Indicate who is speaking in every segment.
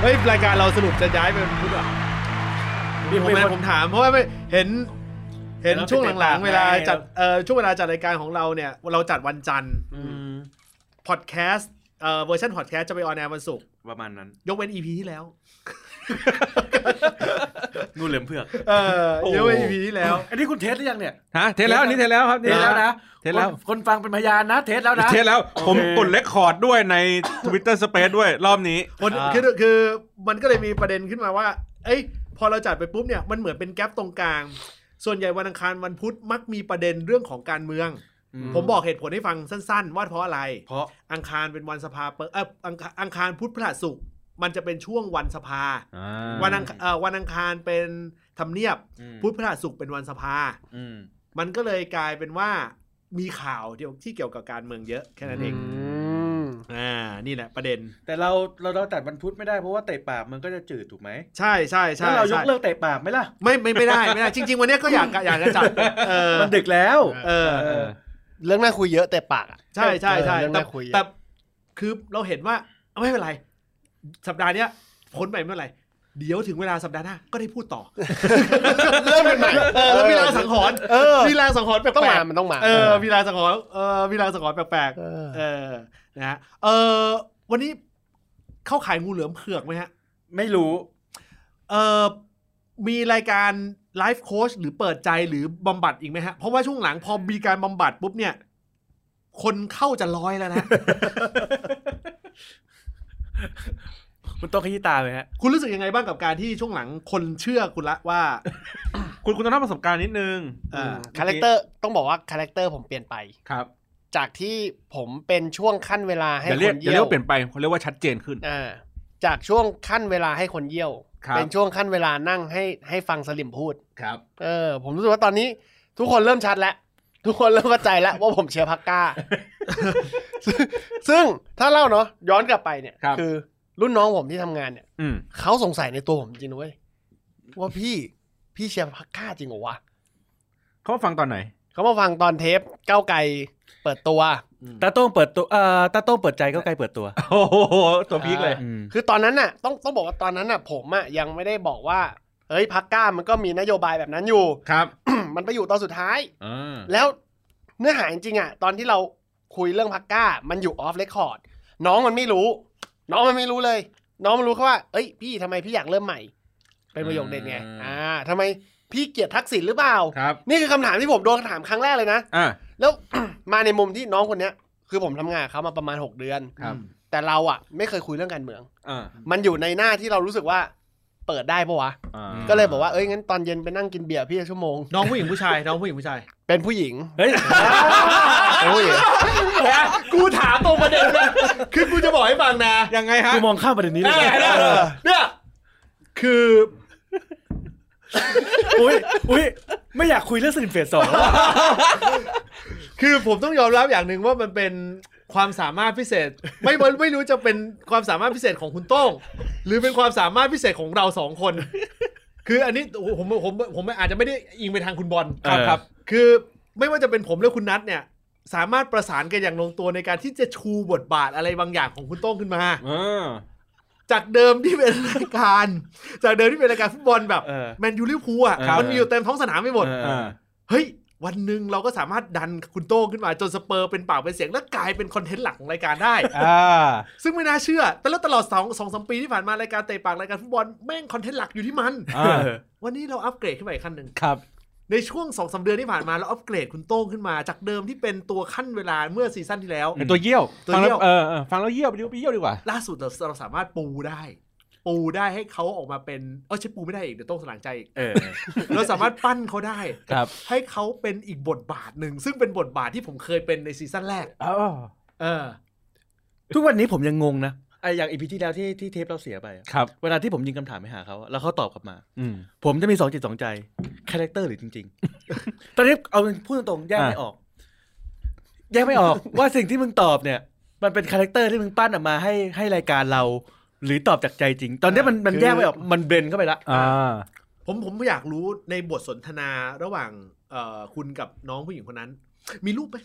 Speaker 1: เฮ้ยรายการเราสรุปจะย้ายไปวันพุธเหรอมีผมไหมผมถามเพราะว่าไม่เห็น เห็นช่วงหลังๆ เวลาจัดเอ่อช่วงเวลาจัดรายการของเราเนี่ย เราจัดวันจันทร์
Speaker 2: อืม
Speaker 1: พอดแคสต์เอ่อเวอร์ชันพอดแคสต์จะไปออนแอร์วันศุกร์
Speaker 2: ประมาณนั้น
Speaker 1: ยกเว้น EP ที่แล้ว
Speaker 2: งูเหลือมเผือก
Speaker 1: เออ
Speaker 2: โอ้
Speaker 1: ยกเว้น EP ที่แล้ว
Speaker 2: อันนี้คุณเทสหรือยังเนี่ย
Speaker 3: ฮะเทสแล้วอันนี่เทสแล้วครับ
Speaker 2: เทสแล้วนะ
Speaker 3: เทสแล้ว
Speaker 2: คนคนฟังเป็นพยานนะ เทสแล้วนะ
Speaker 3: เทสแล้ว
Speaker 2: โอเค
Speaker 3: ผมกดเลคคอร์ดด้วยใน Twitter Space ด้วยรอบนี้
Speaker 1: คน
Speaker 2: อ่า
Speaker 1: คือคือมันก็เลยมีประเด็นขึ้นมาว่า เอ้ย พอเราจัดไปปุ๊บเนี่ยมันเหมือนเป็นแกลบตรงกลาง ส่วนใหญ่วันอังคารวันพุธมักมีประเด็นเรื่องของการเมือง
Speaker 2: อื
Speaker 1: ผมบอกเหตุผลให้ฟังสั้นๆ ว่าเพราะอะไร
Speaker 2: เพราะ
Speaker 1: อังคารเป็นวันสภาเปิดเอออังคารอังคารพุธพฤหัสศุกร์มันจะเป็นช่วงวันสภา วันอังเอ่อวันอังคารเป็นทำเนียบ พุธพฤหัสศุกร์เป็นวันสภา
Speaker 2: อืม
Speaker 1: มันก็เลยกลายเป็นว่ามีข่าวเดียวที่เกี่ยวกับการเมืองเยอะแค่นั้นเองอ่านี่แหละประเด็น
Speaker 2: แต่เราเราเราตัดวันพุธไม่ได้เพราะว่าเตะปากมันก็จะจืดถูกไหม
Speaker 1: ใช่ใช่ใช่
Speaker 2: ถ้าเราย
Speaker 1: ใช่
Speaker 2: กเลิกเตะปากไหมล่ะ
Speaker 1: ไม่ไม่ไม่ได้ไม่ได้ จริง ๆ วันเนี้ยก็อยากอยากจะจัดเออ
Speaker 2: มันดึกแล้ว
Speaker 1: เออ
Speaker 2: เออ
Speaker 4: เรื่องน่าคุยเยอะแต่ปากอะ
Speaker 1: ใช่ใช่ใช่
Speaker 4: เออเรื่อง
Speaker 1: แต่
Speaker 4: น่าคุยอะ
Speaker 1: แต่คือเราเห็นว่าเอาไม่เป็นไร สัปดาห์เนี้ยพ้นไปไม่เป็นไร เดี๋ยวถึงเวลาสัปดาห์หน้าก็ได้พูดต่อ
Speaker 4: เริ่มเป็นใหม่
Speaker 1: เออแล้วมีรางสังหรณ์
Speaker 4: เออ
Speaker 1: มีรางสังหรณ์แปล
Speaker 4: ต้อง
Speaker 1: ก
Speaker 4: มามันต้องมา
Speaker 1: ๆเออมีรางสังหรณ์เออมีรางสังหรณ์แปลก
Speaker 4: เออ
Speaker 1: ๆเออนะฮะเออวันนี้เข้าขายงูเหลือมเผือกไหมฮะ
Speaker 2: ไม่ รู้
Speaker 1: เออมีรายการไลฟ์โค้ชหรือเปิดใจหรือบำบัดอีกไหมฮะ เพราะว่าช่วงหลังพอมีการบำบัดปุ๊บเนี่ย คนเข้าจะร้อยแล้วนะ
Speaker 2: มันต้องขยี้ตาไหมฮะ
Speaker 1: คุณรู้สึกยังไงบ้างกับการที่ช่วงหลังคนเชื่อคุณละ ว่า
Speaker 3: คุณคุณต้องรับประสบการณ์นิดนึง
Speaker 1: เออ
Speaker 4: คาแรคเตอร์ต้องบอกว่าคาแรคเตอร์ผมเปลี่ยนไป
Speaker 3: ครับ
Speaker 4: จากที่ผมเป็นช่วงขั้นเวลาให้
Speaker 3: อย่า
Speaker 4: ค
Speaker 3: เรียก
Speaker 4: น
Speaker 3: อย่า
Speaker 4: เยี่
Speaker 3: เรี
Speaker 4: ย
Speaker 3: ยก
Speaker 4: ว
Speaker 3: ว่าเปลี่ยนไปเขาเรียกว่าชัดเจนขึ้น
Speaker 4: อ่าจากช่วงขั้นเวลาให้คนเยี่ยว
Speaker 3: ครับ
Speaker 4: เป็นช่วงขั้นเวลานั่งให้ให้ฟังสลิมพูด
Speaker 3: ครับ
Speaker 4: เออ ผมรู้สึกว่าตอนนี้ ทุกคนเริ่มชัดแล้ว ทุกคนเริ่มเข้าใจ แล้ว ว่าผมเชียร์พักกล้า ซึ่งซึ่งถ้าเล่าเนาะย้อนกลับไปเนี่ย
Speaker 3: ครับ
Speaker 4: อรุ่นน้องผมที่ทำงานเนี่ย
Speaker 3: อืม
Speaker 4: เขาสงสัยในตัวผมจริงนะเว้ยว่าพี่พี่เชียร์พักกล้าจริงเหรอวะ
Speaker 3: เขามาฟังตอนไหน
Speaker 4: เขามาฟังตอนเทปก้าวไกลเปิดตัว
Speaker 2: ตาโต้งเปิดตัวเอ่อตาโต้งเปิดใจก็ใกล้เปิดตัว
Speaker 3: โอ้โหตัวพีคเลย
Speaker 4: อ่า คือตอนนั้นน่ะต้องต้องบอกว่าตอนนั้นน่ะ ผมอ่ะยังไม่ได้บอกว่าเฮ้ยพักกล้ามันก็มีนโยบายแบบนั้นอยู่
Speaker 3: ครับ
Speaker 4: มันไปอยู่ตอนสุดท้าย
Speaker 3: อ่า
Speaker 4: แล้วเนื้อหาจริงๆอ่ะตอนที่เราคุยเรื่องพักก้า มันอยู่ออฟเรคคอร์ดน้องมันไม่รู้ น้องมันไม่รู้เลย น้องมันรู้แค่ว่า เอ้ยพี่ทำไมพี่อยากเริ่มใหม่ เป็นประโยคเด่นไงอ่าทำไมพี่เกลียดทักษิณหรือเปล่า
Speaker 3: ครับ
Speaker 4: นี่คือคำถามที่ผมโดนถามครั้งแรกเลยนะ
Speaker 3: อ่า
Speaker 4: แล้ว มาในมุมที่น้องคนเนี้ย คือผมทำงานกับเขามาประมาณ 6 เดือน
Speaker 3: ครับ
Speaker 4: แต่เราอ่ะ ไม่เคยคุยเรื่องการเมือง
Speaker 3: อ่า
Speaker 4: มันอยู่ในหน้าที่เรารู้สึกว่าเปิดได้ปะวะ
Speaker 3: อ่า
Speaker 4: ก็เลยบอกว่าเอ้ยงั้นตอนเย็นไปนั่งกินเบียร์พี่ละชั่วโมง
Speaker 1: น้องผู้หญิงผู้ชาย น้องผู้หญิงผู้ชาย
Speaker 4: เป็นผู้หญิง
Speaker 2: เฮ้ย
Speaker 4: เป็นผู้หญิง
Speaker 1: กูถามตรงประเด็นนะคือกูจะบอกให้ฟังนะ
Speaker 3: ยังไงฮะ
Speaker 2: กูมองข้ามประเด็นนี้เลย
Speaker 1: เนี่ย
Speaker 2: นะ
Speaker 1: เนี่ยคือ
Speaker 2: อุ้ยอุ้ยไม่อยากคุยเรื่องสลิมเฟสสองแล้วอะ
Speaker 1: คือผมต้องยอมรับอย่างหนึ่งว่ามันเป็นความสามารถพิเศษ ไม่ไม่ไม่รู้จะเป็นความสามารถพิเศษของคุณโต้ง หรือเป็นความสามารถพิเศษของเราสองคน คืออันนี้โอ้โหผมผมผมอาจจะไม่ได้อิงไปทางคุณบอล
Speaker 3: ครับครับ
Speaker 1: คือไม่ว่าจะเป็นผมหรือคุณนัทเนี่ย สามารถประสานกันอย่างลงตัวในการที่จะชูบทบาทอะไรบางอย่างของคุณโต้งขึ้นมา
Speaker 3: เออ
Speaker 1: จากเดิมที่เป็นรายการ จากเดิมที่เป็นรายการฟุตบอลแบบ
Speaker 2: เออ
Speaker 1: แมนยูลิเวอร์พูลอ่ะ
Speaker 3: ครับ
Speaker 1: มันมีอยู่เต็มท้องสนามไปหมด
Speaker 2: เออ
Speaker 3: อ่า
Speaker 1: เฮ้ย วันหนึ่งเราก็สามารถดันคุณโต้งขึ้นมาจนสเปอร์เป็นปากเป็นเสียงและกลายเป็นคอนเทนต์หลักของรายการได้
Speaker 3: อ่า
Speaker 1: ซึ่งไม่น่าเชื่อ แต่แล้วตลอดสองสองสามปีที่ผ่านมารายการเตะปากรายการฟุตบอลแม่งคอนเทนต์หลักอยู่ที่มัน
Speaker 3: อ่า
Speaker 1: วันนี้เราอัปเกรดขึ้นไปอีกขั้นหนึ่ง
Speaker 3: ครับ
Speaker 1: ในช่วงสองสาเดือนที่ผ่านมาแล้วอัปเกรดคุณโต้งขึ้นมา จากเดิมที่เป็นตัวขั้นเวลาเมื่อซีซั่นที่แล้ว
Speaker 3: เป็นตัวเยี่ยว
Speaker 1: ตัว
Speaker 3: ฟัง
Speaker 1: เยี่
Speaker 3: แล้
Speaker 1: ยว ว
Speaker 3: เออเออฟังแล้วเยี่ยวไปเยี่ยวดีกว่า
Speaker 1: ล่าสุดเราเราสามารถปูได้ ปูได้ให้เขาออกมาเป็นเออใช่ปูไม่ได้อีกเดี๋ยวโต้องสลางใจอีก
Speaker 2: เออ
Speaker 1: เราสามารถปั้นเขาได้
Speaker 3: ครับ
Speaker 1: ให้เขาเป็นอีกบทบาทหนึ่ง ซึ่งเป็นบทบาทที่ผมเคยเป็นในซีซั่นแรก
Speaker 3: อ๋อ
Speaker 1: เออ
Speaker 2: ทุกวันนี้ผมยังงงนะไออย่างอีพีที่แล้วที่ที่เทปเราเสียไปอะ
Speaker 3: ครับ
Speaker 2: เวลาที่ผมยิงคำถามไปหาเขาอะแล้วเขาตอบกลับมา
Speaker 3: อืม
Speaker 2: ผมจะมีสองจิตสองใจคาแรคเตอร์หรือจริง ๆ ตอนนี้เอาพูดตรงๆแยกไม่
Speaker 3: อ่ะ
Speaker 2: ออก แยกไม่ออก ว่าสิ่งที่มึงตอบเนี่ย มันเป็นคาแรคเตอร์ที่มึงปั้นออกมาให้ให้รายการเรา หรือตอบจากใจจริง ตอนนี้มันมัน
Speaker 1: คือ
Speaker 2: แยกไม่ออกมันเบรนเข้าไปละ
Speaker 3: อ่า
Speaker 1: ผมผมอยากรู้ในบทสนทนาระหว่างเอ่อคุณกับน้องผู้หญิงคนนั้น มีรูปไหม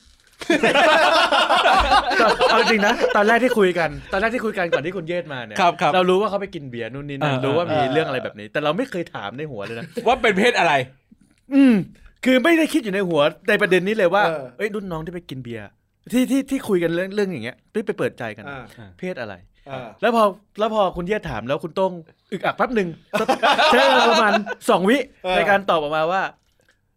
Speaker 2: ตอนเอาจริงนะ ตอนแรกที่คุยกัน ตอนแรกที่คุยกันก่อนที่คุณเยศมาเนี่ย
Speaker 5: ครับครับ
Speaker 2: เรารู้ว่าเขาไปกินเบียร์นู่นนี่นั่น
Speaker 5: เออ
Speaker 2: รู้ว่ามี
Speaker 4: เออ
Speaker 2: เรื่องอะไรแบบนี้ แต่เราไม่เคยถามในหัวเลยนะ
Speaker 5: ว่าเป็นเพศอะไร
Speaker 2: อืม คือไม่ได้คิดอยู่ในหัวในประเด็นนี้เลยว่า
Speaker 1: เออ
Speaker 2: เอ้ยรุ่นน้องที่ไปกินเบียร์ที่ที่ที่คุยกันเรื่องเรื่องอย่างเงี้ยที่ไปเปิดใจกัน
Speaker 1: อ่า
Speaker 2: เพศอะไร
Speaker 1: อ่า
Speaker 2: แล้วพอแล้วพอคุณเยศถามแล้วคุณโต้งอึกอักแป๊บห นึ่ง ใช้เวลาประมาณสองวิ
Speaker 1: เออ
Speaker 2: ในการตอบออกมาว่า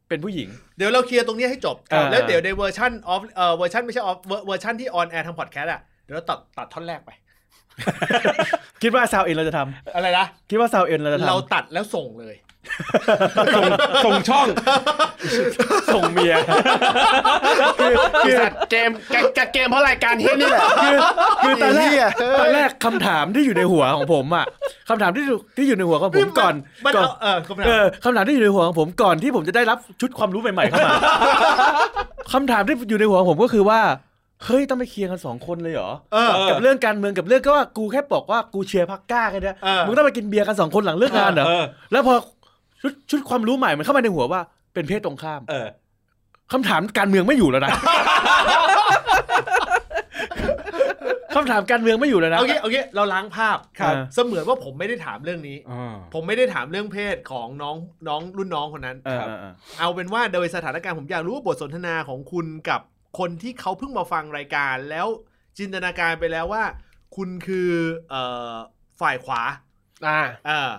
Speaker 2: เป็นผู้หญิง
Speaker 1: เดี๋ยวเราเคลียร์ตรงนี้ให้จบ
Speaker 2: ครับ
Speaker 1: แล้วเดี๋ยวในเวอร์ชันออฟเอ่อเวอร์ชันไม่ใช่ออฟเวอร์ชันที่ออนแอร์ทางพอดแคสต์อ่ะ เดี๋ยวเราตัดตัดท่อนแรกไป
Speaker 2: คิดว่าซาวเอ็นเราจะทำ
Speaker 1: อะไรนะ
Speaker 2: คิดว่าซาวเอ็นเราจะท
Speaker 1: เราตัดแล้วส่งเลย
Speaker 5: ส่งส่งช่อง
Speaker 2: ำส่งเมีย คือคือ
Speaker 4: สัตว์เกมแกะแกะเกมเพราะรายการเฮียนี่แหละ
Speaker 2: คือคือตอน
Speaker 4: ไอ้
Speaker 2: แร
Speaker 4: เหี้ย
Speaker 2: กตอนแรกคำถามที่อยู่ในหัวของผมอ่ะคำถามที่อยู่ที่อยู่ในหัวของผมก่อน
Speaker 1: มัน
Speaker 2: ก่อน
Speaker 1: เอาเออคำถาม
Speaker 2: เออคำถามที่อยู่ในหัวของผมก่อนที่ผมจะได้รับชุดความรู้ใหม่ ๆเข้ามาคำถามที่อยู่ในหัวของผมก็คือว่าเฮ้ยต้องไปเคลียร์กันสองคนเลยเหรอ
Speaker 1: เออ
Speaker 5: เออ
Speaker 2: กับเรื่องการเมืองกับเรื่องก็ว่ากูแค่บอกว่ากูเชียร์พรรคกล้าแค่เนี้ย
Speaker 1: เออ
Speaker 2: มึงต้องไปกินเบียร์กันสองคนหลังเลิกงานเหรอ
Speaker 5: เออ
Speaker 2: แล้วพอชุดชุดความรู้ใหม่มันเข้ามาในหัวว่าเป็นเพศตรงข้าม
Speaker 5: เออ
Speaker 2: คำถามการเมืองไม่อยู่ แล้วนะ คำถามการเมืองไม่อยู่แล้วนะ
Speaker 1: เอางี้เอางี้เราล้างภาพ
Speaker 2: ครับ
Speaker 1: เสมือนว่าผมไม่ได้ถามเรื่องนี้
Speaker 5: อ่า
Speaker 1: ผมไม่ได้ถามเรื่องเพศของน้องน้องรุ่นน้องคนนั้น
Speaker 2: เออเออเออ
Speaker 1: เอาเป็นว่าโดยสถานการณ์ผมอยากรู้ว่าบทสนทนาของคุณกับคนที่เขาเพิ่งมาฟังรายการ แล้วจินตนาการไปแล้วว่า คุณคือเอ่อฝ่ายขวา
Speaker 4: อ่า
Speaker 1: เออ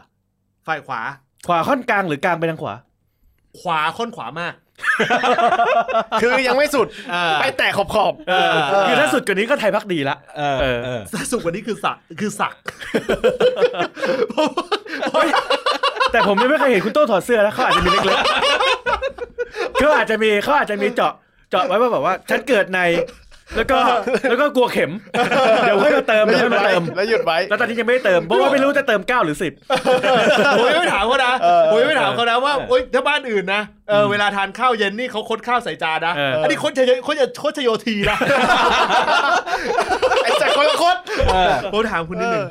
Speaker 1: ฝ่ายขวา
Speaker 2: ขวาค่อนกลางหรือกลางไปทางขวา
Speaker 1: ขวาค่อนขวามาก
Speaker 4: คือยังไม่สุด
Speaker 1: เออ
Speaker 4: ไปแตะขอบขอบ
Speaker 1: เออ
Speaker 4: เ
Speaker 2: คือถ้าสุดกว่านี้ก็ไทยพักดีละ
Speaker 5: เออ เออ
Speaker 1: ถ้าสุกกว่านี้คือสักคือสัก
Speaker 2: แต่ผมยังไม่เคยเห็นคุณโต้ถอดเสื้อนะเขาอาจจะมีเล็กๆเขาอาจจะมีเขาอาจจะมีเจาะเจาะไว้ว่าแบบว่า ฉันเกิดใน แล้วก็แล้วก็กลัวเข็ม เดี๋ยวให้มาเติม
Speaker 4: แล้ว
Speaker 2: เดี๋ยว
Speaker 4: หยุดไว้
Speaker 2: ให้มาเติม
Speaker 4: แล้วหยุดไว้
Speaker 2: แล้วตอนนี้ยังไม่ได้เติมเพราะว่าไม่รู้จะเติมเก้าหรือสิบ
Speaker 1: ผมยังไม่ถามเขานะ
Speaker 4: เออ
Speaker 1: ผมยังไม่ถามเขานะว่า
Speaker 2: เออ
Speaker 1: โอ๊ยถ้าบ้านอื่นนะเออเวลาทานข้าวเย็นนี่เขาคดข้าวใส่จานนะ
Speaker 2: เอออั
Speaker 1: อันนี้คดชยโคดชยโคดชโยทีนะ
Speaker 4: ไอ้จักรคนละคน
Speaker 1: ผมถามคุณนิดนึง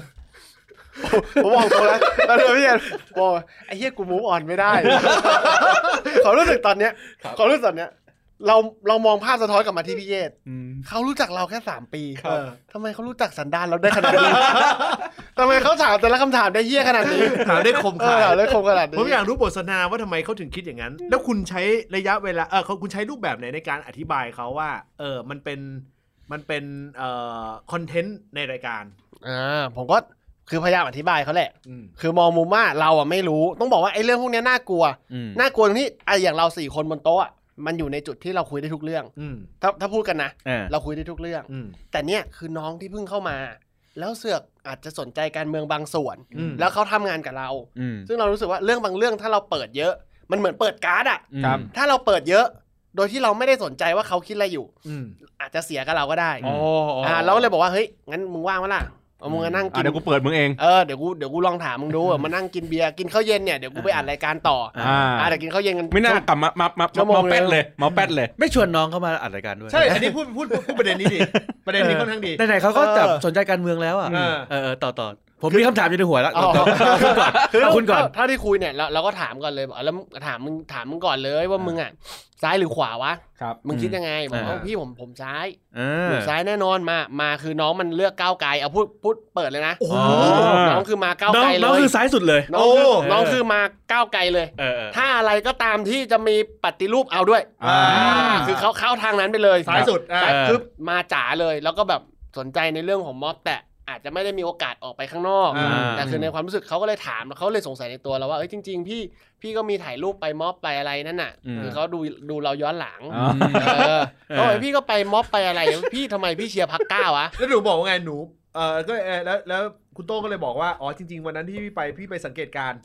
Speaker 4: ผมบอกตรงแล้วตอนนี้พี่เอนบอกว่าไอ้เฮียกูมูฟออนไม่ได้ เขารู้สึกตอนเนี้ยเขารู้สึกตอนเนี้ย เราเรามองภาพสะท้อนกลับมาที่พี่เยศเขารู้จักเราแค่สามปีเออทำไมเขารู้จักสันดานเราได้ขนาดนี้ ทำไมเขาถามแต่ละคำถามได้เฮี้ยขนาดนี้
Speaker 1: ถามได้คม
Speaker 4: เอ
Speaker 1: คา
Speaker 4: อย ถามได้คมขนาดนี้
Speaker 1: ผมอยากรู้บทสนทนาว่าทำไมเขาถึงคิดอย่างนั้น แล้วคุณใช้ระยะเวลาเออเขาคุณใช้รูปแบบไหนในการอธิบายเขาว่า เออมันเป็นมันเป็นเอ่อคอนเทนต์ในรายการ
Speaker 4: อ่าผมก็คือพยายามอธิบายเขาแหละ
Speaker 1: อืม
Speaker 4: คือมองมุมว่าเราอ่ะไม่รู้ ต้องบอกว่าไอ้เรื่องพวกเนี้ยน่ากลัว
Speaker 2: อืม
Speaker 4: น่ากลัวตรงที่ไอ้อย่างเราสี่คนบนโต๊ะอ่ะมันอยู่ในจุดที่เราคุยได้ทุกเรื่อง
Speaker 1: อืม
Speaker 4: ถ้าถ้าพูดกันนะ
Speaker 2: เออ
Speaker 4: เราคุยได้ทุกเรื่อง
Speaker 1: อืม
Speaker 4: แต่เนี่ยคือน้องที่เพิ่งเข้ามา แล้วเสือกอาจจะสนใจการเมืองบางส่วน
Speaker 1: อืม
Speaker 4: แล้วเขาทำงานกับเรา
Speaker 2: อืม
Speaker 4: ซึ่งเรารู้สึกว่าเรื่องบางเรื่องถ้าเราเปิดเยอะ มันเหมือนเปิดการ์ดอะ
Speaker 5: ครับ
Speaker 4: ถ้าเราเปิดเยอะ โดยที่เราไม่ได้สนใจว่าเขาคิดอะไรอยู่
Speaker 1: อืม
Speaker 4: อาจจะเสียกับเราก็ได้
Speaker 5: อ๋อ
Speaker 4: อ่าเราก็เลยบอกว่าเฮ้ยงั้นมึงว่างไหมล่ะเอามึงมานั่ง
Speaker 5: อ่ะ
Speaker 4: กิน
Speaker 5: เดี๋ยวกูเปิดมึงเอง
Speaker 4: เออเดี๋ยวกูเดี๋ยวกูลองถามมึงดูมานั่งกินเบียร์กินข้าวเย็นเนี่ยเดี๋ยวกูไปอัดรายการต่ออ่ะ
Speaker 5: อ่า
Speaker 4: อ่าเดี๋ยวกินข้าวเย็นกัน
Speaker 5: ไม่น่ากลับมามามา
Speaker 4: ชั่วโมง
Speaker 5: มาแป๊ดเลยมาแป๊ดเลย
Speaker 2: ไม่ชวนน้องเข้ามาอัดรายการด้วย
Speaker 1: ใช่ อันนี้พูดพูดพูดพูดประเด็นนี้ดิประเด็นนี้ค่อนข้างดี
Speaker 2: ไหนๆเขาก็
Speaker 4: เออ
Speaker 2: จับสนใจการเมืองแล้วอ่ะ
Speaker 1: เออ
Speaker 2: เออเออต่อต่อผมมีคำถามอยู่ในหัวแล้ว
Speaker 4: อ๋อ
Speaker 2: คุณก่อนเอาคุณก่อน
Speaker 4: เท่าที่คุยเนี่ยเราเราก็ถามก่อนเลยบอกแล้วถามมึงถามมึงก่อนเลยว่ามึงอ่ะซ้ายหรือขวาวะ
Speaker 5: ครับ
Speaker 4: มึงคิดยังไงบอกว่า
Speaker 2: อ่า
Speaker 4: พี่ผมผมซ้าย
Speaker 2: เออ
Speaker 4: ผมซ้ายแน่นอนมามาคือน้องมันเลือกก้าวไกลเอาพูดพูดเปิดเลยนะ
Speaker 1: โอ้โห
Speaker 5: อ่า
Speaker 4: น้องคือมาก้าว
Speaker 2: น้อ
Speaker 4: ไก
Speaker 2: ง
Speaker 4: ลเล
Speaker 2: น้อง
Speaker 4: ย
Speaker 2: คือซ้ายสุดเลย
Speaker 4: น้องคือ
Speaker 1: โอ้
Speaker 4: น้องคือมาก้าวไกลเลย
Speaker 2: เออเออ
Speaker 4: ถ้าอะไรก็ตามที่จะมีปฏิรูปเอาด้วย
Speaker 5: อ่า
Speaker 4: คือเขาเข้าทางนั้นไปเลย
Speaker 1: ซ้ายสุดอ่ะ
Speaker 4: ซ้าย
Speaker 2: เออ
Speaker 4: คือมาจ๋าเลยแล้วก็แบบสนใจในเรื่องของม็อบแต่อาจจะไม่ได้มีโอกาสออกไปข้างนอก
Speaker 1: อ่า
Speaker 4: แต่คือในความรู้สึกเขาก็เลยถามแล้วเขาเลยสงสัยในตัวเราว่าเอ้ยจริง ๆ พี่พี่ก็มีถ่ายรูปไปม็อบไปอะไรนั่นน่ะ
Speaker 2: อืม
Speaker 4: คือเขาดูดูเราย้อนหลัง
Speaker 5: อ่า
Speaker 4: เออเขาบอกพี่ก็ไปม็อบไปอะไร พี่ทำไมพี่เชียร์พักก้าวะ
Speaker 1: แล้วหนูบอกว่าไงหนูเออก็เอ่อแล้วแล้วคุณโต้งก็เลยบอกว่า อ๋อจริง ๆ วันนั้นที่พี่ไปพี่ไปสังเกตการณ์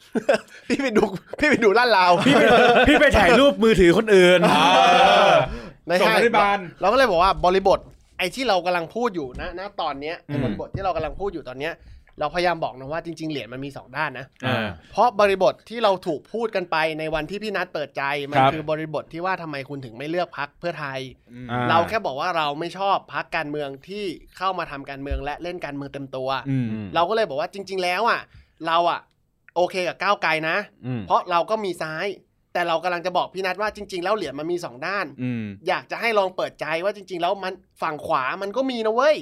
Speaker 4: พี่ไปดูพี่ไปดูล่าดลาว
Speaker 2: พี่ไปพี่ไปถ่ายรูปมือถือคนอื่น
Speaker 4: ใน
Speaker 5: ส่ง
Speaker 4: ห้าง
Speaker 5: อธิบาล
Speaker 4: เราก็เลยบอกว่าบริบทไอ้ที่เรากำลังพูดอยู่นะนะตอนเนี้ย
Speaker 2: อืม
Speaker 4: บริบทที่เรากำลังพูดอยู่ตอนเนี้ย เราพยายามบอกนะว่าจริง ๆเหรียญมันมีสองด้านนะ
Speaker 2: เออ
Speaker 4: เพราะบริบทที่เราถูกพูดกันไปในวันที่พี่นัทเปิดใจมัน
Speaker 5: ครับ
Speaker 4: คือบริบทที่ว่าทำไมคุณถึงไม่เลือกพักเพื่อไทย
Speaker 5: อ่
Speaker 4: เราแค่บอกว่าเราไม่ชอบพักการเมืองที่เข้ามาทำการเมืองและเล่นการเมืองเต็มตัว
Speaker 2: อืม
Speaker 5: อืม
Speaker 4: เราก็เลยบอกว่าจริง ๆ แล้วอ่ะ เราอ่ะ โอเคกับก้าวไกลนะ
Speaker 5: อืม
Speaker 4: เพราะเราก็มีซ้าย แต่เรากำลังจะบอกพี่นัทว่าจริง ๆ แล้วเหรียญมันมีสองด้าน
Speaker 5: อืม
Speaker 4: อยากจะให้ลองเปิดใจว่าจริง ๆ แล้วมันฝั่งขวามันก็มีนะเว้ย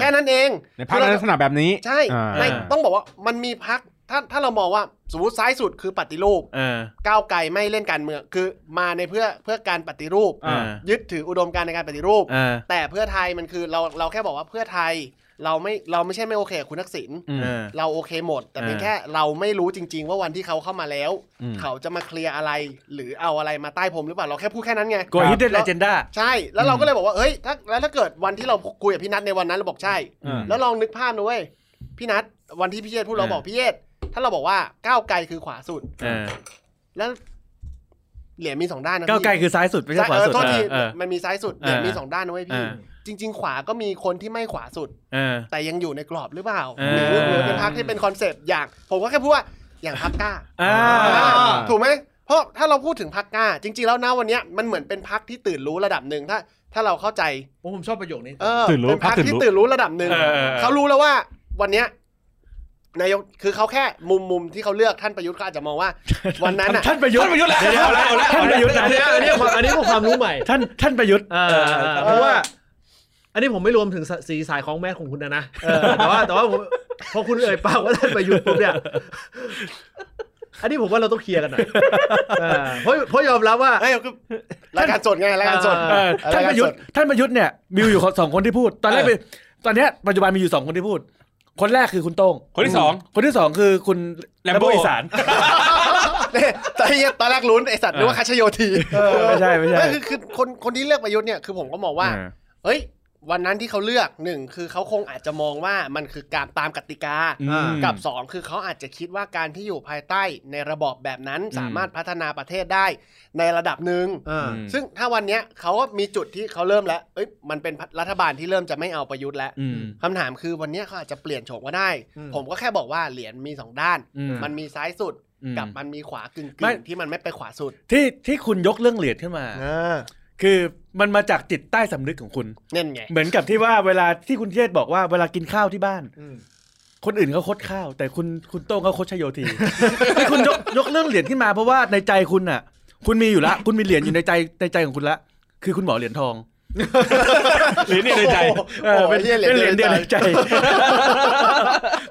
Speaker 4: แค่นั้นเอง
Speaker 5: ในภาพลักษณะแบบนี้
Speaker 4: ใช่
Speaker 5: อ่า
Speaker 4: ไม่ต้องบอกว่ามันมีพักถ้าถ้าเรามองว่าสมมติซ้ายสุดคือปฏิรูป
Speaker 2: เออ
Speaker 4: ก้าวไกลไม่เล่นการเมืองคือมาในเพื่อเพื่อการปฏิรูป
Speaker 2: อ่า
Speaker 4: ยึดถืออุดมการณ์ในการปฏิรูป
Speaker 2: เออ
Speaker 4: แต่เพื่อไทยมันคือเราเราแค่บอกว่าเพื่อไทย เราไม่เราไม่ใช่ไม่โอเคกับคุณทักษิณ
Speaker 5: อืม
Speaker 2: เออ
Speaker 4: เราโอเคหมด แต่เป็น
Speaker 2: อ่า
Speaker 4: แค่เราไม่รู้จริง ๆ ว่าวันที่เขาเข้ามาแล้ว
Speaker 5: อืม
Speaker 4: เขาจะมาเคลียร์อะไร หรือเอาอะไรมาใต้ผมหรือเปล่าเราแค่พูดแค่นั้นไง
Speaker 2: go hidden
Speaker 4: แล้ว
Speaker 2: agenda
Speaker 4: ใช่แล้วเราก็เลยบอกว่าเฮ้ยถ้าแล้วถ้าเกิดวันที่เราคุยกับพี่นัทในวันนั้นเราบอกใช่
Speaker 5: อืม
Speaker 4: แล้วลองนึกภาพนะเว้ยพี่นัทวันที่พี่เยศพูดเรา
Speaker 2: อ่า
Speaker 4: บอกพี่เยศถ้าเราบอกว่าก้าวไกลคือขวาสุด
Speaker 2: เออ
Speaker 4: แล้วเหรียญมีสองด้านนะ
Speaker 2: ก้าวไกลคือซ้ายสุดไม่ใช่ขวา
Speaker 4: เออ
Speaker 2: สุด
Speaker 4: โทษที
Speaker 2: เออ
Speaker 4: มันมีซ้ายสุดเหรียญ
Speaker 2: เออ
Speaker 4: มีสองด้านนะเว้ย
Speaker 2: เอ
Speaker 4: พี่
Speaker 2: อ
Speaker 4: จริง ๆ ขวาก็มีคนที่ไม่ขวาสุด
Speaker 2: เออ
Speaker 4: แต่ยังอยู่ในกรอบหรือเปล่า
Speaker 2: เออ
Speaker 4: หรือหรือเป็นพักที่เป็นคอนเซปต์อย่าง ผมก็แค่พูดว่าอย่างพักกล้า
Speaker 2: อ่า
Speaker 1: า
Speaker 4: ถูกไหมเพราะถ้าเราพูดถึงพักกล้า จริง ๆ แล้วนะวันเนี้ยมันเหมือนเป็นพักที่ตื่นรู้ระดับหนึ่งถ้า ถ้าเราเข้าใจ
Speaker 1: โอ้ผมชอบประโยคนี้
Speaker 4: เออ
Speaker 5: ตื่นรู้
Speaker 4: เป็นพรรค
Speaker 5: พรรคตื่
Speaker 4: ที่
Speaker 5: นรู้
Speaker 4: ตื่นรู้ระดับหนึ่ง
Speaker 2: เออเออเออ
Speaker 4: เขารู้แล้วว่าวันเนี้ยนายกคือเขาแค่มุมมุมที่เขาเลือกท่านประยุทธ์เขาอาจจะมองว่า วันนั้นอ่ะ
Speaker 2: ท่านประยุทธ์
Speaker 5: ประยุทธ์แหละ
Speaker 2: เดี๋ยวเดี๋ยว
Speaker 5: เอาละเอาละ
Speaker 2: ท่านประยุทธ์นะ
Speaker 1: อันเนี้ยอันเนี้ยความอันนี้คือความรู้ใหม่
Speaker 2: ท่านท่านประยุทธ์
Speaker 1: อ่าเพราะว่า อันนี้ผมไม่รวมถึงสสีสายของแม่ของคุณนะนะเออแต่ว่าแต่ว่าผมพอคุณเอ่ยปากว่าท่านประยุทธ์ผมเนี่ย อันนี้ผมว่าเราต้องเคลียร์กันหน่อยเออเพราะเพราะยอมรับว่า
Speaker 4: เอ้ยคือรายการสดไงรายการสด
Speaker 2: เออ
Speaker 4: ร
Speaker 2: ท่าน
Speaker 4: ก
Speaker 2: ประยุทธ์ท่านประยุทธ์เนี่ยมีอยู่สองคนที่พูด ตอนแรกเป็นตอนเนี้ยปัจจุบันมีอยู่สองคนที่พูด คนแรกคือคุณโต้ง
Speaker 5: คนที่สอง
Speaker 2: คนที่สองคือคุณ
Speaker 5: แรมโบ้
Speaker 2: อีสาน
Speaker 4: เนี่ยตอนแรกตอนแรกลุ้นไอสัตว์นึกว่าคัชโยธี
Speaker 2: ไม่ใช่ไม่ใช่
Speaker 4: ไม่คือคือคนคนที่เลือกประยุทธ์เนี่ยคือผมก็มองว่า เฮ้ย วันนั้นที่เขาเลือกหนึ่งคือเขาคงอาจจะมองว่ามันคือการตามกติกา
Speaker 5: อืม
Speaker 4: กับ 2 คือเขาอาจจะคิดว่าการที่อยู่ภายใต้ในระบอบแบบนั้นสามารถพัฒนาประเทศได้ในระดับหนึ่ง
Speaker 1: อ่า
Speaker 4: ซึ่งถ้าวันเนี้ยเขาก็มีจุดที่เขาเริ่มแล้วเอ้ยมันเป็นรัฐบาลที่เริ่มจะไม่เอาประยุทธ์แล้ว
Speaker 2: อืม
Speaker 4: คำถามคือวันเนี้ยเขาอาจจะเปลี่ยนโฉมก็ได้
Speaker 1: อืม
Speaker 4: ผมก็แค่บอกว่าเหรียญมีสองด้าน
Speaker 2: อืม
Speaker 4: มันมีซ้ายสุด
Speaker 2: อืม
Speaker 4: กับมันมีขวากึ่ง
Speaker 2: ไม่
Speaker 4: ๆที่มันไม่ไปขวาสุด
Speaker 2: ที่ที่คุณยกเรื่องเหรียญขึ้นมา คือมันมาจากจิตใต้สำนึกของคุณ
Speaker 4: นั่นไง
Speaker 2: เหมือนกับที่ว่าเวลาที่คุณเทศบอกว่าเวลากินข้าวที่บ้าน
Speaker 1: อืม
Speaker 2: คนอื่นเขาคดข้าว แต่คุณคุณโต้งเขาคดชโยที ที่คุณยกยกเรื่องเหรียญขึ้นมาเพราะว่าในใจคุณน่ะ คุณมีอยู่ละ คุณมีเหรียญอยู่ในใจในใจของคุณละ คือคุณหมอเหรียญทอง
Speaker 5: หรือนี่ในใจ
Speaker 2: เออเป็น
Speaker 4: โอ้ยเหรียญ
Speaker 2: เป็นเหรียญ
Speaker 4: เดี
Speaker 2: เดี
Speaker 4: ย
Speaker 2: ยว ว
Speaker 4: ใน
Speaker 2: ใน
Speaker 4: ใจ
Speaker 2: ใจ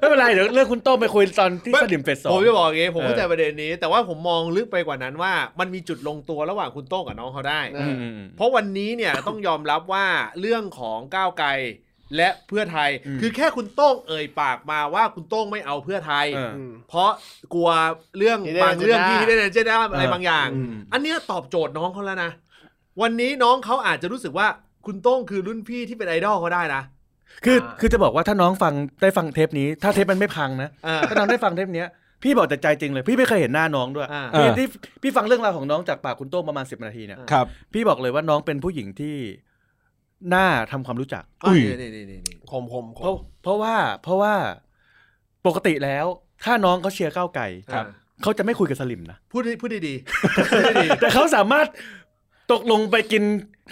Speaker 2: ไม่เป็นไรเดี๋ยวเรื่องคุณโต้งไปคุยตอนที่
Speaker 1: ไม่
Speaker 2: สลิมเฟสสอง
Speaker 1: ผมจะบอกอย่างงี้ผมเข้าใจ
Speaker 2: เออ
Speaker 1: ประเด็นนี้ แต่ว่าผมมองลึกไปกว่านั้นว่า มันมีจุดลงตัวระหว่างคุณโต้งกับน้องเขาได้
Speaker 4: อืม
Speaker 1: เพราะวันนี้เนี่ย ต้องยอมรับว่าเรื่องของก้าวไกลและเพื่อไทย
Speaker 2: อืม
Speaker 1: คือแค่คุณโต้งเอ่ยปากมาว่าคุณโต้งไม่เอาเพื่อไทย
Speaker 2: เออ
Speaker 4: อืม
Speaker 1: เพราะกลัวเรื่อง
Speaker 4: Hidden
Speaker 1: บางเรื่องที่
Speaker 4: agenda
Speaker 1: ที่ได้เจได้อะไรบางอย่าง
Speaker 2: อืม
Speaker 1: อันเนี้ยตอบโจทย์น้องเขาแล้วนะ วันนี้น้องเขาอาจจะรู้สึกว่าคุณโต้งคือรุ่นพี่ที่เป็นไอดอลเขาได้นะ
Speaker 2: คือ
Speaker 4: อ่า
Speaker 2: คือจะบอกว่าถ้าน้องฟังได้ฟังเทปนี้ ถ้าเทปมันไม่พังนะ
Speaker 1: อ่า
Speaker 2: ถ้าน้องได้ฟังเทปเนี้ยพี่บอกแต่ใจจริงเลย พี่ไม่เคยเห็นหน้าน้องด้วย
Speaker 1: อ่า
Speaker 2: พี่
Speaker 5: อ่า
Speaker 2: ที่พี่ฟังเรื่องราวของน้องจากปากคุณโต้งประมาณสิบนาทีเนี่ย
Speaker 5: ครับ
Speaker 2: พี่บอกเลยว่าน้องเป็นผู้หญิงที่น่าทำความรู้จัก
Speaker 5: อุ้ย
Speaker 1: นี่นี่นี่นี่
Speaker 4: ขมขมข
Speaker 2: เพราะ
Speaker 4: ม
Speaker 2: เพราะว่าเพราะว่าปกติแล้ว ถ้าน้องเขาเชียร์ก้าวไก่
Speaker 1: อ่า
Speaker 2: เขาจะไม่คุยกับสลิมนะ
Speaker 1: พูดพูดดีๆพูดดี
Speaker 2: แต่เขาสามารถตกลงไปกิน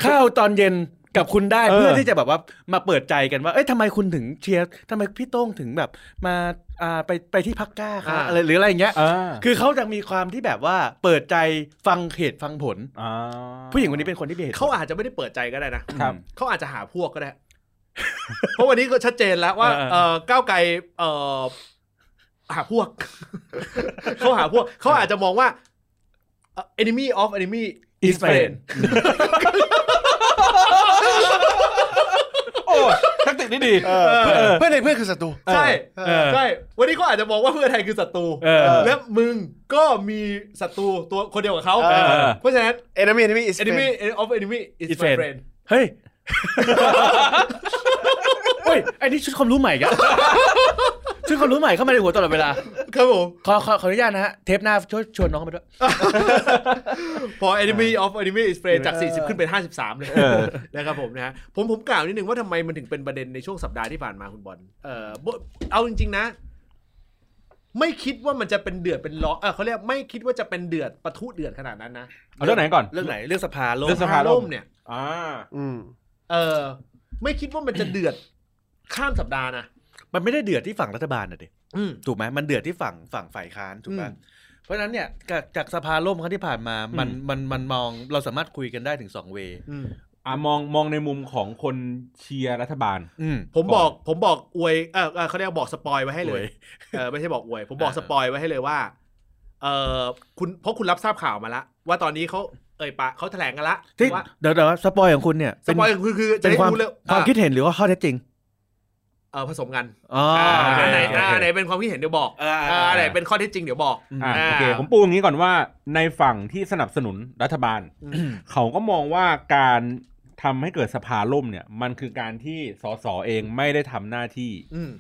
Speaker 2: ข้าวตอนเย็นกับคุณได้ เพื่อที่จะแบบว่ามาเปิดใจกันว่า เอ้ยทำไมคุณถึงเชียร์ทำไมพี่โต้งถึงแบบ มาอ่าไปไปที่พักกล้าคะอะไรหรืออะไรอย่างเงี้ย
Speaker 5: อ่า
Speaker 2: คือเขาจะมีความที่แบบว่าเปิดใจฟังเหตุฟังผล
Speaker 5: อ่า
Speaker 2: ผู้หญิงคนนี้เป็นคนที่มีเหตุ
Speaker 1: ๆเขาอาจจะไม่ได้เปิดใจก็ได้นะ
Speaker 5: ครับ
Speaker 1: เขาอาจจะหาพวกก็ได้ เพราะวันนี้ก็ชัดเจนแล้วว่า เออก้าวไกลเออหาพวก เขาหาพวก เขาอาจจะมองว่าเอ่อ enemy of enemy
Speaker 2: อิสเปน
Speaker 5: โอ้แทักติกนี่ดี
Speaker 4: เออเออเพื่อนในเพื่อนคือศัตรู
Speaker 1: ใช่
Speaker 2: เออ
Speaker 1: ใช่ วันนี้เขาอาจจะมองว่าเพื่อไทยคือศัตรู
Speaker 2: เออ
Speaker 1: และมึงก็มีศัตรูตัวคนเดียวกับเขา
Speaker 4: เออ
Speaker 1: เพราะฉะนั้น
Speaker 4: เอนมีเอนมีอิส
Speaker 1: enemy of enemy is my
Speaker 2: Is friend
Speaker 1: friend
Speaker 2: เฮ้ย เฮ้ยไอ้นี่ชุดความรู้ใหม่ อีกัน ชุดความรู้ใหม่เข้ามาในหัวตลอดเวลา
Speaker 1: ครับผม
Speaker 2: ขอขอขออนุญาตนะฮะ เทปหน้าช่วยชวนน้องมาด้วย
Speaker 1: พอ enemy of enemy is friend จาก 40 ขึ้นเป็น 53 เลย
Speaker 5: เออ
Speaker 1: นะครับผมนะฮะผมผมกล่าวนิดนึงว่าทำไมมันถึงเป็นประเด็นในช่วงสัปดาห์ที่ผ่านมาคุณบอลเออบ่เอาจริง ๆ นะ ไม่คิดว่ามันจะเป็นเดือดเป็นร้อนเออเขาเรียกไม่คิดว่าจะเป็นเดือดปะทุเดือดขนาดนั้นนะ
Speaker 5: เอาเรื่องไหนก่อน
Speaker 2: เรื่องไหน เรื่องสภาลง
Speaker 5: เรื่องสภาล่ม
Speaker 1: เนี่ย
Speaker 5: อ่า
Speaker 4: อืม
Speaker 1: เออ ไม่คิดว่ามันจะเดือดข้ามสัปดาห์นะ
Speaker 2: มันไม่ได้เดือดที่ฝั่งรัฐบาลนะดิ
Speaker 1: อืม
Speaker 2: ถูกไหมมันเดือดที่ฝั่งฝั่งฝ่ายค้านถูกป่ะ เพราะฉะนั้นเนี่ยจากจากสภาล่มครั้งที่ผ่านมามัน
Speaker 5: อืม
Speaker 2: มันมันมองเราสามารถคุยกันได้ถึงสองเว
Speaker 1: อืม
Speaker 5: อ่ะมองมองในมุมของคนเชียร์รัฐบาล
Speaker 2: อืม
Speaker 1: ผมบอกผมบอกอวยเออเอ่อเขาเรียกว่าบอกสปอยไว้ให้เล
Speaker 2: โอ้
Speaker 1: ย
Speaker 2: ย
Speaker 1: เออไม่ใช่บอกอวยผมบอก
Speaker 2: อ่า
Speaker 1: สปอยไว้ให้เลยว่า เออคุณเพราะคุณรับทราบข่าวมาละว่าตอนนี้เขาเอ่ยปากเขาแถลงกันละ
Speaker 2: ที่
Speaker 1: ว่า
Speaker 2: เดี๋ยวเดี๋ยวสปอยของคุณเนี่ย
Speaker 1: สปอยคือคือจะ
Speaker 2: เป็น
Speaker 1: ได้
Speaker 2: ความ
Speaker 1: รู้เลย
Speaker 2: ความ
Speaker 1: อ่ะ
Speaker 2: คิดเห็นหรือว่าข้อเท็จจริง
Speaker 1: เออผสมกัน
Speaker 2: อ๋อ
Speaker 1: อ่า
Speaker 2: โอเค
Speaker 1: อันไหน
Speaker 2: โอเค
Speaker 1: อ่าอันไหนเป็นความคิดเห็นเดี๋ยวบอก
Speaker 2: อ่า
Speaker 1: อ่าอันไหนเป็นข้อเท็จจริงเดี๋ยวบอก
Speaker 2: อืม
Speaker 5: อ่ะ
Speaker 1: อ่า
Speaker 5: โอเคผมปูอย่างนี้ก่อนว่าในฝั่งที่สนับสนุนรัฐบาล
Speaker 1: อืม
Speaker 5: เขาก็มองว่าการทำให้เกิดสภาล่มเนี่ย มันคือการที่สสเองไม่ได้ทำหน้าที่
Speaker 1: อืม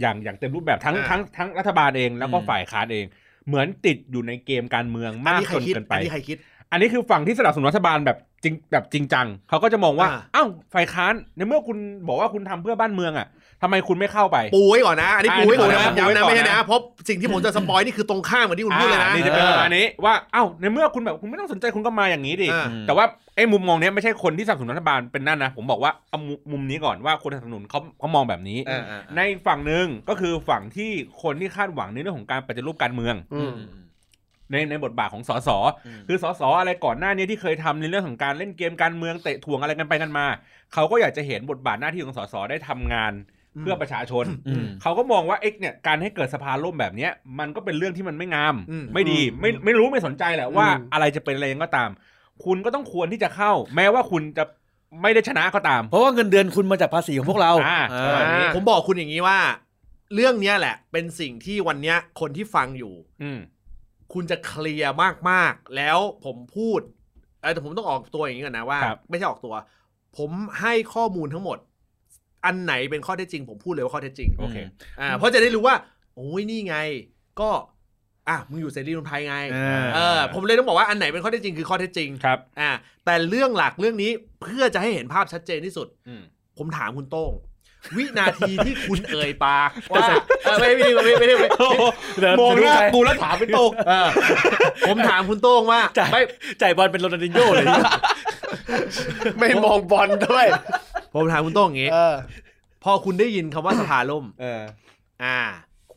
Speaker 5: อย่างอย่างเต็มรูปแบบทั้ง
Speaker 1: อ่า
Speaker 5: ทั้งทั้งรัฐบาลเองแล้วก็
Speaker 2: อืม
Speaker 5: ฝ่ายค้านเอง เหมือนติดอยู่ในเกมการเมืองมาก
Speaker 1: อัใคร
Speaker 5: จน
Speaker 1: คิด
Speaker 5: เกินไป
Speaker 1: อันนี้ใครคิด
Speaker 5: อันนี้คือฝั่งที่สนับสนุนรัฐบาลแบบจริงแบบจริงจังเขาก็จะมองว่า
Speaker 1: อ่า
Speaker 5: อ้าวฝ่ายค้านในเมื่อคุณบอกว่าคุณทำเพื่อบ้านเมืองอ่ะทำไมคุณไม่เข้าไป
Speaker 1: ปูไว้ก่อนนะอันนี้
Speaker 5: อ่า
Speaker 1: ปูไว้ก่อนนะ
Speaker 5: ปู
Speaker 1: ย้ำนะ
Speaker 5: ไว้ก่อนนะ
Speaker 1: ไม่ใช่นะเพราะสิ่งที่ผมจะสปอยนี่คือตรงข้ามกับที่คุณพูดเลยนะ
Speaker 5: อ่านี่จะเป็นประมาณนี้ว่าอ้าวในเมื่อคุณแบบคุณไม่ต้องสนใจคุณก็มาอย่างนี้ดิ
Speaker 1: อ่า
Speaker 5: แต่ว่าไอ้มุมมองเนี้ยไม่ใช่คนที่สนับสนุนรัฐบาลเป็นนั่นนะผมบอกว่าเอามุมุมนี้ก่อนว่าคนสนับสนุนเขาเขามองแบบนี้
Speaker 2: อ่าอ่าอ่า
Speaker 5: ในฝั่งหนึ่งก็คือฝั่งที่คนที่คาดหวังในเรื่องของการปฏิรูปการเมือง
Speaker 4: อืม
Speaker 5: ในในบทบาทของสส
Speaker 2: อืม
Speaker 5: คือสสอะไรก่อนหน้านี้ที่เคยทำในเรื่องของการเล่นเกมการเมืองเตะถ่วงอะไรกันไปกันมาเขาก็อยากจะเห็นบทบาทหน้าที่ของสสได้ทำงานเพื่อประชาชน
Speaker 2: อืม
Speaker 5: เขาก็มองว่าเอ็กเนี่ยการให้เกิดสภาล่มแบบเนี้ยมันก็เป็นเรื่องที่มันไม่งาม
Speaker 1: อืม
Speaker 5: ไม่ดี
Speaker 4: อืม
Speaker 5: ไม่ไม่รู้ไม่สนใจแหละว่า
Speaker 4: อืม
Speaker 5: อะไรจะเป็นอะไรยังก็ตาม คุณก็ต้องควรที่จะเข้า แม้ว่าคุณจะไม่ได้ชนะก็ตาม
Speaker 2: เพราะว่าเงินเดือนคุณมาจากภาษีของพวกเรา
Speaker 5: อ่า
Speaker 2: เอ
Speaker 4: อ่
Speaker 2: อ
Speaker 4: า
Speaker 1: ผมบอกคุณอย่างนี้ว่า เรื่องเนี้ยแหละ เป็นสิ่งที่วันเนี้ยคนที่ฟังอยู่
Speaker 5: อืม
Speaker 1: คุณจะเคลียร์มาก ๆ แล้วผมพูดเอ้ยแต่ผมต้องออกตัวอย่างนี้ก่อนนะว่า
Speaker 5: ครับ
Speaker 1: ไม่ใช่ออกตัว ผมให้ข้อมูลทั้งหมด อันไหนเป็นข้อเท็จจริง ผมพูดเลยว่าข้อเท็จจริง
Speaker 5: โอเค
Speaker 1: อ่าเพราะจะได้รู้ว่าโอ้ยนี่ไง ก็อ่ะมึงอยู่เสรีรวมไทยไง
Speaker 2: อ่า
Speaker 1: เออผมเลยต้องบอกว่าอันไหนเป็นข้อเท็จจริงคือข้อเท็จจริง
Speaker 5: ครับ
Speaker 1: อ่าแต่เรื่องหลักเรื่องนี้เพื่อจะให้เห็นภาพชัดเจนที่สุด
Speaker 5: อืม
Speaker 1: ผมถามคุณโต้ง วินาทีที่คุณเอ่ยปากว่าเออไม่ไม่ไม่ไม่ไม่ไม่
Speaker 2: เดี๋ยว
Speaker 5: มองหน้า
Speaker 2: จะรู้ใจ
Speaker 5: กูแล้วถามไปตก
Speaker 1: เออผมถามคุณโต้งว่าไม่
Speaker 2: จ่ายบอลเป็นโรนัลดินโญ่เลย
Speaker 4: ไม่มองบอลด้วย
Speaker 1: ผมถามคุณโต้งอย่างงี้
Speaker 4: เออ
Speaker 1: พอคุณได้ยินคำว่าสภาล่ม
Speaker 5: เออ
Speaker 1: อ่า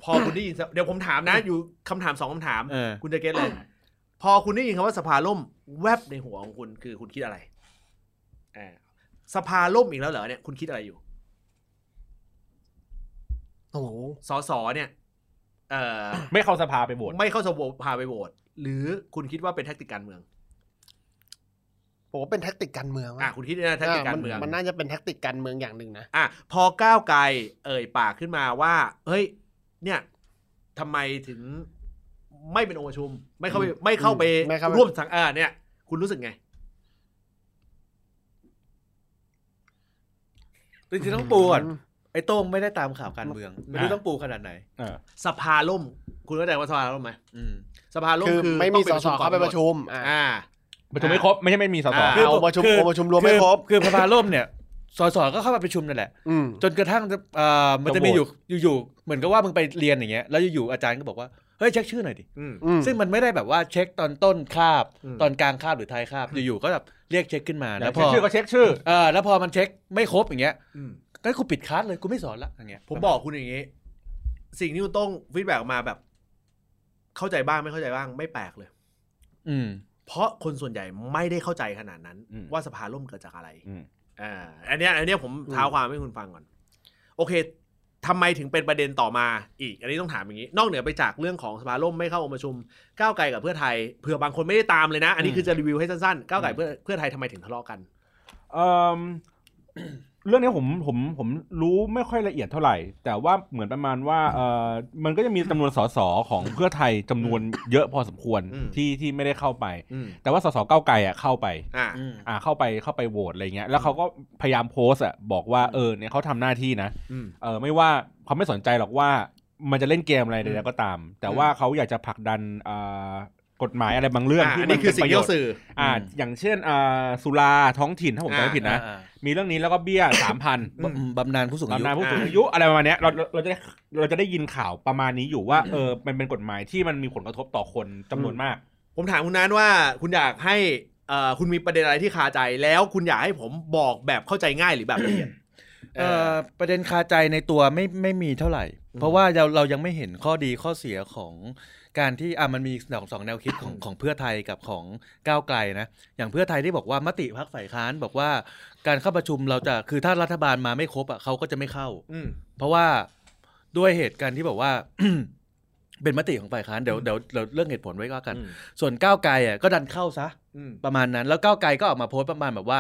Speaker 1: พอคุณได้ยินสเดี๋ยวผมถามนะ อยู่คำถามสองคำถาม
Speaker 2: เออ
Speaker 1: คุณจะเก็ตเลย พอคุณได้ยินคำว่าสภาล่ม แวบในหัวของคุณคือคุณคิดอะไรอ่าสภาล่มอีกแล้วเหรอเนี่ยคุณคิดอะไรอยู่
Speaker 4: โอ้โห
Speaker 1: สสเนี่ย เอ่อ
Speaker 5: ไม่เข้าสภาไปโหวต
Speaker 1: ไม่เข้าสภาไปโหวตหรือคุณคิดว่าเป็นแท็กติกการเมือง
Speaker 4: ผมว่าเป็นแท็กติกการเมือง
Speaker 1: อ่ะ
Speaker 4: ว่ะ
Speaker 1: คุณคิดนะแท็กติกการเมือง
Speaker 4: นมันน่าจะเป็นแท็กติกการเมืองอย่างหนึ่งนะ
Speaker 1: อ่ะพอก้าวไกลเอ่ยปากขึ้นมาว่า เฮ้ย เนี่ยทำไมถึงไม่เป็นองค์ประชุม ไม่เข้าไป
Speaker 4: อืม
Speaker 1: ไม่เข้าไป
Speaker 4: ไม่เข้าไป
Speaker 1: ร่วมสังอ่าเนี่ย คุณรู้สึกไง
Speaker 2: จริงๆต้องปูก่อนไอ้โต้งไม่ได้ตามข่าวการเมือง ไม่รู้ต้องปูขนาดไหน
Speaker 5: เออ
Speaker 1: สภาล่ม คุณเข้าใจว่าสภาล่มไหม
Speaker 2: อืม
Speaker 1: สภาล่ม
Speaker 4: คือ
Speaker 1: คือ
Speaker 4: ไม่มีส
Speaker 1: ต้อง
Speaker 4: สเข้าไปประชุมอ่ะ
Speaker 1: อ่า
Speaker 5: ประชุมไม่ครบไม่ใช่ไม่มีสส
Speaker 1: อ่า
Speaker 4: คือเอาประชุม
Speaker 2: คือ
Speaker 4: องค์ประชุมรวมไม่ครบ
Speaker 2: คือประพาล่มเนี่ยสสก็เข้ามาประชุมนั่นแหละ
Speaker 4: อืม
Speaker 2: จนกระทั่งจะเอ่อมันจะมี
Speaker 5: จะโหวต
Speaker 2: อยู่อยู่ๆเหมือนกับว่ามึงไปเรียนอย่างเงี้ยแล้วอยู่ๆอาจารย์ก็บอกว่าเฮ้ยเช็คชื่อหน่อยดิ
Speaker 1: อืม
Speaker 4: อืม
Speaker 2: ซึ่งมันไม่ได้แบบว่าเช็คตอนต้นคาบ
Speaker 1: อืม
Speaker 2: ตอนกลางคาบหรือท้ายคาบอยู่ๆก็แบบเรียกเช็คขึ้นมา
Speaker 5: แล้
Speaker 2: แล้วว
Speaker 5: พ
Speaker 2: พ
Speaker 5: อ
Speaker 2: อ
Speaker 5: เช็คชื่อก็เช็คชื่อ
Speaker 2: เออแล้วพอมันเช็คไม่ครบอย่างเงี้ย
Speaker 1: อืม
Speaker 2: ก็กูปิดคลาสเลยกูไม่สอนละอย่างเงี้ย
Speaker 1: ผมบอกคุณอย่างนี้ สิ่งที่คุณต้องฟีดแบ็กมาแบบ เข้าใจบ้างไม่เข้าใจบ้างไม่แปลกเลย
Speaker 2: อืม
Speaker 1: เพราะคนส่วนใหญ่ไม่ได้เข้าใจขนาดนั้น
Speaker 5: อืม
Speaker 1: ว่าสภาล่มเกิดจากอะไร
Speaker 5: อืม
Speaker 1: อ่าอันเนี้ยอันเนี้ยผมเท้าความให้คุณฟังก่อน โอเคทำไมถึงเป็นประเด็นต่อมาอีก อันนี้ต้องถามอย่างนี้ นอกเหนือไปจากเรื่องของสภาล่มไม่เข้าองค์ประชุมก้าวไกลกับเพื่อไทยเผื่อบางคนไม่ได้ตามเลยนะ อันนี้คือจะรีวิวให้สั้นๆก้าวไกลเพื่อเพื่อไทยทำไมถึงทะเลาะกัน
Speaker 5: เอิ่ม เรื่องนี้ผมผมผมรู้ไม่ค่อยละเอียดเท่าไหร่ แต่ว่าเหมือนประมาณว่าเออมันก็จะมีจำนวนสสของเพื่อไทยจำนวนเยอะพอสมควร
Speaker 1: อืม
Speaker 5: ที่ที่ไม่ได้เข้าไป
Speaker 1: อืม
Speaker 5: แต่ว่าสสเก้าวไกลอ่ะเข้าไป
Speaker 1: อ่า
Speaker 5: อ่าเข้าไปเข้าไปโหวตอะไรเงี้ยแล้วเขาก็พยายามโพสต์อ่ะบอกว่าเออเนี่ยเขาทำหน้าที่นะ
Speaker 1: อืม
Speaker 5: เออไม่ว่าเขาไม่สนใจหรอกว่ามันจะเล่นเกมอะไรใดๆก็ตาม แต่ว่าเขาอยากจะผลักดันอ่ากฎหมายอะไรบางเรื่อง
Speaker 1: อ่า
Speaker 5: ที่
Speaker 1: อัน
Speaker 5: มั
Speaker 1: นี้
Speaker 5: น
Speaker 1: คือ
Speaker 5: เป็
Speaker 1: สิ่ง
Speaker 5: นประ
Speaker 1: ที่
Speaker 5: โยช
Speaker 1: เรา
Speaker 5: น์
Speaker 1: สื่อ
Speaker 5: อ่า
Speaker 2: อืม
Speaker 5: อย่างเช่นอ่าสุราท้องถิ่นถ้าผมจำไม่ผิดนะ
Speaker 2: อ่า
Speaker 5: มีเรื่องนี้แล้วก็เบี้ยสามพัน
Speaker 1: อืม
Speaker 2: ๆบำนาญผู้สูงอา
Speaker 5: บำ
Speaker 2: ยุ
Speaker 5: นาญผู้สูง
Speaker 1: อ่า
Speaker 5: อายุอะไรประมาณเนี้ยเราเราเราจะได้เราจะได้ยินข่าวประมาณนี้อยู่ว่าเออมันเป็นกฎหมายที่มันมีผลกระทบต่อคนจำนวนมาก
Speaker 1: ผมถามคุณนั้นว่าคุณอยากให้เอ่อคุณมีประเด็นอะไรที่คาใจแล้วคุณอยากให้ผมบอกแบบเข้าใจง่ายหรือแบบละเอียด
Speaker 2: เอ่อประเด็นคาใจในตัวไม่ไม่มีเท่าไหร่ เพราะว่าเราเรายังไม่เห็นข้อดีข้อเสียของการที่อ่ะมันมีสองสองแนวคิดของของเพื่อไทยกับของก้าวไกลนะอย่างเพื่อไทยที่บอกว่ามติพักฝ่ายค้านบอกว่าการเข้าประชุมเราจะคือถ้ารัฐบาลมาไม่ครบอ่ะเขาก็จะไม่เข้า
Speaker 1: อืม
Speaker 2: เพราะว่าด้วยเหตุการณ์ที่บอกว่า เป็นมติของฝ่ายค้านเดี๋ยวเดี๋ยวเราเรื่องเหตุผลไว้ก็กัน
Speaker 1: อืม
Speaker 2: ส่วนก้าวไกลอ่ะก็ดันเข้าซะ
Speaker 1: อืม
Speaker 2: ประมาณนั้นแล้วก้าวไกลก็ออกมาโพสต์ประมาณแบบว่า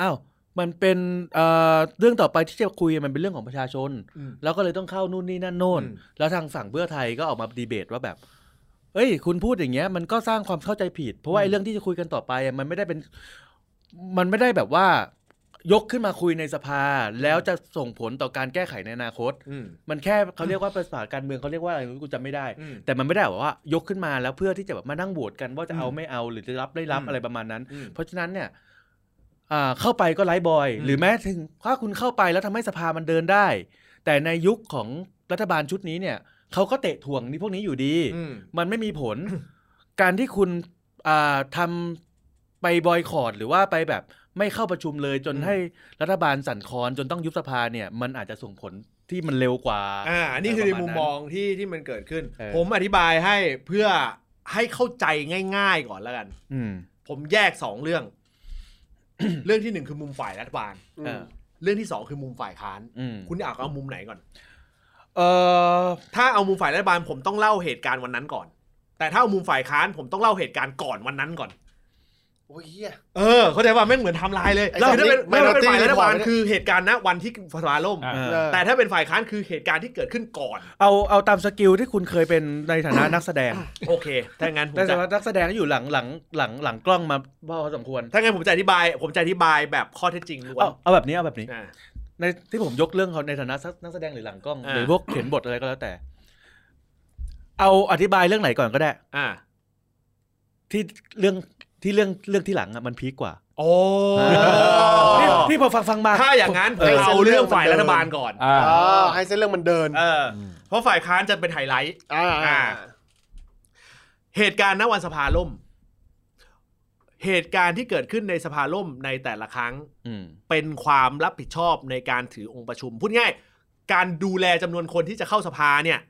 Speaker 2: อ้าวมันเป็นเอ่อเรื่องต่อไปที่จะคุยมันเป็นเรื่องของประชาชน
Speaker 1: อืม
Speaker 2: แล้วก็เลยต้องเข้านู่นนี่นั่นโน่น
Speaker 1: อืม
Speaker 2: แล้วทางฝั่งเพื่อไทยก็ออกมาดีเบตว่าแบบเอ้ย คุณพูดอย่างเงี้ย มันก็สร้างความเข้าใจผิด เพราะว่าไอ้เรื่องที่จะคุยกันต่อไปอะมันไม่ได้เป็น มันไม่ได้แบบว่ายกขึ้นมาคุยในสภา แล้วจะส่งผลต่อการแก้ไขในอนาคต
Speaker 1: อืม
Speaker 2: มันแค่เขาเรียกว่าภาษาการเมืองเขาเรียกว่าอะไรกูจำไม่ได้
Speaker 1: อืม
Speaker 2: แต่มันไม่ได้แบบว่ายกขึ้นมาแล้วเพื่อที่จะแบบมานั่งโหวตกันว่าจะเอา
Speaker 1: อืม
Speaker 2: ไม่เอาหรือจะรับไม่รับ
Speaker 1: อืม
Speaker 2: อะไรประมาณนั้น
Speaker 1: อืม
Speaker 2: เพราะฉะนั้นเนี่ยอ่าเข้าไปก็ไร้บอย
Speaker 1: อืม
Speaker 2: หรือแม้ถึงถ้าคุณเข้าไปแล้วทำให้สภามันเดินได้ แต่ในยุคของรัฐบาลชุดนี้เนี่ยเขาก็เตะถ่วงนี่พวกนี้อยู่ดี
Speaker 1: อืม
Speaker 2: มันไม่มีผล การที่คุณอ่าทำไปบอยคอรดหรือว่าไปแบบไม่เข้าประชุมเลย จน
Speaker 1: อืม
Speaker 2: ให้รัฐบาลสั่นคลอนจนต้องยุบสภาเนี่ย มันอาจจะส่งผลที่มันเร็วกว่า
Speaker 1: อ่าอันนี้คือ
Speaker 2: ป
Speaker 1: ใน
Speaker 2: ระมาณ
Speaker 1: มุมมองที่ที่มันเกิดขึ้น
Speaker 2: เออ
Speaker 1: ผมอธิบายให้เพื่อให้เข้าใจง่าย ๆ ก่อนแล้วกัน
Speaker 2: อืม
Speaker 1: ผมแยกสองเรื่อง เรื่องที่หนึ่งคือมุมฝ่ายรัฐบาล
Speaker 4: อืม
Speaker 2: อ่า
Speaker 1: เรื่องที่สองคือมุมฝ่ายค้าน
Speaker 2: อืม
Speaker 1: คุณอยากเอามุมไหนก่อน
Speaker 2: เออ
Speaker 1: ถ้าเอามุมฝ่ายรัฐบาลผมต้องเล่าเหตุการณ์วันนั้นก่อน แต่ถ้าเอามุมฝ่ายค้านผมต้องเล่าเหตุการณ์ก่อนวันนั้นก่อน
Speaker 4: โอ้ยเหี้ย
Speaker 1: เออ เข้าใจว่าแม่งเหมือนไทำลายเลย
Speaker 4: ไอ้
Speaker 1: คือถ้าเป็น
Speaker 4: ไม่
Speaker 1: ไม่
Speaker 4: เรา
Speaker 1: ว่าเป็นฝ่ายรัฐบาล
Speaker 4: ตีเลย
Speaker 1: คือเหตุการณ์ณวันที่สภาล่ม
Speaker 5: อ่ะ
Speaker 2: เออ
Speaker 1: แต่ถ้าเป็นฝ่ายค้านคือเหตุการณ์ที่เกิดขึ้นก่อน
Speaker 2: เอาเอาตามสกิลที่คุณเคยเป็นในฐานะ นักแสดง
Speaker 1: โอเค ถ้างั้นผม
Speaker 2: แต่
Speaker 1: จะ
Speaker 2: ว่านักแสดงก็อยู่หลังหลังหลังหลังกล้องมาพอสมควร
Speaker 1: ถ้างั้นผมจะอธิบาย ผมจะอธิบายแบบข้อเท็จจริงล้วน
Speaker 2: เอาเอาแบบนี้เอาแบบนี้
Speaker 1: อ่า
Speaker 2: ในที่ผมยกเรื่องเขาในฐานะนักแสดงหรือหลังกล้อง
Speaker 1: อ่า
Speaker 2: หรือพวกเขียนบทอะไรก็แล้วแต่ เอาอธิบายเรื่องไหนก่อนก็ได้
Speaker 1: อ่า
Speaker 2: ที่เรื่องที่เรื่องเรื่องที่หลังอะมันพีคกว่า
Speaker 1: โอ้
Speaker 2: ที่ที่พอฟังฟังมา
Speaker 1: ถ้าอย่างนั้น
Speaker 2: เออ
Speaker 1: เอาเรื่องฝ่ายรัฐบาลก่อน
Speaker 5: อ่า
Speaker 4: อ๋อให้เส้นเรื่องมันเดิน
Speaker 1: เออ เพราะฝ่ายค้านจะเป็นไฮไลท์
Speaker 4: อ่า
Speaker 1: อ่า เหตุการณ์ณวันสภาล่ม เหตุการณ์ที่เกิดขึ้นในสภาล่มในแต่ละครั้ง
Speaker 2: อืม
Speaker 1: เป็นความรับผิดชอบในการถือองค์ประชุม พูดง่าย การดูแลจำนวนคนที่จะเข้าสภาเนี่ย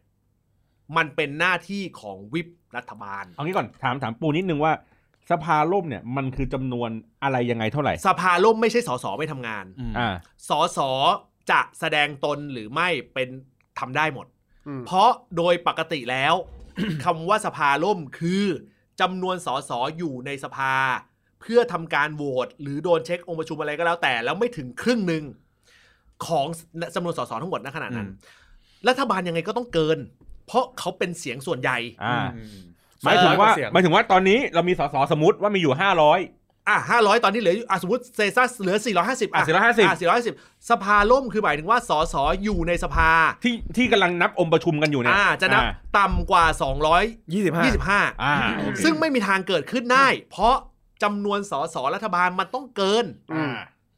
Speaker 1: มันเป็นหน้าที่ของวิปรัฐบาล
Speaker 5: เอางี้ก่อนถามถามปูนิดนึงว่า สภาล่มเนี่ยมันคือจำนวนอะไรยังไงเท่าไหร่
Speaker 1: สภาล่มไม่ใช่สสไม่ทำงาน
Speaker 2: อืม
Speaker 5: อ่า
Speaker 1: สสจะแสดงตนหรือไม่เป็นทำได้หมด
Speaker 4: อืม
Speaker 1: เพราะโดยปกติแล้ว คำว่าสภาล่มคือจำนวนสสอยู่ในสภา เพื่อทำการโหวตหรือโดนเช็คองค์ประชุมอะไรก็แล้วแต่ แล้วไม่ถึงครึ่งหนึ่งของจำนวนสสทั้งหมดณขณะนั้น รัฐบาลยังไงก็ต้องเกิน เพราะเขาเป็นเสียงส่วนใหญ่
Speaker 5: อ่า
Speaker 2: อืม
Speaker 5: หมายถึงว่า
Speaker 2: เสียง
Speaker 5: หมายถึงว่าตอนนี้เรามีสสสมมติว่ามีอยู่ห้าร้อย
Speaker 1: อ่ะห้าร้อยตอนนี้เหลืออยู่อ่ะสมมติเซซ่าเหลือ 450
Speaker 5: อ่ะ450
Speaker 1: อ่ะ450 สภาล่มคือหมายถึงว่าสสอยู่ในสภา
Speaker 5: ที่ที่กำลังนับองค์ประชุมกันอยู่เนี่ย
Speaker 1: อ่าจะนับ
Speaker 5: อ่า
Speaker 1: ต่ำกว่า
Speaker 2: ยี่สิบห้า
Speaker 1: 225
Speaker 5: อ่าโอเค
Speaker 1: ซึ่งไม่มีทางเกิดขึ้นได้ เพราะจำนวนสสรัฐบาลมันต้องเกิน
Speaker 4: อืม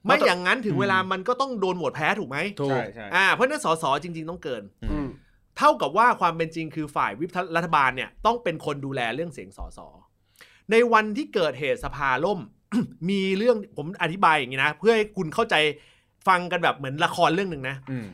Speaker 1: ไม่อย่างนั้นถึงเวลามันก็ต้องโดนโหวตแพ้ถูกไหม
Speaker 2: ถูก
Speaker 5: ใช่ใช่
Speaker 1: อ่าเพราะฉะนั้นสสจริง ๆ ต้องเกิน
Speaker 4: อืม
Speaker 1: เท่ากับว่าความเป็นจริงคือฝ่ายวิปรัฐบาลเนี่ยต้องเป็นคนดูแลเรื่องเสียงสสในวันที่เกิดเหตุสภาล่ม มีเรื่องผมอธิบายอย่างนี้นะ เพื่อให้คุณเข้าใจฟังกันแบบเหมือนละครเรื่องหนึ่งนะ
Speaker 2: อืม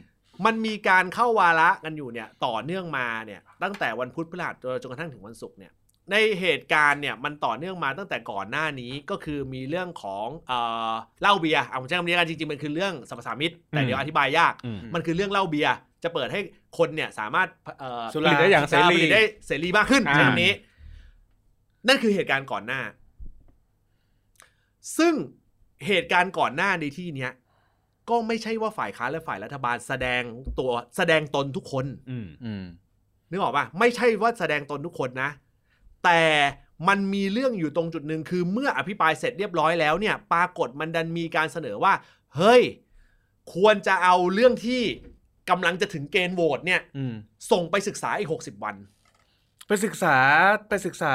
Speaker 1: มันมีการเข้าวาระกันอยู่เนี่ยต่อเนื่องมาเนี่ยตั้งแต่วันพุธพฤหัสจนจนกระทั่งถึงวันศุกร์เนี่ยในเหตุการณ์เนี่ยมันต่อเนื่องมาตั้งแต่ก่อนหน้านี้ก็คือมีเรื่องของเอ่อเหล้าเบียร์เอาผมใช้คำนี้กันจริงๆมันคือเรื่องสัมปสามิตรแต่เดี๋ยวอธิบายยาก
Speaker 5: อืม
Speaker 1: มันคือเรื่องเหล้าเบียร์จะเปิดให้คนเนี่ยสามารถเอ่อ
Speaker 5: สุราผลิตได้อย่างเสรี
Speaker 1: ผลิตได้เสรีมากขึ้น
Speaker 5: อ่า
Speaker 1: ใช้คำนี้ นั่นคือเหตุการณ์ก่อนหน้า ซึ่งเหตุการณ์ก่อนหน้าในที่เนี้ยก็ไม่ใช่ว่าฝ่ายค้านและฝ่ายรัฐบาลแสดงตัวแสดงตนทุกคน
Speaker 5: อืม
Speaker 2: อืม
Speaker 1: นึกออกปะไม่ใช่ว่าแสดงตนทุกคนนะ แต่มันมีเรื่องอยู่ตรงจุดหนึ่งคือเมื่ออภิปรายเสร็จเรียบร้อยแล้วเนี่ย ปรากฏมันดันมีการเสนอว่า เฮ้ย ควรจะเอาเรื่องที่กำลังจะถึงเกณฑ์โหวตเนี่ย
Speaker 2: อืม
Speaker 1: ส่งไปศึกษาอีก 60 วัน
Speaker 2: ไปศึกษาไปศึกษา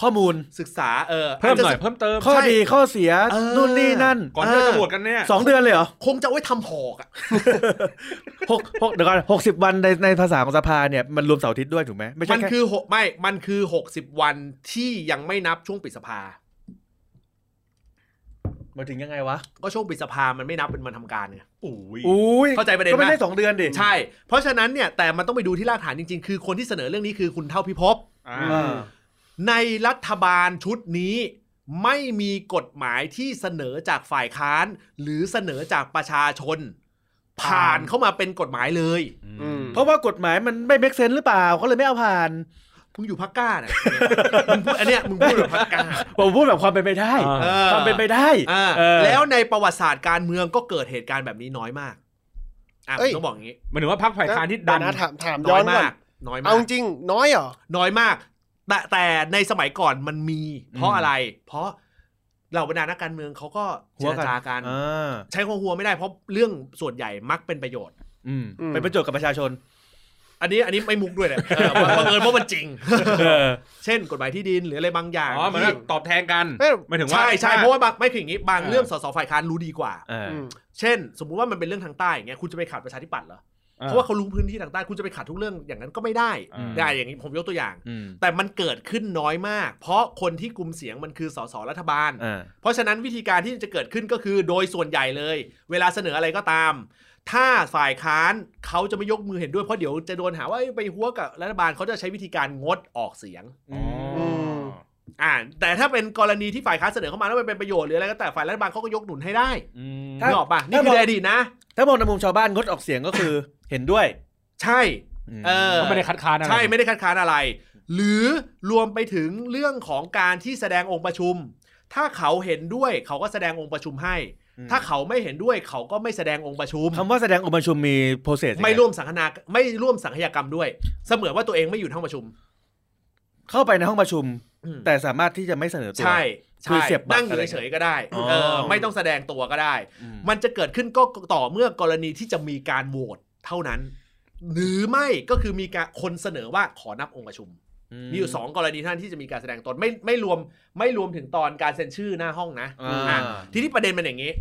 Speaker 2: ข้อมูล
Speaker 1: ศึกษาเออ
Speaker 5: เพิ่มหน่อย
Speaker 1: าจจะ
Speaker 5: เพิ่มเติม
Speaker 2: ข้อดีข้อเสีย
Speaker 1: เออ
Speaker 2: นู่นนี่นั่น
Speaker 5: ก่อนที่เราจะโหวตกันเนี่ย
Speaker 2: สองเดือนเลยเหรอ
Speaker 1: คงจะเอาไว้ทำหอกอะ
Speaker 2: หกหกเดี๋ยวก่อนหกสิบวันในในภาษาของสภาเนี่ยมันรวมเสาร์อาทิตย์ด้วยถูกไหมไม่ใช่
Speaker 1: มัน
Speaker 2: แค่
Speaker 1: คือหกไม่ มันคือ 60 วันที่ยังไม่นับช่วงปิดสภา
Speaker 2: มาถึงยังไงวะ
Speaker 1: ก็ช่วงปิดสภามันไม่นับเป็นวันทำการไง
Speaker 5: อุ้ย
Speaker 2: อุ้ย
Speaker 1: เข้าใจประเด็นไหม
Speaker 2: ก็ไม่ได้สองเดือนดิ
Speaker 1: ใช่ เพราะฉะนั้นเนี่ยแต่มันต้องไปดูที่รากฐานจริงๆ คือคนที่เสนอเรื่องนี้คือคุณเท่าพิภพ
Speaker 5: อ่า
Speaker 2: อ่า
Speaker 1: ในรัฐบาลชุดนี้ไม่มีกฎหมายที่เสนอจากฝ่ายค้าน หรือเสนอจากประชาชน ผ่านเข้ามาเป็นกฎหมายเลย
Speaker 4: อืม
Speaker 2: เพราะว่ากฎหมายมันไม่เมกเซนหรือเปล่าเขาเลยไม่เอาผ่าน
Speaker 1: มึงอยู่พักกล้าเนี่ย มึงพูดอันเนี้ยมึงพูดแบบพักก ล้า
Speaker 2: ผมพูดแบบความเป็นไปได้
Speaker 1: เออ
Speaker 2: ความเป็นไปได้
Speaker 1: อ่า
Speaker 2: เออ
Speaker 1: แล้วในประวัติศาสตร์การเมืองก็เกิดเหตุการณ์แบบนี้น้อยมากอ่ะ
Speaker 4: เอ้
Speaker 1: ผ
Speaker 4: ย
Speaker 1: มต้องบอกอย่างนี้
Speaker 5: หมันถึงว่าพักฝ่ายค้านที่ดัน
Speaker 4: เยวนะถามถามย้
Speaker 1: น้
Speaker 4: อ
Speaker 1: อน ย
Speaker 4: ก่อ
Speaker 1: มาน ก น้อยมา
Speaker 4: เอา
Speaker 1: ก
Speaker 4: จริงน้อยเหรอ
Speaker 1: น้อยมาก แต่แต่ในสมัยก่อนมันมี เพราะ
Speaker 5: อืม
Speaker 1: อะไร เพราะเหล่าบรรดานักการเมืองเขาก็เจรจากัน
Speaker 2: อ่า
Speaker 1: ใช้คำว่าหัวไม่ได้เพราะเรื่องส่วนใหญ่มักเป็นประโยชน์
Speaker 2: อืม
Speaker 4: อืม
Speaker 2: เป็นประโยชน์กับประชาชน
Speaker 1: อันนี้อันนี้ไม่มุกด้วย แหละเออบังเอิญว่ามันจริง
Speaker 2: เออ
Speaker 1: เช่น กฎหมายที่ดินหรืออะไรบางอย่าง
Speaker 5: อ๋อเหมือน
Speaker 1: ที่
Speaker 5: ว่าตอบแทนกัน
Speaker 4: เอ้ย
Speaker 5: หมายถึงว่า
Speaker 1: ใช่ใช่
Speaker 5: ถ้
Speaker 1: เพราะว่าบางไม่คืออย่างนี้บาง
Speaker 5: เออ
Speaker 1: เรื่องสสฝ่ายค้านรู้ดีกว่า
Speaker 2: เออ
Speaker 4: อืม
Speaker 1: เช่น สมมุติว่ามันเป็นเรื่องทางใต้อย่างเงี้ยคุณจะไปขัดประชาธิปัตย์เหรอเพราะว่าเขารู้พื้นที่ทางใต้คุณจะไปขัดทุกเรื่องอย่างนั้นก็ไม่ได้
Speaker 5: อืม
Speaker 1: ได้อย่างนี้ผมยกตัวอย่าง
Speaker 2: อืม
Speaker 1: แต่มันเกิดขึ้นน้อยมาก เพราะคนที่กลุ่มเสียงมันคือสสรัฐบาล
Speaker 2: อ่า
Speaker 1: เพราะฉะนั้นวิธีการที่จะเกิดขึ้นก็คือโดยส่วนใหญ่เลย เวลาเสนออะไรก็ตาม ถ้าฝ่ายค้านเขาจะไม่ยกมือเห็นด้วยเพราะเดี๋ยวจะโดนหาว่าเอ้ยไปหัวกับรัฐบาลเขาจะใช้วิธีการงดออกเสียง
Speaker 5: อ๋ออ
Speaker 4: ม
Speaker 1: อ่า แต่ถ้าเป็นกรณีที่ฝ่ายค้านเสนอเข้ามาแล้วมันเป็นประโยชน์หรืออะไรก็แต่ฝ่ายรัฐบาลเขาก็ยกหนุนให้ได้
Speaker 5: อืม
Speaker 2: ถ้า
Speaker 1: นึกออกปะนี่คือในอดีตนะ
Speaker 2: ถ้ามองในมุมชาวบ้านงดออกเสียงก็คือ เห็นด้วย
Speaker 1: ใช่เออ
Speaker 5: ก็ไม่ได้คัดค้านอะไร
Speaker 1: ใช่ไม่ได้คัดค้านอะไร หรือรวมไปถึงเรื่องของการที่แสดงองค์ประชุม ถ้าเขาเห็นด้วยเขาก็แสดงองค์ประชุมให้ ถ้าเขาไม่เห็นด้วยเขาก็ไม่แสดงองค์ประชุม
Speaker 2: คำว่าแสดงองค์ประชุมมีโปรเซส
Speaker 1: ไม่ร่วมสังคนาไม่ร่วมสังคยกรรมด้วย เสมือนว่าตัวเองไม่อยู่ในห้องประชุม
Speaker 2: เข้าไปในห้องประชุม
Speaker 1: อืม
Speaker 2: แต่สามารถที่จะไม่เสนอตัว
Speaker 1: ใช่
Speaker 2: คือ
Speaker 1: ใช่
Speaker 2: เสียบบัตร
Speaker 1: นั่งอยู่เฉยๆก็ได้
Speaker 2: อ๋อ
Speaker 1: เออไม่ต้องแสดงตัวก็ได้
Speaker 2: อืม
Speaker 1: มันจะเกิดขึ้นก็ต่อเมื่อกรณีที่จะมีการโหวตเท่านั้น หรือไม่ก็คือมีการคนเสนอว่าขอนับองค์ประชุม มีอยู่สองกรณีเท่านั้นที่จะมีการแสดงตนไม่ไม่รวมไม่รวมถึงตอนการเซ็นชื่อหน้าห้องนะ
Speaker 2: อ่า
Speaker 1: อ่ะทีนี้ประเด็นมันอย่างนี้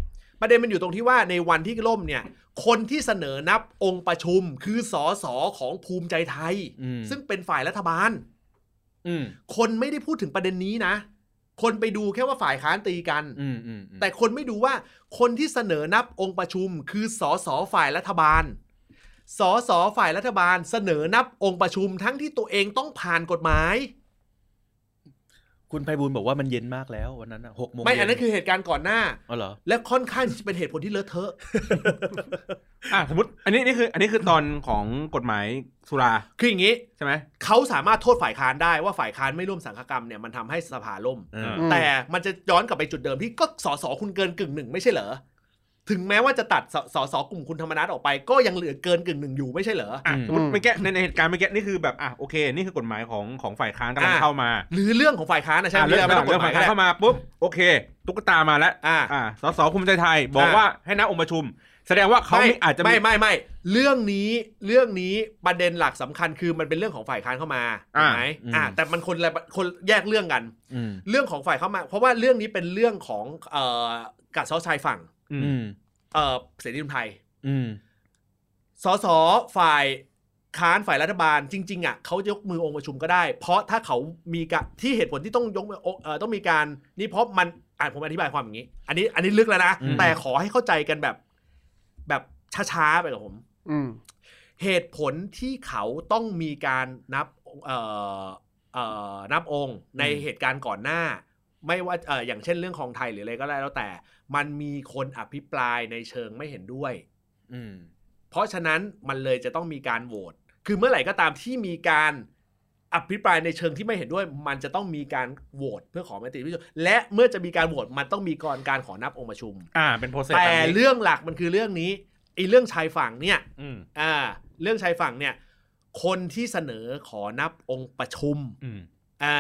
Speaker 1: ประเด็นมันอยู่ตรงที่ว่าในวันที่ล่มเนี่ย คนที่เสนอนับองค์ประชุมคือสอสอของภูมิใจไทย
Speaker 2: อืม
Speaker 1: ซึ่งเป็นฝ่ายรัฐบาล
Speaker 2: อืม
Speaker 1: คนไม่ได้พูดถึงประเด็นนี้นะ คนไปดูแค่ว่าฝ่ายค้านตีกัน
Speaker 2: อืมอืมอืม
Speaker 1: แต่คนไม่ดูว่าคนที่เสนอนับองค์ประชุม คือสอสอฝ่ายรัฐบาล สอสอฝ่ายรัฐบาล เสนอนับองค์ประชุม ทั้งที่ตัวเองต้องผ่านกฎหมาย
Speaker 2: คุณไพบูลย์บอกว่ามันเย็นมากแล้ววันนั้นอะหกโมง
Speaker 1: ไม่
Speaker 2: เย็
Speaker 1: อันนั้นคือเหตุการณ์ก่อนหน้า
Speaker 2: อ๋อเหรอ
Speaker 1: และค่อนข้างที่จะเป็นเหตุผลที่เลอะเทอะ
Speaker 5: อ่ะสมมติ อันนี้นี่คือ อันนี้คือตอนของกฎหมายสุรา
Speaker 1: คืออย่างนี้
Speaker 5: ใช่ไหม
Speaker 1: เขาสามารถโทษฝ่ายค้านได้ว่าฝ่ายค้านไม่ร่วมสังฆกรรมเนี่ยมันทำให้สภาล่ม
Speaker 2: อืม
Speaker 4: อืม
Speaker 1: แต่มันจะย้อนกลับไปจุดเดิมที่ก็สสคุณเกินกึ่งหนึ่งไม่ใช่เหรอ ถึงแม้ว่าจะตัดสสสกลุ่มคุณธรรมนัฐออกไปก็ยังเหลือเกินกึ่งหนึ่งอยู่ไม่ใช่เหรอ
Speaker 5: อ่ะ
Speaker 2: อืม
Speaker 5: สมมติเมื่อกี้ในในเหตุการณ์เมื่อกี้นี่คือแบบอ่ะโอเค นี่คือกฎหมายของของฝ่ายค้านกำลัง
Speaker 1: อ่ะ
Speaker 5: เข้ามา
Speaker 1: หรือเรื่องของฝ่ายค้านนะใช่ไหม
Speaker 5: อ่ะเรื่อง
Speaker 1: ไม่ต้องก
Speaker 5: เรื่
Speaker 1: ฎ
Speaker 5: อง
Speaker 1: หมาก็
Speaker 5: ฝ่าย ยค้าน
Speaker 1: ได้
Speaker 5: เข้ามาปุ๊บโอเค ตุ๊กตามาแล้ว
Speaker 1: อ่า
Speaker 5: อ่ะสสคุมใจไทยบอก
Speaker 1: อ่ะ
Speaker 5: ว่าให้นัดองค์ประชุม แสดงว่าเขาไม่อาจจะ
Speaker 1: ไม่ไม่ไม่เรื่องนี้เรื่องนี้ประเด็นหลักสำคัญคือมันเป็นเรื่องของฝ่ายค้านเข้ามาถูกไหม
Speaker 2: อ่า
Speaker 1: อ่าแต่มันคนละคนแยกเรื่องกัน
Speaker 2: อืม
Speaker 1: เรื่องของฝ่ายเข้ามา เพราะว่าเรื่องนี้เป็นเรื่องของเอ่อกัดเซาชายฝั่ง
Speaker 5: อืม
Speaker 2: อืม
Speaker 1: เอ่อเสรีรวมไทย
Speaker 2: อืม
Speaker 1: สสฝ่ายค้านฝ่ายรัฐบาลจริง ๆอ่ะเขายกมือองค์ประชุมก็ได้ เพราะถ้าเขามีกะที่เหตุผลที่ต้องยกมือโอเอ่อต้องมีการนี่เพราะมันอ่านผมอธิบายความอย่างนี้ อันนี้อันนี้ลึกแล้วนะ
Speaker 4: อืม
Speaker 1: แต่ขอให้เข้าใจกันแบบแบบช้าๆไปกับผม
Speaker 4: อืม
Speaker 1: เหตุผลที่เขาต้องมีการนับเอ่อเอ่อนับองค์ในเหตุการณ์ก่อนหน้า ไม่ว่าเอ่ออย่างเช่นเรื่องของไทยหรืออะไรก็ได้แล้วแต่ มันมีคนอภิปรายในเชิงไม่เห็นด้วย
Speaker 2: อืม
Speaker 1: เพราะฉะนั้นมันเลยจะต้องมีการโหวตคือเมื่อไหร่ก็ตามที่มีการอภิปรายในเชิงที่ไม่เห็นด้วย มันจะต้องมีการโหวตเพื่อขอมติที่ประชุมและเมื่อจะมีการโหวตมันต้องมีก่อนการขอนับองค์ประชุม
Speaker 5: อ่าเป็นโปรเซส
Speaker 1: แต่เรื่องหลักมันคือเรื่องนี้ไอ้เรื่องชายฝั่งเนี่ย
Speaker 5: อืม
Speaker 1: อ่าเรื่องชายฝั่งเนี่ย คนที่เสนอขอนับองค์ประชุม
Speaker 5: อืม
Speaker 1: อ่า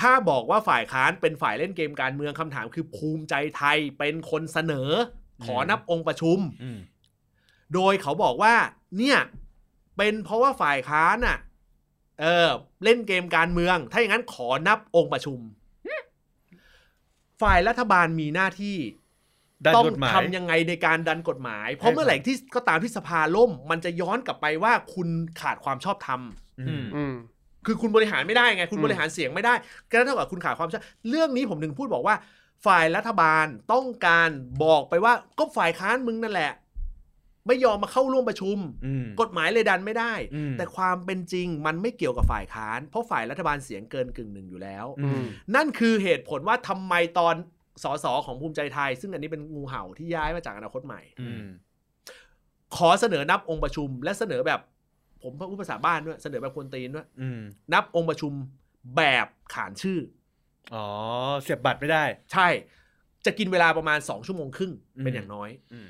Speaker 1: ถ้าบอกว่าฝ่ายค้านเป็นฝ่ายเล่นเกมการเมืองคำถามคือภูมิใจไทยเป็นคนเสนอ ขอนับองค์ประชุม
Speaker 5: อืม
Speaker 1: โดยเขาบอกว่า เนี่ยเป็นเพราะว่าฝ่ายค้านอ่ะเออเล่นเกมการเมือง ถ้าอย่างนั้นขอนับองค์ประชุม ฝ่ายรัฐบาลมีหน้าที่
Speaker 2: ด้าน
Speaker 1: ต้อง
Speaker 2: กฎหมาย
Speaker 1: ทำยังไงในการดันกฎหมาย เพราะเมื่อไหร่ที่ก็ตามที่สภาล่ม มันจะย้อนกลับไปว่าคุณขาดความชอบธรรม
Speaker 5: อืม
Speaker 4: อืม
Speaker 1: คือคุณบริหารไม่ได้ไง คุณ
Speaker 4: อืม
Speaker 1: บริหารเสียงไม่ได้ก็เท่ากับคุณขาดความชอบเรื่องนี้ผมถึงพูดบอกว่า ฝ่ายรัฐบาลต้องการบอกไปว่าก็ฝ่ายค้านมึงนั่นแหละ ไม่ยอมมาเข้าร่วมประชุม
Speaker 2: อืม
Speaker 1: กฎหมายเลยดันไม่ได้
Speaker 2: อืม
Speaker 1: แต่ความเป็นจริงมันไม่เกี่ยวกับฝ่ายค้าน เพราะฝ่ายรัฐบาลเสียงเกินกึ่งหนึ่งอยู่แล้ว
Speaker 2: อืม
Speaker 1: นั่นคือเหตุผลว่าทำไมตอนสสของภูมิใจไทย ซึ่งอันนี้เป็นงูเห่าที่ย้ายมาจากอนาคตใหม่
Speaker 2: อืม
Speaker 1: ขอเสนอนับองค์ประชุม และเสนอแบบผมพูดภาษาบ้านด้วยเสนอแบบคนตีนด้วย
Speaker 2: อืม
Speaker 1: นับองค์ประชุมแบบขานชื่อ
Speaker 2: อ๋อ เสียบบัตรไม่ได้
Speaker 1: ใช่ จะกินเวลาประมาณ 2 ชั่วโมงครึ่ง
Speaker 2: อืม
Speaker 1: เป็นอย่างน้อย
Speaker 2: อืม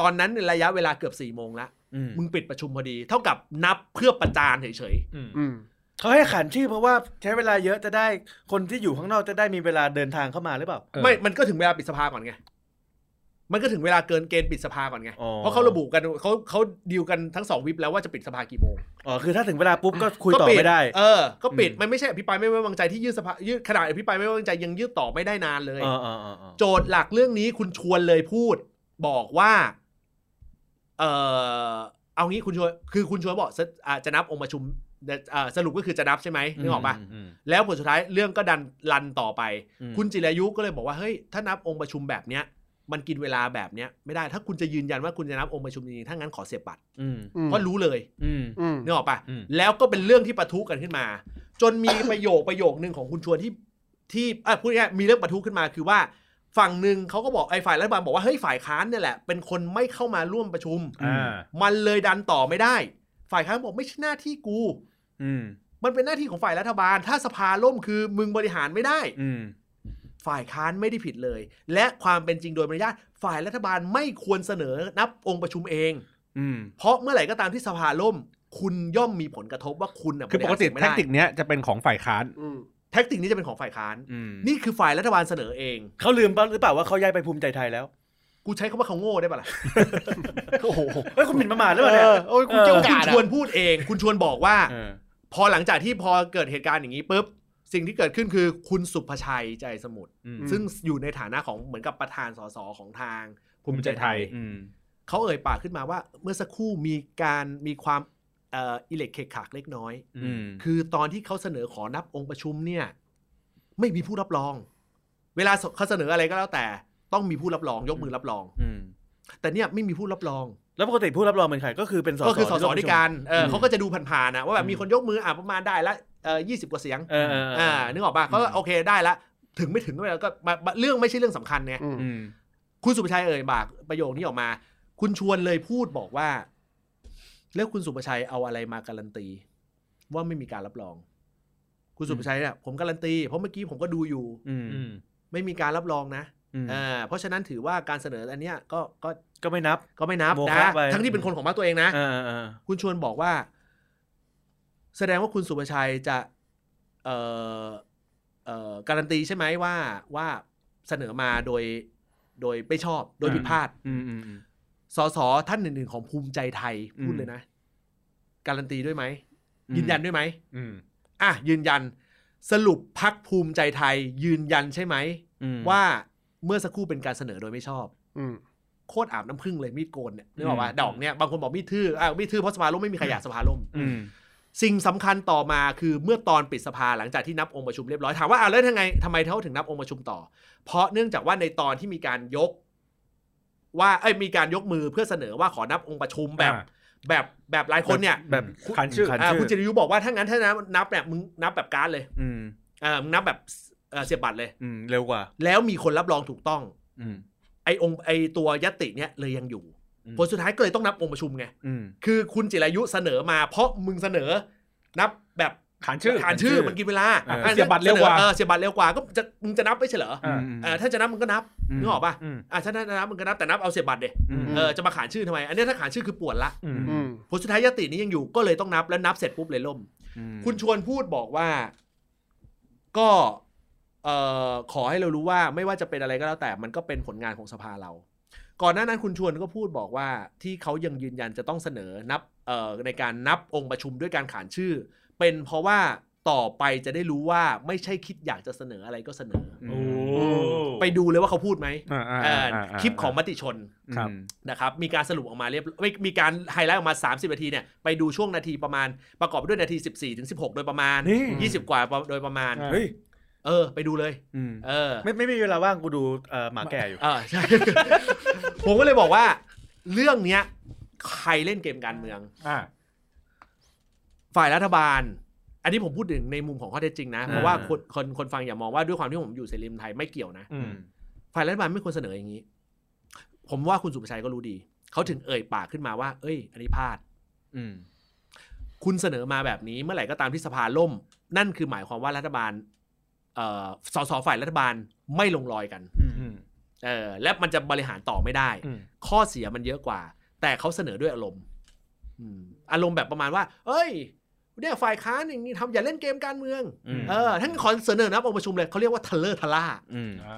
Speaker 1: ตอนนั้นในระยะเวลาเกือบ4ี่โมงละ
Speaker 2: อืม
Speaker 1: มึงปิดประชุมพอดี เท่ากับนับเพื่อประจานเฉย
Speaker 2: อืม
Speaker 4: อืม
Speaker 2: เขาให้ขันชื่อเพราะว่าใช้เวลาเยอะจะได้คนที่อยู่ข้างนอกจะได้มีเวลาเดินทางเข้ามาหรือเปล่า
Speaker 1: ๆ ไม่มันก็ถึงเวลาปิดสภาก่อนไง มันก็ถึงเวลาเกินเกณฑ์ปิดสภาก่อนไง
Speaker 2: อ๋อ
Speaker 1: เพราะเขาระบุกันเขาเขาดีลกันทั้งสองวิปแล้วว่าจะปิดสภากี่โมง
Speaker 2: อ๋อคือถ้าถึงเวลาปุ๊บก็คุยต่อ
Speaker 1: ก็ปิ
Speaker 2: ไม่ได้
Speaker 1: เออ ก็ปิด
Speaker 2: อืม
Speaker 1: มันไม่ใช่อภิปรายไม่ไว้วางใจที่ยืดสภายืดขนาดอภิปรายไม่ไว้วางใจยังยืดต่อไม่ได้นานเลย
Speaker 2: อ๋ออ๋ออ๋ออ๋อ
Speaker 1: โจทย์หลักเรื่องนี้คุณชวนเลยพูด บอกว่า เออเอางี้คุณชวนคือคุณชวนบอกสอ่าจะนับองค์ประชุมเอ่อสรุปก็คือจะนับใช่ไหมนึกออกปะ
Speaker 2: ม
Speaker 1: แล้วผลสุดท้ายเรื่องก็ดันรันต่อไป
Speaker 2: อืม
Speaker 1: คุณจิรายุก็เลยบอกว่าเฮ้ยถ้านับองค์ประชุมแบบเนี้ย มันกินเวลาแบบเนี้ยไม่ได้ถ้าคุณจะยืนยันว่าคุณจะนับองค์ประชุมจริงๆถ้างั้นขอเสียบบัตร
Speaker 2: อืม
Speaker 4: อืม
Speaker 1: เพราะรู้เลย
Speaker 2: อืม
Speaker 4: อืม
Speaker 1: นึกออกปะ
Speaker 2: อืม
Speaker 1: แล้วก็เป็นเรื่องที่ประทุกันขึ้นมา จนมีประโยคประโยคหนึ่งของคุณชวนที่ที่เอ่อพูดง่ายๆมีเรื่องประทุขึ้นมาคือว่า ฝั่งหนึ่งเขาก็บอกไอ้ฝ่ายรัฐบาลบอกว่าเฮ้ยฝ่ายค้านเนี่ยแหละ เป็นคนไม่เข้ามาร่วมประชุม
Speaker 2: อ่า
Speaker 1: มันเลยดันต่อไม่ได้ ฝ่ายค้านบอกไม่ใช่หน้าที่กู
Speaker 2: อืม
Speaker 1: มันเป็นหน้าที่ของฝ่ายรัฐบาล ถ้าสภาล่มคือมึงบริหารไม่ได้
Speaker 2: อืม
Speaker 1: ฝ่ายค้านไม่ได้ผิดเลย และความเป็นจริงโดยมารยาทฝ่ายรัฐบาลไม่ควรเสนอนับองค์ประชุมเอง
Speaker 2: อืม
Speaker 1: เพราะเมื่อไหร่ก็ตามที่สภาล่ม คุณย่อมมีผลกระทบว่าคุณน่ะ
Speaker 5: คือปกติ
Speaker 1: บริหารเสียงไม่
Speaker 5: แท็ก
Speaker 1: ได้
Speaker 5: ติกเนี้ยจะเป็นของฝ่ายค้าน
Speaker 4: อืม
Speaker 1: แท็กติกนี้จะเป็นของฝ่ายค้าน
Speaker 2: อืม
Speaker 1: นี่คือฝ่ายรัฐบาลเสนอเอง
Speaker 2: เขาลืมปะหรือเปล่าว่าเขาย้ายไปภูมิใจไทยแล้ว
Speaker 1: กูใช้คำว่าเขาโง่ได้ปะล่ะ
Speaker 4: โอ้โห
Speaker 2: เอ้ยคุณหมิ่นประมาทหรือเปล่า
Speaker 4: เอ
Speaker 2: เนี่ย
Speaker 4: อโอ้ยคุณเกี่ยว
Speaker 1: คุ
Speaker 4: กา
Speaker 1: ณ
Speaker 4: ด
Speaker 1: ช
Speaker 4: อะ
Speaker 1: วนพูดเอง คุณชวนบอกว่า
Speaker 2: เออ
Speaker 1: พอหลังจากที่พอเกิดเหตุการณ์อย่างนี้ปุ๊บ สิ่งที่เกิดขึ้นคือคุณสุภชัยใจสมุทร
Speaker 2: อืม
Speaker 1: ซึ่งอยู่ในฐานะของเหมือนกับประธานสสของทาง
Speaker 5: ภูมิใจไทย
Speaker 2: อืม
Speaker 1: เขาเอ่ยปากขึ้นมาว่า เมื่อสักครู่มีการมีความเอ่ออิเล็กเคขากเล็กน้อย
Speaker 2: อืม
Speaker 1: คือตอนที่เขาเสนอขอนับองค์ประชุมเนี่ย ไม่มีผู้รับรอง เวลาเขาเสนออะไรก็แล้วแต่ ต้องมีผู้รับรองยกมือรับรอง
Speaker 2: อืม
Speaker 1: แต่เนี่ยไม่มีผู้รับรอง
Speaker 2: แล้วปกติผู้รับรองเป็นใครก็คือเป็นส
Speaker 1: ก็คือสส
Speaker 2: ที่ร่วมประชุม
Speaker 1: ด้วยกันเอออ
Speaker 2: ม
Speaker 1: เขาก็จะดูผ่านๆนะว่าแบบมี
Speaker 2: อืม
Speaker 1: คนยกมืออ่ะประมาณได้ละเออยี่สิบกว่าเสียง
Speaker 2: เออเออเอออ
Speaker 1: อ่านึกออกป่ะก็
Speaker 2: อืม
Speaker 1: โอเคได้ละ ถึงไม่ถึงก็ไม่แล้วก็มามาเรื่องไม่ใช่เรื่องสำคัญไง
Speaker 4: อืม
Speaker 2: อืม
Speaker 1: คุณสุภชัยเอ่ยปากประโยคนี้ออกมา คุณชวนเลยพูดบอกว่า แล้วคุณสุภชัยเอาอะไรมาการันตี ว่าไม่มีการรับรอง คุณสุภชัยเนี่ยผมการันตีเพราะเมื่อกี้ผมก็ดูอยู่
Speaker 2: อืม
Speaker 5: อืม
Speaker 1: ไม่มีการรับรองนะ
Speaker 2: อืม
Speaker 1: อ่าเพราะฉะนั้นถือว่าการเสนออันเนี้ยก็ก็
Speaker 2: ก็ไม่นับ
Speaker 1: ก็ไม่นับ
Speaker 2: โม
Speaker 1: นะ
Speaker 2: ฆะไป
Speaker 1: ทั้งที่เป็นคนของพรรคตัวเองนะ
Speaker 2: เออเออ
Speaker 1: คุณชวนบอกว่า แสดงว่าคุณสุประชัยจะ เอ่อเอ่อการันตีใช่ไหมว่าว่าเสนอมาโดยโดยไม่ชอบโดยผิดพลาด
Speaker 2: อืมอืมอืม
Speaker 1: สสท่านหนึ่งๆของภูมิใจไทย
Speaker 2: อืม
Speaker 1: พูดเลยนะ การันตีด้วยไหม ยืนยันด้วยไหม
Speaker 5: อืม
Speaker 1: อ่ะยืนยัน สรุปพักภูมิใจไทย ยืนยันใช่ไหม
Speaker 2: อืม
Speaker 1: ว่าเมื่อสักครู่เป็นการเสนอโดยไม่ชอบ
Speaker 4: อืม
Speaker 1: โคตรอาบน้ำพึ่งเลยมีดโกนเนี่ยนึกออกปะ
Speaker 2: อืม
Speaker 1: ดอกเนี่ยบางคนบอกมีดทื่ออ่ะมีดทื่อเพราะสภาล่มไม่มีขยะสภาล่ม
Speaker 2: อืม
Speaker 1: สิ่งสำคัญต่อมาคือเมื่อตอนปิดสภาหลังจากที่นับองค์ประชุมเรียบร้อยถามว่าอ้าวแล้วทำไงทำไมเขาถึงนับองค์ประชุมต่อ เพราะเนื่องจากว่าในตอนที่มีการยก ว่าเอ้ยมีการยกมือเพื่อเสนอว่าขอนับองค์ประชุมแบบ
Speaker 5: อ่า
Speaker 1: แบบแบบหลายคนเนี่ย
Speaker 2: แบบ
Speaker 5: ขานชื่อ
Speaker 2: ขาน
Speaker 1: อ่า
Speaker 2: ชื่อ
Speaker 1: คุณจิรยุบอกว่าถ้างั้นถ้านับนับแบบมึงนับแบบการดเลย
Speaker 2: อืม
Speaker 1: เออมึงนับแบบเอ่อเสียบบัตรเลย
Speaker 2: อืมเร็วกว่า
Speaker 1: แล้วมีคนรับรองถูกต้อง
Speaker 2: อืม
Speaker 1: ไอองค์ไอตัวยตติเนี่ยเลยยังอยู่
Speaker 2: อืม
Speaker 1: ผลสุดท้ายก็เลยต้องนับองค์ประชุมไง
Speaker 2: อืม
Speaker 1: คือคุณจิรายุเสนอมา เพราะมึงเสนอ นับแบบ
Speaker 5: ขานชื่อ
Speaker 1: ขานชื่อมันกินเวลา
Speaker 2: เออ
Speaker 1: อ่ะ
Speaker 5: เสียบัตรเร็วกว่า
Speaker 1: ออเสียบัตรเร็วกว่าก็จะมึงจะนับไม่ใช่เหรอ
Speaker 5: อ่า
Speaker 1: เออถ้าจะนับมึงก็นับนึกออกป่ะ
Speaker 5: อืม
Speaker 1: อ่ะถ้าจะนับมึงก็นับแต่นับเอาเสียบัตรเด็
Speaker 2: อืม
Speaker 1: เออจะมาขานชื่อทำไม อันเนี้ยถ้าขานชื่อคือปวดละ
Speaker 5: อืม
Speaker 4: อืม
Speaker 1: ผลสุดท้ายยตินี้ยังอยู่ก็เลยต้องนับแล้วนับเสร็จปุ๊บเลยล่ม
Speaker 2: ม
Speaker 1: คุณชวนพูดบอกว่า ก็เอ่อขอให้เรารู้ว่าไม่ว่าจะเป็นอะไรก็แล้วแต่มันก็เป็นผลงานของสภาเรา ก่อนหน้านั้นคุณชวนก็พูดบอกว่าที่เขายังยืนยันจะต้องเสนอนับเอ่อในการนับองค์ประชุมด้วยการขานชื่อ เป็นเพราะว่าต่อไปจะได้รู้ว่าไม่ใช่คิดอยากจะเสนออะไรก็เสนอ
Speaker 2: อืม
Speaker 5: โอ้
Speaker 1: ไปดูเลยว่าเขาพูดไหม
Speaker 5: อ่าอ่า
Speaker 1: เอ่ออา
Speaker 5: า
Speaker 1: คลิปของมติชน
Speaker 5: ครับ
Speaker 1: นะครับ มีการสรุปออกมาเรียบไม่มีการไฮไลท์ออกมา 30 นาทีเนี่ยไปดูช่วงนาทีประมาณประกอบด้วยนาที 14ถึง16 โดยประมาณ
Speaker 2: นี่
Speaker 1: ยี่สิบกว่าโดยประมาณ
Speaker 5: อ่า
Speaker 2: เฮ้ย
Speaker 1: เอ เออ ไปดูเลย
Speaker 2: อืม
Speaker 1: เออ
Speaker 2: ไม่ไม่มีเวลาว่างกูดูเอ่อหมาแก่อยู่
Speaker 1: อ่าใช่ ผมก็เลยบอกว่า เรื่องเนี้ย ใครเล่นเกมการเมือง
Speaker 5: อ่า
Speaker 1: ฝ่ายรัฐบาล อันนี้ผมพูดถึงในมุมของข้อเท็จจริงนะ เพราะว่าคนคนคนฟังอย่ามองว่าด้วยความที่ผมอยู่เสรีรวมไทยไม่เกี่ยวนะ
Speaker 5: อืม
Speaker 1: ฝ่ายรัฐบาลไม่ควรเสนออย่างนี้ ผมว่าคุณสุประชัยก็รู้ดี เขาถึงเอ่ยปากขึ้นมาว่า เอ้ย อันนี้พลาด
Speaker 2: อืม
Speaker 1: คุณเสนอมาแบบนี้เมื่อไหร่ก็ตามที่สภาล่ม นั่นคือหมายความว่ารัฐบาล เอ่อ สสฝ่ายรัฐบาลไม่ลงรอยกัน
Speaker 5: อืม
Speaker 1: เออ และมันจะบริหารต่อไม่ได้
Speaker 5: อืม
Speaker 1: ข้อเสียมันเยอะกว่า แต่เขาเสนอด้วยอารมณ์อืมอารมณ์แบบประมาณว่า เอ้ยเนี่ยฝ่ายค้านอย่างนี้ทำอย่าเล่นเกมการเมือง
Speaker 2: อืม
Speaker 1: เออท่านขอเสนอนะองค์ประชุมเลยเขาเรียกว่าทะเลอร์ทะล่า
Speaker 2: อืม
Speaker 5: อ่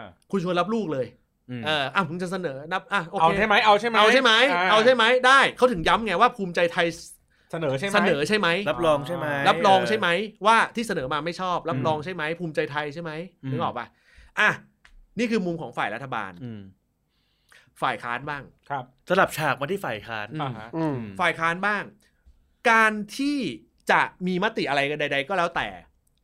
Speaker 5: า
Speaker 1: คุณชวนรับลูกเลย
Speaker 2: อืม
Speaker 1: เอออ่ะผมจะเสนอนับอ่ะโอ
Speaker 5: เอา
Speaker 1: เค
Speaker 5: ใช่ไหมเอาใช่ไหม
Speaker 1: เอาใช่ไหม เอาใช่ไหม ได้ เขาถึงย้ำไงว่าภูมิใจไทย
Speaker 5: เสนอใช่ไหม
Speaker 1: เสนอใช่ไหม
Speaker 2: รับรองใช่ไหม
Speaker 1: รับรองใช่ไหม ว่าที่เสนอมาไม่ชอบ รับรองใช่ไหม ภูมิใจไทยใช่ไหม
Speaker 2: อืม
Speaker 1: นึกออกปะอ่ะ นี่คือมุมของฝ่ายรัฐบาล
Speaker 2: อืม
Speaker 1: ฝ่ายค้านบ้าง
Speaker 5: ครับ
Speaker 2: สลับฉากมาที่ฝ่ายค้าน
Speaker 1: อืม
Speaker 5: อ่าฮะ
Speaker 4: อืม
Speaker 1: ฝ่ายค้านบ้าง การที่จะมีมติอะไรกันใด ๆ ก็แล้วแต่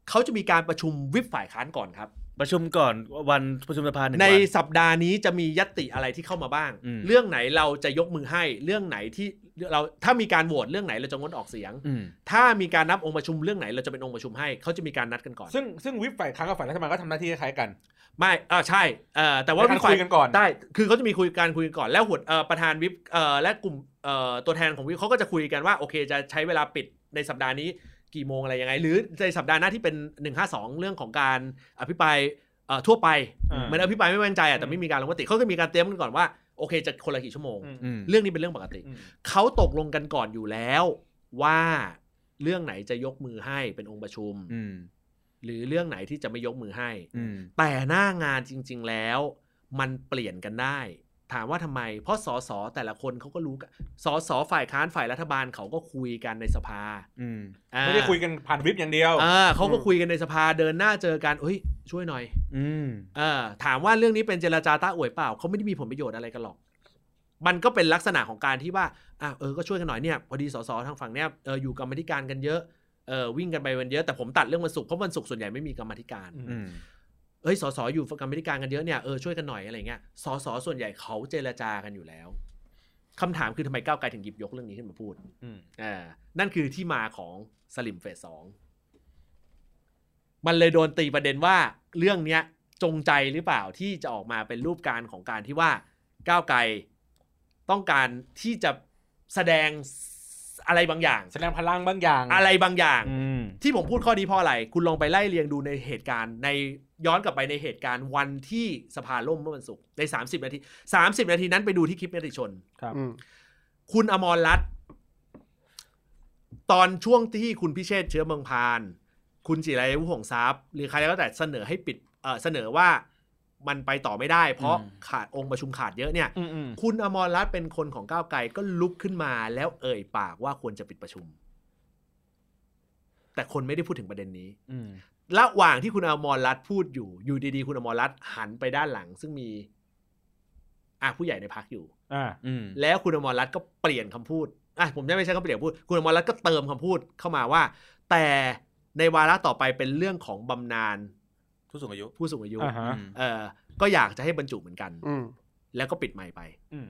Speaker 1: เขาจะมีการประชุมวิปฝ่ายค้านก่อนครับ
Speaker 2: ประชุมก่อนวันประชุมสภาหนึ่ง
Speaker 1: ใน
Speaker 2: วัน
Speaker 1: สัปดาห์นี้จะมียตติอะไรที่เข้ามาบ้าง
Speaker 2: อืม
Speaker 1: เรื่องไหนเราจะยกมือให้ เรื่องไหนที่เราถ้ามีการโหวตเรื่องไหนเราจะงดออกเสียง
Speaker 2: อืม
Speaker 1: ถ้ามีการนับองค์ประชุมเรื่องไหนเราจะเป็นองค์ประชุมให้เขาจะมีการนัดกันก่อน
Speaker 5: ซึ่งซึ่งวิปฝ่ายค้านกับฝ่ายรัฐบาลก็ทำหน้าที่คล้ายๆกัน
Speaker 1: ไม่เออใช่เออแต่ว่า
Speaker 5: ให้มันคุยกันก่อน
Speaker 1: ได้ คือเขาจะมีคุยการคุยกันก่อน แล้วหัวเอ่อประธานวิปเอ่อและกลุ่มเอ่อตัวแทนของวิปเขาก็จะคุยกันว่าโอเคจะใช้เวลาปิดในสัปดาห์นี้กี่โมงอะไรยังไง หรือในสัปดาห์หน้าที่เป็น 152 เรื่องของการอภิปรายเอ่อทั่วไป
Speaker 5: อ่า
Speaker 1: เหมือนอภิปรายไม่ไว้วางใจอะแต่ไม่มีการลงมติเขาก็มีการเตรียมกันก่อนว่าโอเคจะคนละกี่ชั่วโมง
Speaker 5: อืม
Speaker 2: อืม
Speaker 1: เรื่องนี้เป็นเรื่องปกติ
Speaker 5: อืม
Speaker 1: เขาตกลงกันก่อนอยู่แล้วว่าเรื่องไหนจะยกมือให้เป็นองค์ประชุม
Speaker 2: อืม
Speaker 1: หรือเรื่องไหนที่จะไม่ยกมือให้
Speaker 2: อืม
Speaker 1: แต่หน้างานจริง ๆ แล้ว มันเปลี่ยนกันได้ ถามว่าทำไม เพราะสสแต่ละคนเขาก็รู้กันสสฝ่ายค้านฝ่ายรัฐบาลเขาก็คุยกันในสภา
Speaker 2: อืม
Speaker 1: อ่า
Speaker 5: ไม่ได้คุยกันผ่านวิปอย่างเดียว
Speaker 1: เออเขาก็คุยกันในสภาเดินหน้าเจอกันเฮ้ย ช่วยหน่อย
Speaker 2: อืม
Speaker 1: เออถามว่าเรื่องนี้เป็นเจรจาต้าอวยเปล่าเขาไม่ได้มีผลประโยชน์อะไรกันหรอก มันก็เป็นลักษณะของการที่ว่าอ่ะเออก็ช่วยกันหน่อยเนี่ยพอดีสสทางฝั่งเนี้ยเอออยู่กรรมธิการกันเยอะเออวิ่งกันไปวันเยอะแต่ผมตัดเรื่องวันศุกร์เพราะวันศุกร์ส่วนใหญ่ไม่มีกรรมธิการ
Speaker 5: อืม
Speaker 2: อืม
Speaker 1: เอ้ย สส อยู่กรรมธิการกันเยอะเนี่ย เออ ช่วยกันหน่อยอะไรเงี้ย สส ส่วนใหญ่เขาเจรจากันอยู่แล้ว คำถามคือทำไมก้าวไกลถึงหยิบยกเรื่องนี้ขึ้นมาพูด
Speaker 5: อืม
Speaker 1: อ่านั่นคือที่มาของสลิมเฟสสอง มันเลยโดนตีประเด็นว่าเรื่องเนี้ย จงใจหรือเปล่าที่จะออกมาเป็นรูปการของการที่ว่าก้าวไกลต้องการที่จะแสดงอะไรบางอย่าง
Speaker 5: แสดงพลังบางอย่าง
Speaker 1: อะไรบางอย่าง
Speaker 5: อืม
Speaker 1: ที่ผมพูดข้อนี้เพราะอะไร คุณลองไปไล่เรียงดูในเหตุการณ์ ในย้อนกลับไปในเหตุการณ์วันที่สภาล่มเมื่อวันศุกร์ใน 30 นาที 30 นาทีนั้นไปดูที่คลิปมติชน
Speaker 4: อืม
Speaker 1: คุณอมรรัตน์ตอนช่วงที่คุณพิเชษฐ์เชื้อเมืองพาน คุณจิรายุห่วงทรัพย์ หรือใครก็แต่เสนอให้ปิดเอ่อเสนอว่ามันไปต่อไม่ได้ เพราะ
Speaker 2: อืม
Speaker 1: ขาดองค์ประชุมขาดเยอะเนี่ย
Speaker 5: อืมอืม
Speaker 1: คุณอมรรัตน์เป็นคนของก้าวไกลก็ลุกขึ้นมาแล้วเอ่ยปากว่าควรจะปิดประชุม แต่คนไม่ได้พูดถึงประเด็นนี้
Speaker 2: อืม
Speaker 1: ระหว่างที่คุณอมรรัตน์พูดอยู่ อยู่ดีๆ คุณอมรรัตน์หันไปด้านหลัง ซึ่งมีอ่ะผู้ใหญ่ในพักอยู่
Speaker 5: อ่า
Speaker 2: อืม
Speaker 1: แล้วคุณอมรรัตน์ก็เปลี่ยนคำพูดอ่ะผมจะไม่ใช้คำเปลี่ยนคำพูด คุณอมรรัตน์ก็เติมคำพูดเข้ามาว่า แต่ในวาระต่อไปเป็นเรื่องของบำนาญ
Speaker 2: ผู้สูงอายุ
Speaker 1: ผู้สูงอายุ
Speaker 5: อ่าฮะ
Speaker 2: อืม
Speaker 1: เออก็อยากจะให้บรรจุเหมือนกัน
Speaker 4: อืม
Speaker 1: แล้วก็ปิดไมค์ไป
Speaker 5: อืม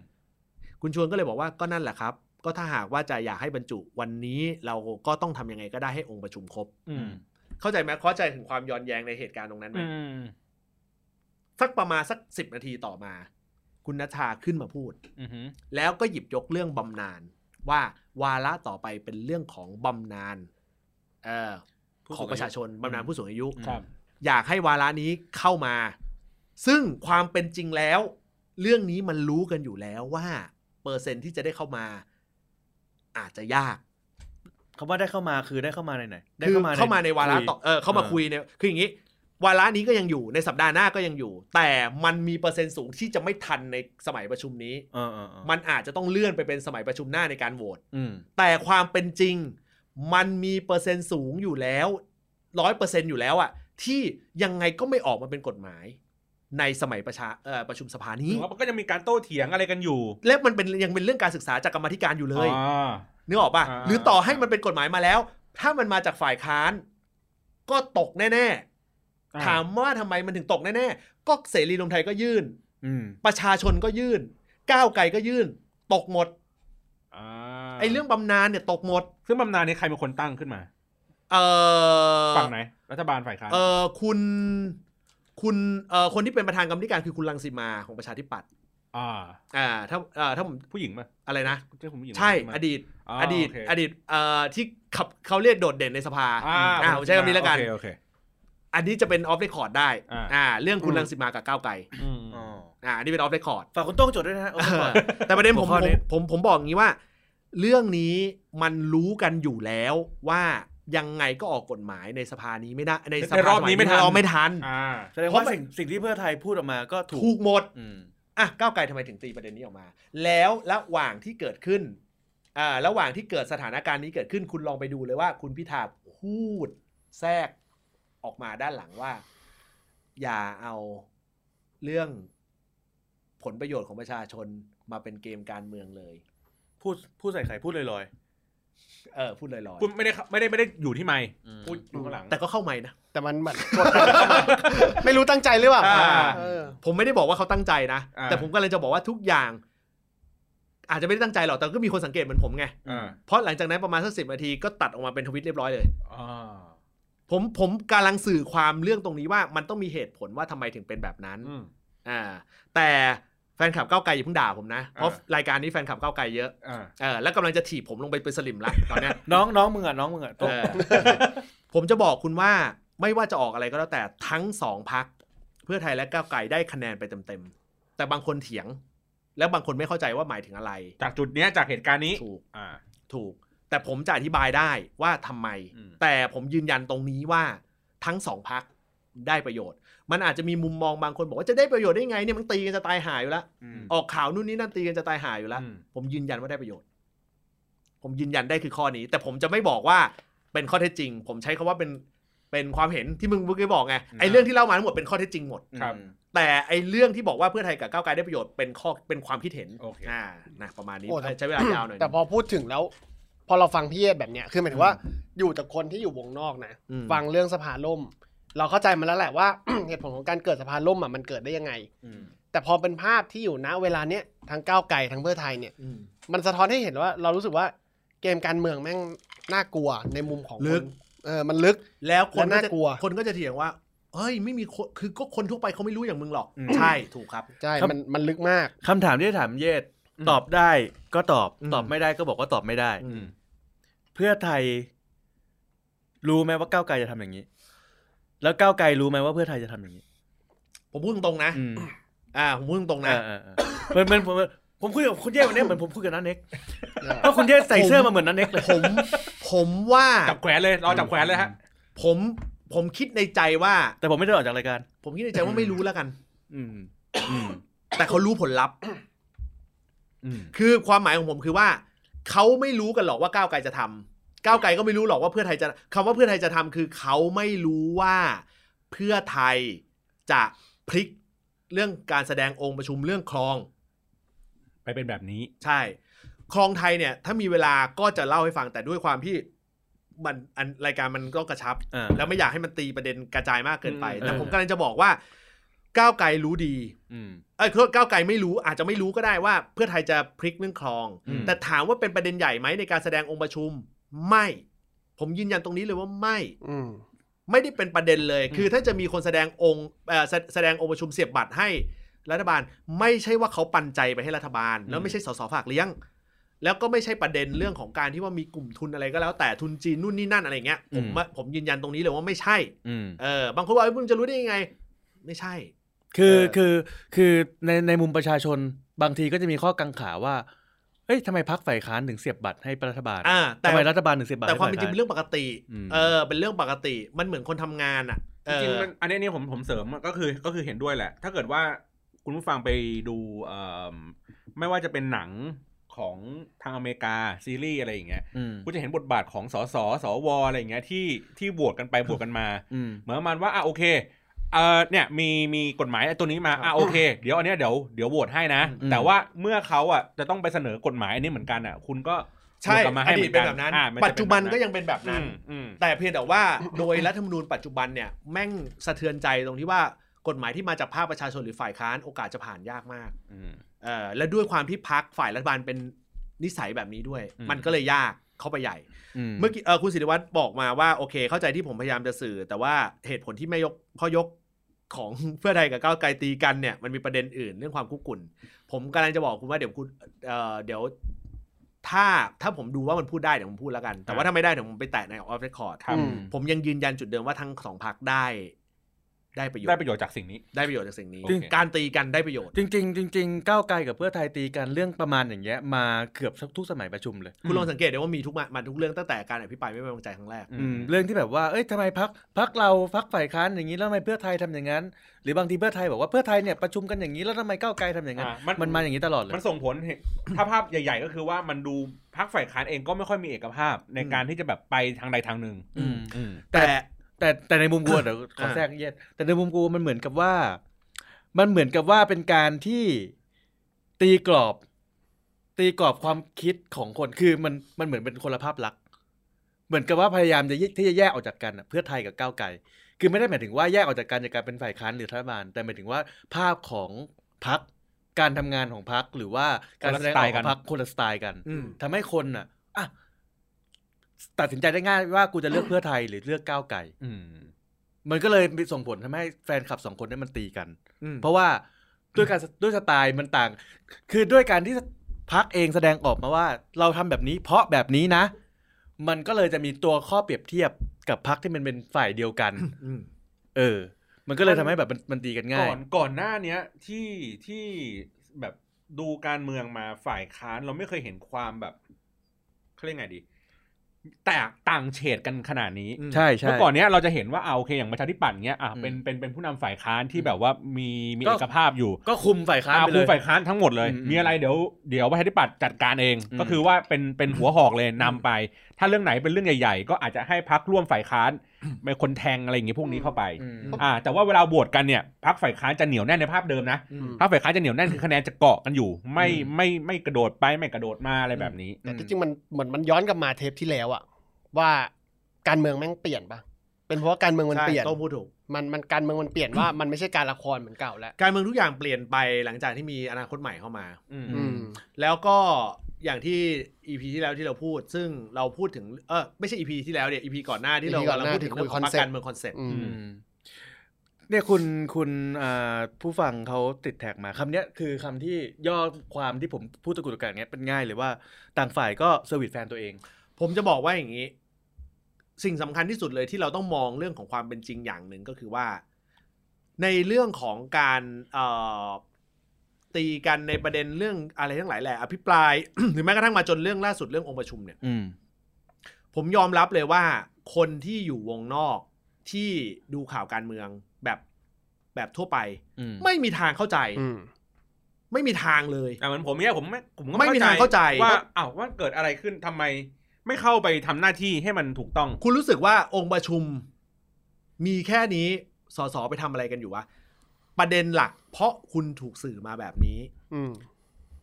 Speaker 1: คุณชวนก็เลยบอกว่าก็นั่นแหละครับ ก็ถ้าหากว่าจะอยากให้บรรจุวันนี้เราก็ต้องทำยังไงก็ได้ให้องค์ประชุมครบ
Speaker 5: อืม
Speaker 1: เข้าใจไหมเข้าใจถึงความย้อนแย้งในเหตุการณ์ตรงนั้นไหม
Speaker 5: อืม
Speaker 1: สักประมาณสักสิบนาทีต่อมา คุณนัชชาขึ้นมาพูด
Speaker 5: อืม
Speaker 1: แล้วก็หยิบยกเรื่องบำนาญว่าวาระต่อไปเป็นเรื่องของบำนาญเอ่อ
Speaker 2: ผู้
Speaker 1: ข
Speaker 2: สู
Speaker 1: อง
Speaker 2: ง
Speaker 1: ป
Speaker 2: อา
Speaker 1: ระชาช
Speaker 2: ยุ
Speaker 1: นบำนาญผู้สูงอายุ
Speaker 5: ครับ
Speaker 1: อยากให้วาระนี้เข้ามา ซึ่งความเป็นจริงแล้ว เรื่องนี้มันรู้กันอยู่แล้วว่า เปอร์เซ็นต์ที่จะได้เข้ามา อาจจะยาก
Speaker 2: คำว่าได้เข้ามาคือได้เข้ามาในไหนได้
Speaker 1: คือ
Speaker 2: ใน
Speaker 1: เข้ามาในวาระต่อ
Speaker 2: คุย
Speaker 1: เออเข้ามา
Speaker 2: อ่า
Speaker 1: คุยเนี่ยคืออย่างนี้ วาระนี้ก็ยังอยู่ในสัปดาห์หน้าก็ยังอยู่ แต่มันมีเปอร์เซ็นต์สูงที่จะไม่ทันในสมัยประชุมนี้
Speaker 2: เออเออเออ
Speaker 1: มันอาจจะต้องเลื่อนไปเป็นสมัยประชุมหน้าในการโหวต
Speaker 2: อืม
Speaker 1: แต่ความเป็นจริงมันมีเปอร์เซ็นต์สูงอยู่แล้วร้อยเปอร์เซ็นต์อยู่แล้วอะที่ยังไงก็ไม่ออกมาเป็นกฎหมาย ในสมัยประชาเอ่อประชุมสภานี้
Speaker 5: ถึงว่ามันก็ยังมีการโต้เถียงอะไรกันอยู่
Speaker 1: และมันเป็นยังเป็นเรื่องการศึกษาจากกรรมาธิการอยู่เลย
Speaker 5: อ่า
Speaker 1: นึกออกปะ
Speaker 5: อ่า
Speaker 1: หรือต่อให้มันเป็นกฎหมายมาแล้ว ถ้ามันมาจากฝ่ายค้าน ก็ตกแน่
Speaker 2: อ่า
Speaker 1: ถามว่าทำไมมันถึงตกแน่ๆก็เสรีรวมไทยก็ยื่น
Speaker 2: อืม
Speaker 1: ประชาชนก็ยื่น ก้าวไกลก็ยื่น ตกหมดไอ้เรื่องบำนาญเนี่ยตกหมด
Speaker 5: ซึ่งบำนาญนี้ใครเป็นคนตั้งขึ้นมา
Speaker 1: เออ
Speaker 5: ฝั่งไหน รัฐบาลฝ่ายค้าน
Speaker 1: เออคุณคุณเออคนที่เป็นประธานกรรมธิการคือคุณรังสีมาของประชาธิปัตย์
Speaker 5: อ่า
Speaker 1: อ่าถ้าเออถ้าผม
Speaker 5: ผู้หญิงป่ะ
Speaker 1: อะไรนะ
Speaker 5: ใช่คุณผู้หญิง
Speaker 1: ใช่
Speaker 5: ไหม
Speaker 1: อดีต
Speaker 5: า
Speaker 1: อดีต
Speaker 5: โเค
Speaker 1: อดีตเอ่อที่ขับเขาเรียกโดดเด่นในสภา
Speaker 5: อ่า
Speaker 1: อ่าผมใช้คำนี้แล้วกัน
Speaker 5: โอเคโอเค
Speaker 1: อันนี้จะเป็นออฟเรคคอร์ดได้
Speaker 5: อ่า
Speaker 1: อ่าเรื่องคุณ
Speaker 4: อืม
Speaker 1: รังสิมากับก้าวไกล
Speaker 5: อืม
Speaker 1: อ่าอันนี่เป็นออฟเรคคอร์ด
Speaker 2: ฝากคุณโต้งจดด้วยนะฮะเอาไว้ก่อน
Speaker 1: แต่ประเด็นผม
Speaker 2: หัวข้อ
Speaker 1: ผม
Speaker 2: นี้
Speaker 1: ผมผมบอกอย่างนี้ว่า เรื่องนี้มันรู้กันอยู่แล้วว่ายังไงก็ออกกฎหมายในสภานี้ไม่ได้ในส
Speaker 5: ใน
Speaker 1: ภาร
Speaker 5: อบนี้ไม่ทัน
Speaker 1: รอบไม่ทัน
Speaker 5: อ่า
Speaker 2: แสดง
Speaker 1: เพ
Speaker 2: ว่า
Speaker 1: ราะมัน
Speaker 2: สิ่งสิ่งที่เพื่อไทยพูดออกมาก็ถูก
Speaker 1: ถูกหมด
Speaker 2: อืม
Speaker 1: อ่ะก้าวไกลทำไมถึงตีประเด็นนี้ออกมา แล้วระหว่างที่เกิดขึ้นอ่าระหว่างที่เกิดสถานการณ์นี้เกิดขึ้น คุณลองไปดูเลยว่า คุณพิธาพูดแทรกออกมาด้านหลังว่า อย่าเอาเรื่องผลประโยชน์ของประชาชนมาเป็นเกมการเมืองเลย
Speaker 2: พูดพูดใส่ไข่พูดลอย
Speaker 1: เออพูดลอย
Speaker 5: คุณไม่ได้ไม่ได้ไม่ได้อยู่ที่ไม่
Speaker 2: ๆ
Speaker 5: พูดอยู่ข้างหลัง
Speaker 1: ๆแต่ก็เข้าไม่นะ
Speaker 4: แต่มันเหมือน กดไม่รู้ตั้งใจหรือเปล่า
Speaker 1: อ่า
Speaker 4: เออ
Speaker 1: ผมไม่ได้บอกว่าเขาตั้งใจนะ
Speaker 5: อ่า
Speaker 1: แต่ผมก็เลยจะบอกว่าทุกอย่าง อาจจะไม่ได้ตั้งใจหรอกแต่ก็มีคนสังเกตเหมือนผมไง
Speaker 5: อ่า
Speaker 1: เพราะหลังจากนั้นประมาณสักสิบนาทีก็ตัดออกมาเป็นทวิตเรียบร้อยเลย
Speaker 5: อ่า
Speaker 1: ผมผมกำลังสื่อความเรื่องตรงนี้ว่ามันต้องมีเหตุผลว่าทำไมถึงเป็นแบบนั้น
Speaker 5: อืม
Speaker 1: อ่าแต่แฟนคลับก้าวไกลอย่าเพิ่งด่าผมนะ เพราะ
Speaker 5: อ่าร
Speaker 1: ายการนี้แฟนคลับก้าวไกลเยอะ
Speaker 5: อ่า
Speaker 1: เออแล้วกำลังจะถีบผมลงไปเป็นสลิมละตอนเนี้ย
Speaker 2: น้องน้องมึงอ่ะน้องมึงอ่ะ
Speaker 1: เอ
Speaker 2: โต้ง
Speaker 1: อผมจะบอกคุณว่าไม่ว่าจะออกอะไรก็แล้วแต่ทั้งสองพัก เพื่อไทยและก้าวไกลได้คะแนนไปเต็มๆ แต่บางคนเถียง และบางคนไม่เข้าใจว่าหมายถึงอะไร
Speaker 5: จากจุดเนี้ยจากเหตุการณ์นี้
Speaker 1: ถูก
Speaker 5: อ่า
Speaker 1: ถูก แต่ผมจะอธิบายได้ว่าทำไม
Speaker 5: อืม
Speaker 1: แต่ผมยืนยันตรงนี้ว่าทั้งสองพักได้ประโยชน์ มันอาจจะมีมุมมองบางคนบอกว่าจะได้ประโยชน์ได้ไงเนี่ยมันตีกันจะตายหายอยู่แล้ว
Speaker 5: อืม
Speaker 1: ออกข่าวนู่นนี่นั่นตีกันจะตายหายอยู่แล้ว
Speaker 5: อืม
Speaker 1: ผมยืนยันว่าได้ประโยชน์ ผมยืนยันได้คือข้อนี้ แต่ผมจะไม่บอกว่าเป็นข้อเท็จจริง ผมใช้คำว่าเป็นเป็นความเห็นที่มึงเมื่อกี้บอกไงไอ้เรื่องที่เล่ามาทั้งหมดเป็นข้อเท็จจริงหมด
Speaker 5: ครับ
Speaker 2: อืม
Speaker 1: แต่ไอ้เรื่องที่บอกว่าเพื่อไทยกับก้าวไกลได้ประโยชน์เป็นข้อเป็นความคิดเห็น
Speaker 5: โอเค
Speaker 1: อ่านะประมาณนี้
Speaker 4: โอ้แต่
Speaker 1: ใช้เวลายาวหน่อย
Speaker 4: แต่พอพูดถึงแล้ว พอเราฟังพี่เอแบบเนี้ยคือหมายถึงว่าอยู่แต่คนที่อยู่วงนอกนะ
Speaker 1: อืม
Speaker 4: ฟังเรื่องสภาล่ม เราเข้าใจมันแล้วแหละว่า เหตุผลของการเกิดสภาล่มอ่ะมันเกิดได้ยังไง
Speaker 2: อืม
Speaker 4: แต่พอเป็นภาพที่อยู่ณเวลาเนี้ยทั้งก้าวไกลทั้งเพื่อไทยเนี่ย
Speaker 1: อืม
Speaker 4: มันสะท้อนให้เห็นว่าเรารู้สึกว่าเกมการเมืองแม่งน่ากลัวในมุมของ
Speaker 1: ลึก
Speaker 4: คนเออมันลึก
Speaker 1: แล้วคนก็
Speaker 4: และ
Speaker 1: จะ
Speaker 4: น่ากลัว
Speaker 1: คนก็จะเถียงว่า เฮ้ยไม่มีคนคือก็คนทั่วไปเขาไม่รู้อย่างมึงหรอก
Speaker 2: อืม
Speaker 1: ใช่ถูกครับ
Speaker 4: ใช่
Speaker 2: ครับ
Speaker 4: มันมันลึกมาก
Speaker 2: คำถามที่จะถามเยศ
Speaker 5: อืม
Speaker 2: ตอบได้ก็ตอบ
Speaker 1: อืม
Speaker 2: ตอบไม่ได้ก็บอกว่าตอบไม่ได้
Speaker 1: อืม
Speaker 2: เพื่อไทย รู้ไหมว่าก้าวไกลจะทำอย่างนี้ แล้วก้าวไกลรู้ไหมว่าเพื่อไทยจะทำอย่างนี้
Speaker 1: ผมพูดตรงๆนะ
Speaker 2: อืม
Speaker 1: อ่า ผมพูดตรงๆ
Speaker 2: เอ
Speaker 1: นะ
Speaker 2: อเออเออเหมือนเหมือนผมผมคุยกับคุณเยศวันนี้เหมือนผมคุยกับน้าเน็ก
Speaker 4: เออ
Speaker 2: เพราะคุณเยศใส่เสื้อมาเหมือนน้าเน็กเลย
Speaker 1: ผม ผมว่า
Speaker 5: จับแขวนเลยรอจับแขวนเลยฮะ
Speaker 1: ผม ผมคิดในใจว่า
Speaker 2: แต่ผมไม่ได้ออกจากรายการ
Speaker 1: ผมคิดในใจว่าไม่รู้แล้วกัน
Speaker 2: อืม อืม
Speaker 1: แต่เขารู้ผลลัพธ์
Speaker 5: อืม
Speaker 1: คือความหมายของผมคือว่าเขาไม่รู้กันหรอกว่าก้าวไกลจะทำก้าวไกลก็ไม่รู้หรอกว่าเพื่อไทยจะคำว่าเพื่อไทยจะทำคือเขาไม่รู้ว่าเพื่อไทยจะพลิกเรื่องการแสดงองค์ประชุมเรื่องคลอง
Speaker 5: ไปเป็นแบบนี้
Speaker 1: ใช่ คลองไทยเนี่ย ถ้ามีเวลาก็จะเล่าให้ฟังแต่ด้วยความที่มันอันรายการมันก็กระชับ
Speaker 2: อ่า
Speaker 1: แล้วไม่อยากให้มันตีประเด็นกระจายมากเกินไป
Speaker 5: อืม
Speaker 1: แต่ผมกำลังจะบอกว่า ก้าวไกลรู้ดี
Speaker 2: อืม
Speaker 1: เอ้ยโทษก้าวไกลไม่รู้อาจจะไม่รู้ก็ได้ว่า เพื่อไทยจะพลิกเรื่องคลอง
Speaker 5: อืม
Speaker 1: แต่ถามว่าเป็นประเด็นใหญ่ไหมในการแสดงองค์ประชุม ไม่ ผมยืนยันตรงนี้เลยว่าไม่
Speaker 4: อืม
Speaker 1: ไม่ได้เป็นประเด็นเลย คือถ้าจะมีคนแสดงองค์เอ่อแสแสดงองค์ประชุมเสียบบัตรให้รัฐบาล ไม่ใช่ว่าเขาปันใจไปให้รัฐบาล แล้วไม่ใช่สสฝากเลี้ยง แล้วก็ไม่ใช่ประเด็นเรื่องของการที่ว่ามีกลุ่มทุนอะไรก็แล้วแต่ทุนจีนนู่นนี่นั่นอะไรเงี้ย ผม
Speaker 2: อืม
Speaker 1: ว่าผมยืนยันตรงนี้เลยว่าไม่ใช่
Speaker 2: อืม
Speaker 1: เออบางคนว่าเอ้ยมึงจะรู้ได้ยังไง ไม่ใช่
Speaker 2: คือ
Speaker 1: เออ
Speaker 2: คือคือในในมุมประชาชนบางทีก็จะมีข้อกังขาว่า เอ้ยทำไมพักฝ่ายค้านถึงเสียบบัตรให้รัฐบาล
Speaker 1: อ่าแต่
Speaker 2: ทำไมรัฐบาลถึงเสียบบัตร
Speaker 1: แต่
Speaker 2: ให้
Speaker 1: ความ
Speaker 2: ฝ่
Speaker 1: เป็น
Speaker 2: ย
Speaker 1: จริง
Speaker 2: ค้า
Speaker 1: เป็นเรื่องปกติ
Speaker 2: อืม
Speaker 1: เออ เป็นเรื่องปกติ มันเหมือนคนทำงานอ่ะ เอ
Speaker 5: จริง
Speaker 1: อ
Speaker 5: ๆมันอันนี้เนี่ยผมผมเสริมก็คือก็คือเห็นด้วยแหละ ถ้าเกิดว่าคุณผู้ฟังไปดูเอ่มไม่ว่าจะเป็นหนังของทางอเมริกาซีรีส์อะไรอย่างเงี้ย
Speaker 2: อืม
Speaker 5: คุณจะเห็นบทบาทของสสสวอะไรอย่างเงี้ยที่ที่บวกกันไปบวกกันมา
Speaker 2: อืม
Speaker 5: เหมือนประมาณว่าอ่ะโอเคเออเนี่ยมีมีกฎหมายไอ้ตัวนี้มา
Speaker 1: ครั
Speaker 5: อ่ะ
Speaker 1: บ
Speaker 5: โอเค เดี๋ยวอันเนี้ยเดี๋ยวเดี๋ยวโหวตให้นะ
Speaker 2: อืม
Speaker 5: แต่ว่าเมื่อเขาอ่ะจะต้องไปเสนอกฎหมายอันนี้เหมือนกันอ่ะ คุณก็
Speaker 1: ใช่
Speaker 5: บวกกลับมาให้
Speaker 1: อดีตเป็นแบบนั้น
Speaker 5: อ่ามัจะ
Speaker 1: ปัจจุบัน
Speaker 5: เป็
Speaker 1: ก็
Speaker 5: แบบ
Speaker 1: ยังเป็นแบบนั้น
Speaker 5: อืมอืม
Speaker 1: แต่เพียงแต่ว่าโดยรัฐธรรมนูญปัจจุบันเนี่ยแม่งสะเทือนใจตรงที่ว่ากฎหมายที่มาจากภาคประชาชนหรือฝ่ายค้านโอกาสจะผ่านยากมาก เออและด้วยความที่พักฝ่ายรัฐบาลเป็นนิสัยแบบนี้ด้วย
Speaker 5: อืม
Speaker 1: มันก็เลยยากเข้าไปใหญ่
Speaker 5: เมื่
Speaker 1: เมื่
Speaker 5: อ
Speaker 1: อ
Speaker 5: กี้
Speaker 1: กี้เออคุณศิริวัตรบอกมาว่าโอเค เข้าใจที่ผมพยายามจะสื่อ แต่ว่าเหตุผลที่ไม่ยกข้อยกของ เพื่อไทยกับก้าวไกลตีกันเนี่ยมันมีประเด็นอื่นเรื่องความคุกกุ่นผมกำลังจะบอกคุณว่าเดี๋ยวคุณเอ่อเดี๋ยว ถ้าถ้าผมดูว่ามันพูดได้เดี๋ยวผมพูดแล้วกัน แต่ว่าถ้าไม่ได้เดี๋ยวผมไปแตะในออฟเรคคอร์ด
Speaker 5: ทำ
Speaker 4: อืม
Speaker 1: ผมยังยืนยันจุดเดิมว่าทั้งสองพักได้ ได้ประโยช
Speaker 5: ได้
Speaker 1: น์
Speaker 5: ประโยชน์จากสิ่งนี้
Speaker 1: ได้ประโยชน์จากสิ่งนี้
Speaker 5: จริง
Speaker 1: การตีกันได้ประโยชน์
Speaker 2: จริงๆจริงๆก้าวไกลกับเพื่อไทยตีกันเรื่องประมาณอย่างเงี้ยมาเกือบทุกสมัยประชุมเลย
Speaker 1: คุณลองสังเกตได้ว่ามีทุกมามาทุกเรื่องตั้งแต่การอภิปรายไม่ไว้วางใจครั้งแรก
Speaker 5: อืม
Speaker 2: อืมเรื่องที่แบบว่า เอ้ยทำไมพักพักเราพักฝ่ายค้านอย่างนี้แล้วทำไมเพื่อไทยทำอย่างนั้น หรือบางทีเพื่อไทยบอกว่าเพื่อไทยเนี่ยประชุมกันอย่างนี้แล้วทำไมก้าวไกลทำอย่างนั้น
Speaker 5: อ่ะมัน
Speaker 2: มันมาอย่างนี้ตลอดเลย
Speaker 5: มันส่งผลเห็นถ้าภาพใหญ่ ๆ ก็คือว่ามันดูพักฝ่ายค้านเองก็ไม่ค่อยมีเอกภาพในการที่จะแบบไปทางใดทางหนึ่ง
Speaker 2: อืม
Speaker 5: อืม
Speaker 1: แต่
Speaker 2: แต่แต่ในมุมกู อะเดี๋ยวขอ
Speaker 1: อ่า
Speaker 2: แทรกเย็ดแต่ในมุมกูมันเหมือนกับว่า มันเหมือนกับว่าเป็นการที่ตีกรอบ ตีกรอบความคิดของคนคือมันมันเหมือนเป็นคนละภาพลักษณ์เหมือนกับว่าพยายามจะแยกที่จะแยกออกจากกันอะเพื่อไทยกับก้าวไกลคือไม่ได้หมายถึงว่าแยกออกจากกันจากการเป็นฝ่ายค้านหรือรัฐบาล แต่หมายถึงว่าภาพของพักการทำงานของพักหรือว่าการแสดงออกของพักคนละสไตล์กัน ทำให้คนน่ะอ่ะตัดสินใจได้ง่ายว่ากูจะเลือกเพื่อไทยหรือเลือกก้าวไก่
Speaker 5: อืม
Speaker 2: มันก็เลยมีส่งผลทำให้แฟนคลับสองคนเนี่ยมันตีกัน
Speaker 1: อืม
Speaker 2: เพราะว่าด้วยการด้วยสไตล์มันต่าง คือด้วยการที่พักเองแสดงออกมาว่า เราทำแบบนี้ เพราะแบบนี้นะ มันก็เลยจะมีตัวข้อเปรียบเทียบกับพักที่มันเป็นฝ่ายเดียวกัน
Speaker 1: อืม
Speaker 2: เออ มันก็เลยทำให้แบบมันมันตีกันง่า
Speaker 5: ก่
Speaker 2: ย
Speaker 5: อนก่อนหน้าเนี้ยที่ที่แบบดูการเมืองมาฝ่ายค้านเราไม่เคยเห็นความแบบเขาเรียกไงดี แตกต่างเฉดกันขนาดนี้
Speaker 1: อืม
Speaker 2: ใช่ใช่
Speaker 5: เมื่อก่อนเนี้ยเราจะเห็นว่าเอาโอเคอย่างประชาธิปัตย์เนี้ยอ่ะเป็น
Speaker 2: อืม
Speaker 5: เป็นเป็นผู้นำฝ่ายค้านที่แบบว่ามีมี
Speaker 2: ก็
Speaker 5: เอกภาพอยู่
Speaker 2: ก็คุมฝ่ายค้าน
Speaker 5: อา
Speaker 2: ไปเล
Speaker 5: ผู้
Speaker 2: ย
Speaker 5: ฝ่ายค้านทั้งหมดเลย
Speaker 2: อืม
Speaker 5: มีอะไรเดี๋ยวเดี๋ยวประชาธิปัตย์จัดการเอง
Speaker 2: อืม
Speaker 5: ก็คือว่าเป็นเป็นหัวหอกเลยนำไป ถ้าเรื่องไหนเป็นเรื่องใหญ่ ๆ ก็อาจจะให้พักร่วมฝ่ายค้านเป็นคนแทงอะไรอย่างงี้พวกนี้เข้าไป
Speaker 2: อืม
Speaker 5: อ่าแต่ว่าเวลาโหวตกันเนี่ยพักฝ่ายค้านจะเหนียวแน่นในภาพเดิมนะ
Speaker 1: อืม
Speaker 5: พักฝ่ายค้านจะเหนียวแน่นคือคะแนนจะเกาะกันอยู่ ไม่
Speaker 2: อืม
Speaker 5: ไม่ไม่กระโดดไปไม่กระโดดมาอะไรแบบนี้
Speaker 4: แต่ที่จริงมันเหมือนมันย้อนกลับมาเทปที่แล้วอะว่าการเมืองแม่งเปลี่ยนปะเป็นเพราะว่าการเมืองมัน
Speaker 1: ใช่
Speaker 4: เปลี่ยน
Speaker 1: ต้องพูดถูก
Speaker 4: มันมันการเมืองมันเปลี่ยนว่า มันไม่ใช่การละครเหมือนเก่าแล้ว
Speaker 1: การเมืองทุกอย่างเปลี่ยนไปหลังจากที่มีอนาคตใหม่เข้ามา
Speaker 5: อืม
Speaker 4: อืม
Speaker 1: แล้วก็อย่างที่ EP ที่แล้วที่เราพูด ซึ่งเราพูดถึงเออไม่ใช่ EP ที่แล้วเดี๋ยว EP ก่อนหน้าที่เรา
Speaker 4: EP ก่อนห
Speaker 1: เรา
Speaker 4: น้า
Speaker 1: พูดถึงเรื่องของพร
Speaker 4: ที่
Speaker 1: ร
Speaker 4: คุย
Speaker 1: คการเมืองคอนเซ็ปต์
Speaker 4: อืม
Speaker 2: อืมเนี่ยคุณคุณอ่าผู้ฟังเขาติดแท็กมาคำเนี้ยคือคำที่ย่อความที่ผมพูดตะกุดตะกักเนี้ยเป็นง่ายเลยว่าต่างฝ่ายก็เซอร์วิสแฟนตัวเอง
Speaker 1: ผมจะบอกว่าอย่างนี้ สิ่งสำคัญที่สุดเลยที่เราต้องมองเรื่องของความเป็นจริงอย่างหนึ่งก็คือว่า ในเรื่องของการเอ่อตีกันในประเด็นเรื่องอะไรทั้งหลายแหละอภิปราย หรือแม้กระทั่งมาจนเรื่องล่าสุดเรื่ององค์ประชุมเนี่ย
Speaker 2: อืม
Speaker 1: ผมยอมรับเลยว่าคนที่อยู่วงนอกที่ดูข่าวการเมืองแบบแบบทั่วไป
Speaker 2: อืม
Speaker 1: ไม่มีทางเข้าใจ
Speaker 4: อืม
Speaker 1: ไม่มีทางเลย
Speaker 5: แต่เหมือนผมเนี่ยผมไม่ผมก็
Speaker 1: ไม่มีทางเข้าใจ
Speaker 5: ว่าอ้าวว่าเกิดอะไรขึ้นทำไม ไม่เข้าไปทำหน้าที่ให้มันถูกต้อง
Speaker 1: คุณรู้สึกว่าองค์ประชุมมีแค่นี้สสไปทำอะไรกันอยู่วะประเด็นหลัก เพราะคุณถูกสื่อมาแบบนี้
Speaker 4: อืม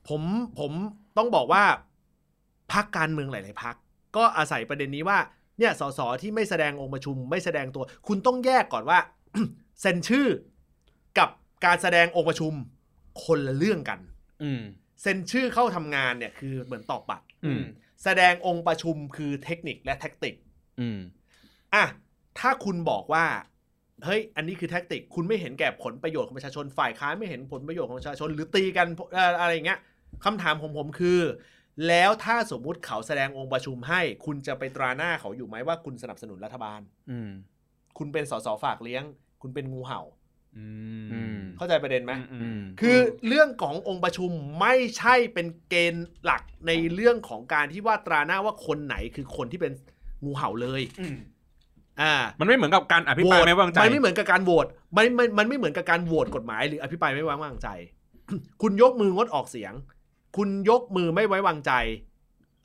Speaker 1: ผมผมต้องบอกว่าพักการเมืองหลาย ๆพักก็อาศัยประเด็นนี้ว่าเนี่ยสสที่ไม่แสดงองค์ประชุม ไม่แสดงตัว คุณต้องแยกก่อนว่า เซ็นชื่อกับการแสดงองค์ประชุมคนละเรื่องกัน
Speaker 2: อืม
Speaker 1: เซ็นชื่อเข้าทำงานเนี่ยคือเหมือนตอกบัตร
Speaker 5: อืม
Speaker 1: แสดงองค์ประชุมคือเทคนิคและแท็กติก
Speaker 2: อืม
Speaker 1: อ่ะ ถ้าคุณบอกว่า เฮ้ย อันนี้คือแท็กติก คุณไม่เห็นแก่ผลประโยชน์ของประชาชน ฝ่ายค้านไม่เห็นผลประโยชน์ของประชาชน หรือตีกันเอ่ออะไรอย่างเงี้ยคำถามของผมคือ แล้วถ้าสมมุติเขาแสดงองค์ประชุมให้ คุณจะไปตราหน้าเขาอยู่ไหมว่าคุณสนับสนุนรัฐบาล
Speaker 2: อืม
Speaker 1: คุณเป็นสสฝากเลี้ยง คุณเป็นงูเห่า
Speaker 5: อื
Speaker 2: อืม
Speaker 1: เข้าใจประเด็นไหม
Speaker 5: อื
Speaker 2: อื
Speaker 5: ม
Speaker 2: ม
Speaker 1: คือเรื่องขององค์ประชุมไม่ใช่เป็นเกณฑ์หลักในเรื่องของการที่ว่าตราหน้าว่าคนไหนคือคนที่เป็นงูเห่าเลย
Speaker 5: อืม
Speaker 1: อ่า
Speaker 5: มันไม่เหมือนกับการอภิปรายไม่ไว้วางใจ
Speaker 1: มันไม่เหมือนกับการโหวตมันมันมันไม่เหมือนกับการโหวตกฎหมายหรืออภิปรายไม่ไว้วางใจ คุณยกมืองดออกเสียง คุณยกมือไม่ไว้วางใจ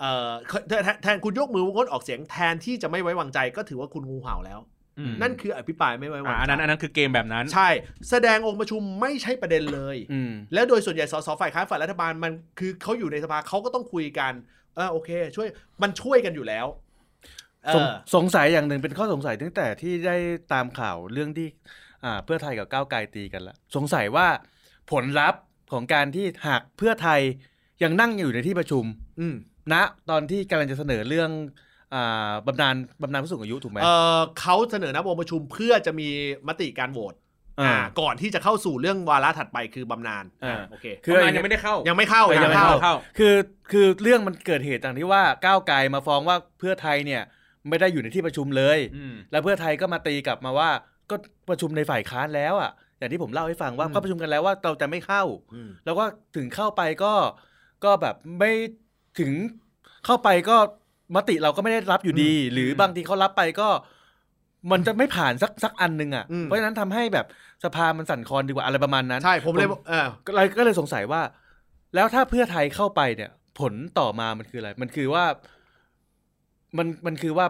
Speaker 1: เอ่อแทนแทนแทนคุณยกมืองดออกเสียงแทนที่จะไม่ไว้วางใจ ก็ถือว่าคุณงูเห่าแล้ว
Speaker 5: อืม
Speaker 1: นั่นคืออภิปรายไม่ไว้วางใจ
Speaker 5: อ่ะอันนั้นอันนั้นคือเกมแบบนั้น
Speaker 1: ใช่ แสดงองค์ประชุมไม่ใช่ประเด็นเลย
Speaker 2: อืม
Speaker 1: แล้วโดยส่วนใหญ่สสฝ่ายค้านฝ่ายรัฐบาลมันคือเขาอยู่ในสภาเขาก็ต้องคุยกัน อ่าโอเค ช่วยมันช่วยกันอยู่แล้วเอ
Speaker 2: สง
Speaker 1: อ
Speaker 2: สงสัยอย่างหนึ่งเป็นข้อสงสัยตั้งแต่ที่ได้ตามข่าวเรื่องที่อ่าเพื่อไทยกับก้าวไกลตีกันละสงสัยว่าผลลัพธ์ของการที่หากเพื่อไทยยังนั่งอยู่ในที่ประชุม
Speaker 1: อืม
Speaker 2: ณตอนที่กำลังจะเสนอเรื่องอ่าบำนาญบำนาญผู้สูงอายุถูกไหม
Speaker 1: เออเขาเสนอนับองค์ประชุมเพื่อจะมีมติการโหวต
Speaker 2: อ่า
Speaker 1: อ่าก่อนที่จะเข้าสู่เรื่องวาระถัดไปคือบำนาญ
Speaker 2: อ่า
Speaker 1: อ่าโอเค
Speaker 2: คือ
Speaker 5: มันยังไม่ได้เข้า
Speaker 1: ยังไม่เข้า
Speaker 2: เออ
Speaker 1: ยั
Speaker 2: ยัง ง
Speaker 1: ไม่
Speaker 2: ไม่
Speaker 1: เข้า
Speaker 2: เข้า
Speaker 5: เข้า
Speaker 2: คือคือเรื่องมันเกิดเหตุต่างที่ว่าก้าวไกลมาฟ้องว่าเพื่อไทยเนี่ยไม่ได้อยู่ในที่ประชุมเลย
Speaker 5: อืม
Speaker 2: แล้วเพื่อไทยก็มาตีกลับมาว่าก็ประชุมในฝ่ายค้านแล้วอ่ะ อย่างที่ผมเล่าให้ฟังว่า
Speaker 1: อืม
Speaker 2: ก็ประชุมกันแล้วว่าเราจะไม่เข้า
Speaker 1: อืม
Speaker 2: แล้วก็ถึงเข้าไปก็ก็แบบไม่ถึงเข้าไปก็มติเราก็ไม่ได้รับอยู่ดี หรืออ
Speaker 5: ม
Speaker 2: บางทีเขารับไปก็ มันจะไม่ผ่านสักสักอันหนึงอ่ะเพราะฉะนั้นทำให้แบบสภามันสั่นคลอนดีกว่าอะไรประมาณนั้น
Speaker 1: ใช่ผมเลยเออ
Speaker 2: ก็เลยก็เลยสงสัยว่า แล้วถ้าเพื่อไทยเข้าไปเนี่ย ผลต่อมามันคืออะไร มันคือว่า มันมันคือว่า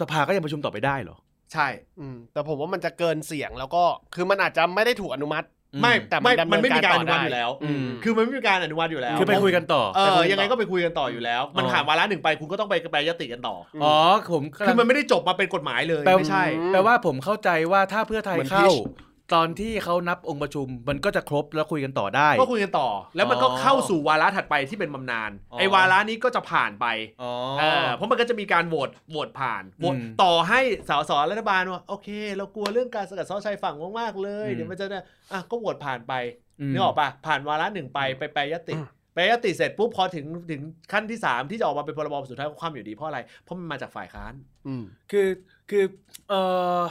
Speaker 2: สภาก็ยังประชุมต่อไปได้เหรอ
Speaker 1: ใช่
Speaker 4: อืมแต่ผมว่ามันจะเกินเสียงแล้วก็ คือมันอาจจะไม่ได้ถูกอนุมัติ
Speaker 1: ไม่
Speaker 4: แต่มั
Speaker 1: ไม่
Speaker 4: นดำเนิน
Speaker 1: มันไม่มีการ
Speaker 4: การ
Speaker 1: อนุมัติ
Speaker 4: ต่อได้
Speaker 1: อยู่แล้ว
Speaker 2: อืม
Speaker 1: คือมันไม่มีการอนุมัติอยู่แล้ว
Speaker 2: คือไปคุยกันต่อ
Speaker 1: เออ ยังไงก็ไปคุยกันต่ออยู่แล้ว มัน
Speaker 2: อ๋อ
Speaker 1: ผ่านวาระหนึ่งไป คุณก็ต้องไปแปรยติกันต่อ
Speaker 2: อ๋อผมกำ
Speaker 1: คื
Speaker 2: ลั
Speaker 1: อง มันไม่ได้จบมาเป็นกฎหมายเลย
Speaker 2: แปล
Speaker 1: ไม่ใช่
Speaker 4: อืม
Speaker 2: แปลว่าผมเข้าใจว่าถ้าเพื่อไทย
Speaker 5: มัน
Speaker 2: เข้า
Speaker 5: pitch
Speaker 2: ตอนที่เขานับองค์ประชุม มันก็จะครบแล้วคุยกันต่อได้
Speaker 1: ก็คุยกันต่อ แล้วมันก็เข้าสู่วาระถัดไปที่เป็นบำนาญ
Speaker 2: อ๋อ
Speaker 1: ไอ้วาระนี้ก็จะผ่านไป
Speaker 2: อ๋อ
Speaker 1: เออเพราะมันก็จะมีการโหวตโหวตผ่านโหวต
Speaker 2: อืม
Speaker 1: ต่อให้สสรัฐบาลว่าโอเค เรากลัวเรื่องการสกัดซ้อชายฝั่งมากๆเลย
Speaker 2: อืม
Speaker 1: เดี๋ยวมันจะเนี่ยอ่ะก็โหวตผ่านไป
Speaker 2: อืม
Speaker 1: นึกออกปะผ่านวาระหนึ่งไปไปแปรยติแปรยติเสร็จปุ๊บพอถึงถึงขั้นที่ 3 ที่จะออกมาเป็นพรบสุดท้ายก็ความอยู่ดีเพราะอะไร เพราะมันมาจากฝ่ายค้าน
Speaker 4: อืม
Speaker 2: คือคือเออ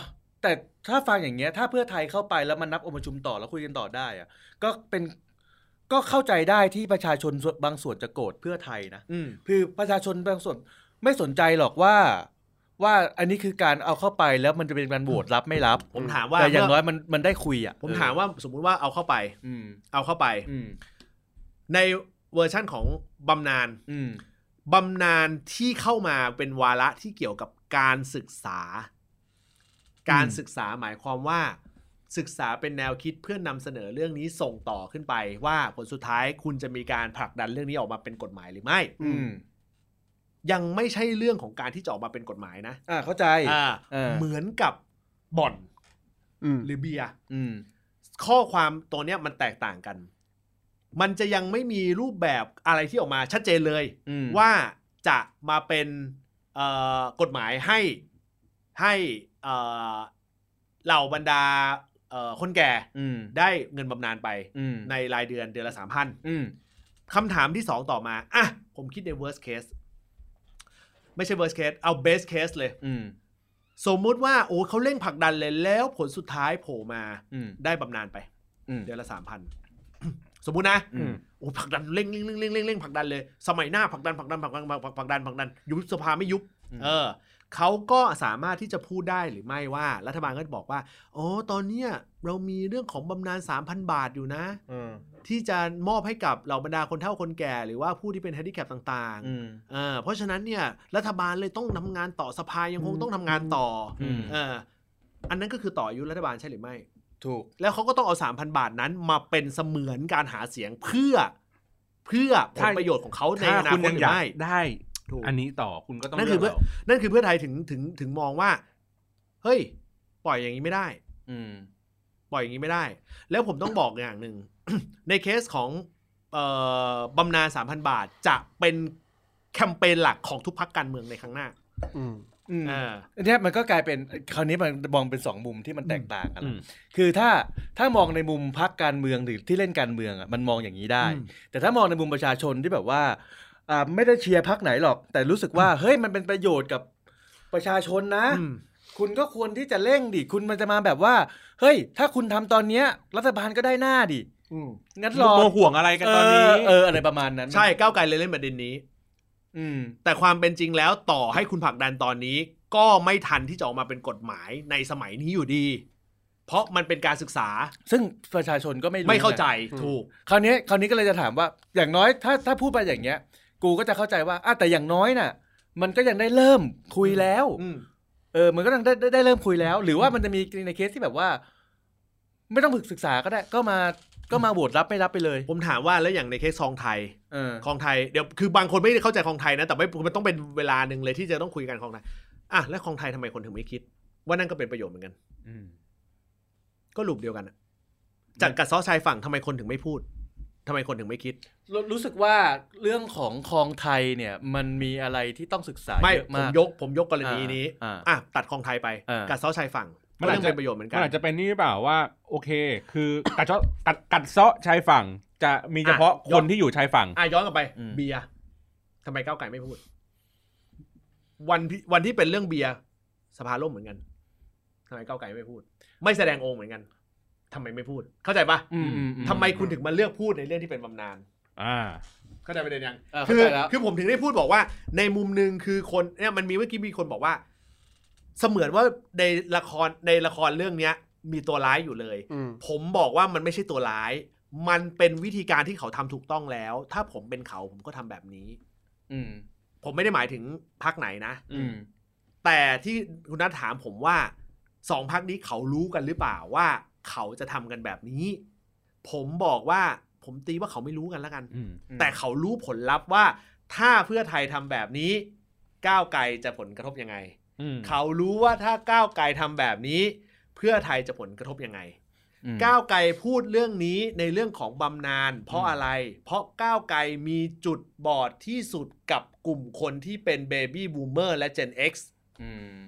Speaker 2: แต่ถ้าฟังอย่างเงี้ย ถ้าเพื่อไทยเข้าไปแล้วมันนับองค์ประชุมต่อแล้วคุยกันต่อได้อะก็เป็นก็เข้าใจได้ที่ประชาชนส่วนบางส่วนจะโกรธเพื่อไทยนะ
Speaker 1: อืม
Speaker 2: คือประชาชนบางส่วนไม่สนใจหรอกว่า ว่าอันนี้คือการเอาเข้าไปแล้วมันจะเป็นการโหวตรับไม่รับ
Speaker 1: ผมถามว่า
Speaker 2: แต่อย่างน้
Speaker 1: เมื่
Speaker 2: อยมันมันได้คุยอ่ะ
Speaker 1: ผมถามว่าสมมุติว่าเอาเข้าไป
Speaker 2: อืม
Speaker 1: เอาเข้าไป
Speaker 2: อืม
Speaker 1: ในเวอร์ชั่นของบำนาญ
Speaker 2: อืม
Speaker 1: บำนาญที่เข้ามาเป็นวาระที่เกี่ยวกับการศึกษา การศึกษาหมายความว่า ศึกษาเป็นแนวคิดเพื่อนนำเสนอเรื่องนี้ส่งต่อขึ้นไป ว่าผลสุดท้ายคุณจะมีการผลักดันเรื่องนี้ออกมาเป็นกฎหมายหรือไม่
Speaker 2: อืม
Speaker 1: ยังไม่ใช่เรื่องของการที่จะออกมาเป็นกฎหมายนะ
Speaker 2: อ่าเข้าใจ
Speaker 1: อ่า
Speaker 2: เออ
Speaker 1: เหมือนกับบ่อน
Speaker 4: อืม
Speaker 1: หรือเบียร์
Speaker 2: อืม
Speaker 1: ข้อความตัวเนี้ยมันแตกต่างกัน มันจะยังไม่มีรูปแบบอะไรที่ออกมาชัดเจนเลย
Speaker 2: อืม
Speaker 1: ว่าจะมาเป็นเอ่อกฎหมายให้ให้เอ่อเหล่าบรรดาเอ่อคนแก่
Speaker 2: อืม
Speaker 1: ได้เงินบำนาญไป
Speaker 2: อืม
Speaker 1: ในรายเดือนเดือนละสามพัน
Speaker 2: อืม
Speaker 1: คำถามที่สองต่อมา อ่ะ ผมคิดใน worst case ไม่ใช่ worst case เอา best case เลย
Speaker 2: อืม
Speaker 1: สมมุติว่า โอ้เขาเร่งผลักดันเลยแล้วผลสุดท้ายโผล่มา
Speaker 2: อืม
Speaker 1: ได้บำนาญไป
Speaker 2: อืม
Speaker 1: เดือนละสามพัน สมมุตินะ
Speaker 2: อืม
Speaker 1: โอ้ผลักดันเร่งเร่งเร่งเร่งเร่งเร่งผลักดันเลย สมัยหน้าผลักดันผลักดันผลักดันผลักดันผลักดันผลักดันยุบสภาไม่ยุบ เออ เขาก็สามารถที่จะพูดได้หรือไม่ว่า รัฐบาลก็จะบอกว่า อ๋อ ตอนเนี้ยเรามีเรื่องของบำนาญ3,000 บาทอยู่นะ
Speaker 2: อืม
Speaker 1: ที่จะมอบให้กับเหล่าบรรดาคนเฒ่าคนแก่ หรือว่าผู้ที่เป็นแฮนดิแคปต่าง
Speaker 2: อืม
Speaker 1: ๆเออเพราะฉะนั้นเนี่ย รัฐบาลเลยต้องทำงานต่อสภายังคงต้องทำงานต่ออ
Speaker 2: ม
Speaker 1: เออ อันนั้นก็คือต่ออายุรัฐบาลใช่หรือไม่
Speaker 2: ถูก
Speaker 1: แล้วเขาก็ต้องเอา 3,000 บาทนั้นมาเป็นเสมือนการหาเสียงเพื่อ เพื่อผลประโยชน์ของเขาใน
Speaker 5: ถ้า
Speaker 1: อนา
Speaker 5: คุณ
Speaker 1: คต
Speaker 5: ยัง
Speaker 1: หรื
Speaker 5: อยา
Speaker 1: อก ไม่
Speaker 5: ได้
Speaker 1: ถูก
Speaker 5: อันนี้ต่อคุณก็ต้อง
Speaker 1: นั่นคือ
Speaker 5: เลื
Speaker 1: เพื่
Speaker 5: ก
Speaker 1: อ
Speaker 5: เา
Speaker 1: นั่นคือเพื่อไทยถึงถึงถึงมองว่า เฮ้ย ปล่อยอย่างนี้ไม่ได้
Speaker 2: อืม
Speaker 1: ปล่อยอย่างนี้ไม่ได้ แล้วผมต้องบอกอย่างห นึ่ง ในเคสของเอ่อบำนาญ3,000 บาทจะเป็นแคมเปญหลักของทุกพักการเมืองในครั้งหน้า
Speaker 4: อืม
Speaker 2: อืม
Speaker 1: เออ
Speaker 2: อันเนี้ยมันก็กลายเป็นคราวนี้มันมองเป็นสองมุมที่มันแตกต่างกัน
Speaker 5: อื
Speaker 2: ละ
Speaker 5: ม
Speaker 2: คือถ้าถ้ามองในมุมพักการเมืองหรือที่เล่นการเมืองอ่ะมันมองอย่างนี้ได้
Speaker 1: อืม
Speaker 2: แต่ถ้ามองในมุมประชาชนที่แบบว่าอ่าไม่ได้เชียร์พักไหนหรอก แต่รู้สึกว่าเฮ้ยมันเป็นประโยชน์กับประชาชนนะ
Speaker 1: อืม
Speaker 2: คุณก็ควรที่จะเร่งดิคุณมันจะมาแบบว่า เฮ้ย ถ้าคุณทำตอนเนี้ย รัฐบาลก็ได้หน้าดิ
Speaker 4: อืม
Speaker 2: งั้นร
Speaker 5: ลู
Speaker 2: อก
Speaker 5: โมห่วงอะไรกันตอนนี้
Speaker 2: เเอออะไรประมาณนั้น
Speaker 1: ใช่ก้าวไกลเลยเล่นประเด็นนี้
Speaker 2: อืม
Speaker 1: แต่ความเป็นจริงแล้วต่อให้คุณผลักดันตอนนี้ ก็ไม่ทันที่จะออกมาเป็นกฎหมายในสมัยนี้อยู่ดี เพราะมันเป็นการศึกษา
Speaker 2: ซึ่งประชาชนก็ไม่รู้
Speaker 1: ไม่เข้าใจ
Speaker 2: นะ
Speaker 4: อืม
Speaker 1: ถูก
Speaker 2: คราวนี้คราวนี้ก็เลยจะถามว่าอย่างน้อยถ้าถ้าพูดไปอย่างเงี้ย กูก็จะเข้าใจว่าอ่ะแต่อย่างน้อยน่ะ มันก็ยังได้เริ่มคุยแล้ว
Speaker 1: อืม
Speaker 2: เออมันก็ยังได้ได้ได้เริ่มคุยแล้ว หรือว่ามันจะมีในเคสที่แบบว่า ไม่ต้องฝึกศึกษาก็ได้ ก็มา ก็มาโหวตรับไม่รับไปเลย
Speaker 1: ผมถามว่าแล้วอย่างในเคสซองไทย
Speaker 2: เออ
Speaker 1: คองไทยเดี๋ยวคือบางคนไม่ได้เข้าใจคองไทยนะแต่ไม่มันต้องเป็นเวลาหนึ่งเลยที่จะต้องคุยกันคองไทยอ่ะแล้วคองไทยทำไมคนถึงไม่คิด ว่านั่นก็เป็นประโยชน์เหมือนกัน
Speaker 2: อืม
Speaker 1: ก็ลูปเดียวกันอะจากกัดซอชายฝั่งทำไมคนถึงไม่พูดทำไมคนถึงไม่คิด
Speaker 2: รูรู้สึกว่าเรื่องของคลองไทยเนี่ย มันมีอะไรที่ต้องศึกษา
Speaker 1: ไม่
Speaker 2: เยอะ
Speaker 1: ผม
Speaker 2: มาก
Speaker 1: ยกผมยกกรณีนี้
Speaker 2: อ่าอ่า
Speaker 1: อ่ะตัดคองไทยไป
Speaker 2: อ่ากั
Speaker 1: กัดซอชายฝั่ง
Speaker 5: มั
Speaker 1: ก็
Speaker 5: นอาจ
Speaker 1: ยัง
Speaker 5: จะ
Speaker 1: เป็นประโยชน์เหมือนกั
Speaker 5: มัน นอาจจะเป็นนี่หรือเปล่าว่า โอเค คือ กัดเซาะกัดกัดเซาะชายฝั่ง จะมีเฉพาะ
Speaker 1: อ่ะย
Speaker 5: ค
Speaker 1: อม
Speaker 5: นที่อยู่ชายฝั่ง
Speaker 1: อ่ะย้อนกลับไป
Speaker 2: อืม
Speaker 1: เบียร์ทำไมก้าวไก่ไม่พูด วันที่วันที่เป็นเรื่องเบียร์สภาล่มเหมือนกันทำไมก้าวไก่ไม่พูด ไม่แสดงองค์เหมือนกันทำไมไม่พูด เข้าใจปะ
Speaker 5: อืมอืมอืม
Speaker 1: ทำไมคุณถึงมาเลือกพูดในเรื่องที่เป็นบำนาญ
Speaker 5: อ่า
Speaker 1: เข้าใจประเด็นยัง
Speaker 2: อ่า
Speaker 1: คือ
Speaker 2: เข้าใจแล้ว
Speaker 1: คือผมถึงได้พูดบอกว่า ในมุมหนึ่งคือคนเนี่ยมันมีเมื่อกี้มีคนบอกว่า เสมือนว่าในละครในละครเรื่องเนี้ย มีตัวร้ายอยู่เลย
Speaker 4: อืม
Speaker 1: ผมบอกว่ามันไม่ใช่ตัวร้าย มันเป็นวิธีการที่เขาทำถูกต้องแล้ว ถ้าผมเป็นเขาผมก็ทำแบบนี้
Speaker 2: อืม
Speaker 1: ผมไม่ได้หมายถึงพักไหนนะ
Speaker 2: อืม
Speaker 1: แต่ที่คุณนัทถามผมว่าสองพักนี้เขารู้กันหรือเปล่าว่า เขาจะทำกันแบบนี้ ผมบอกว่าผมตีว่าเขาไม่รู้กันแล้วกัน
Speaker 5: อืม
Speaker 1: แต่เขารู้ผลลัพธ์ว่า ถ้าเพื่อไทยทำแบบนี้ก้าวไกลจะผลกระทบยังไง
Speaker 5: อืม
Speaker 1: เขารู้ว่าถ้าก้าวไกลทำแบบนี้ เพื่อไทยจะผลกระทบยังไง ก้าวไกลพูดเรื่องนี้ในเรื่องของบำนาญเพราะอะไร เพราะก้าวไกลมีจุดบอดที่สุดกับกลุ่มคนที่เป็นเบบี้บูมเมอร์และ Gen X
Speaker 2: อืม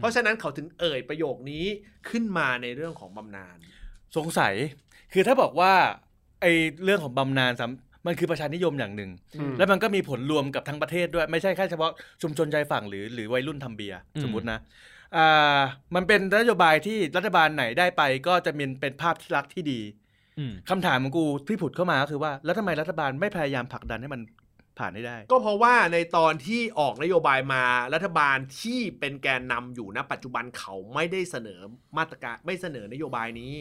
Speaker 1: เพราะฉะนั้นเขาถึงเอ่ยประโยคนี้ขึ้นมาในเรื่องของบำนาญ
Speaker 2: สงสัย คือถ้าบอกว่าไอเรื่องของบำนาญสำมันคือประชานิยมอย่างหนึ่ง
Speaker 4: อืม
Speaker 2: แล้วมันก็มีผลรวมกับทั้งประเทศด้วย ไม่ใช่แค่เฉพาะชุมชนชายฝั่งหรือหรือวัยรุ่นทำเบียร์สมมตินะอ่ามันเป็นนโยบายที่รัฐบาลไหนได้ไปก็จะมีเป็นภาพที่รักษณ์ที่ดี
Speaker 5: อืม
Speaker 2: คำถามของกูที่ผุดเข้ามาก็คือว่า แล้วทำไมรัฐบาลไม่พยายามผลักดันให้มันผ่านให้ได้
Speaker 1: ก็เพราะว่าในตอนที่ออกนโยบายมารัฐบาลที่เป็นแกนนำอยู่ณปัจจุบันเขาไม่ได้เสนอมาตรการไม่เสนอนโยบายนี้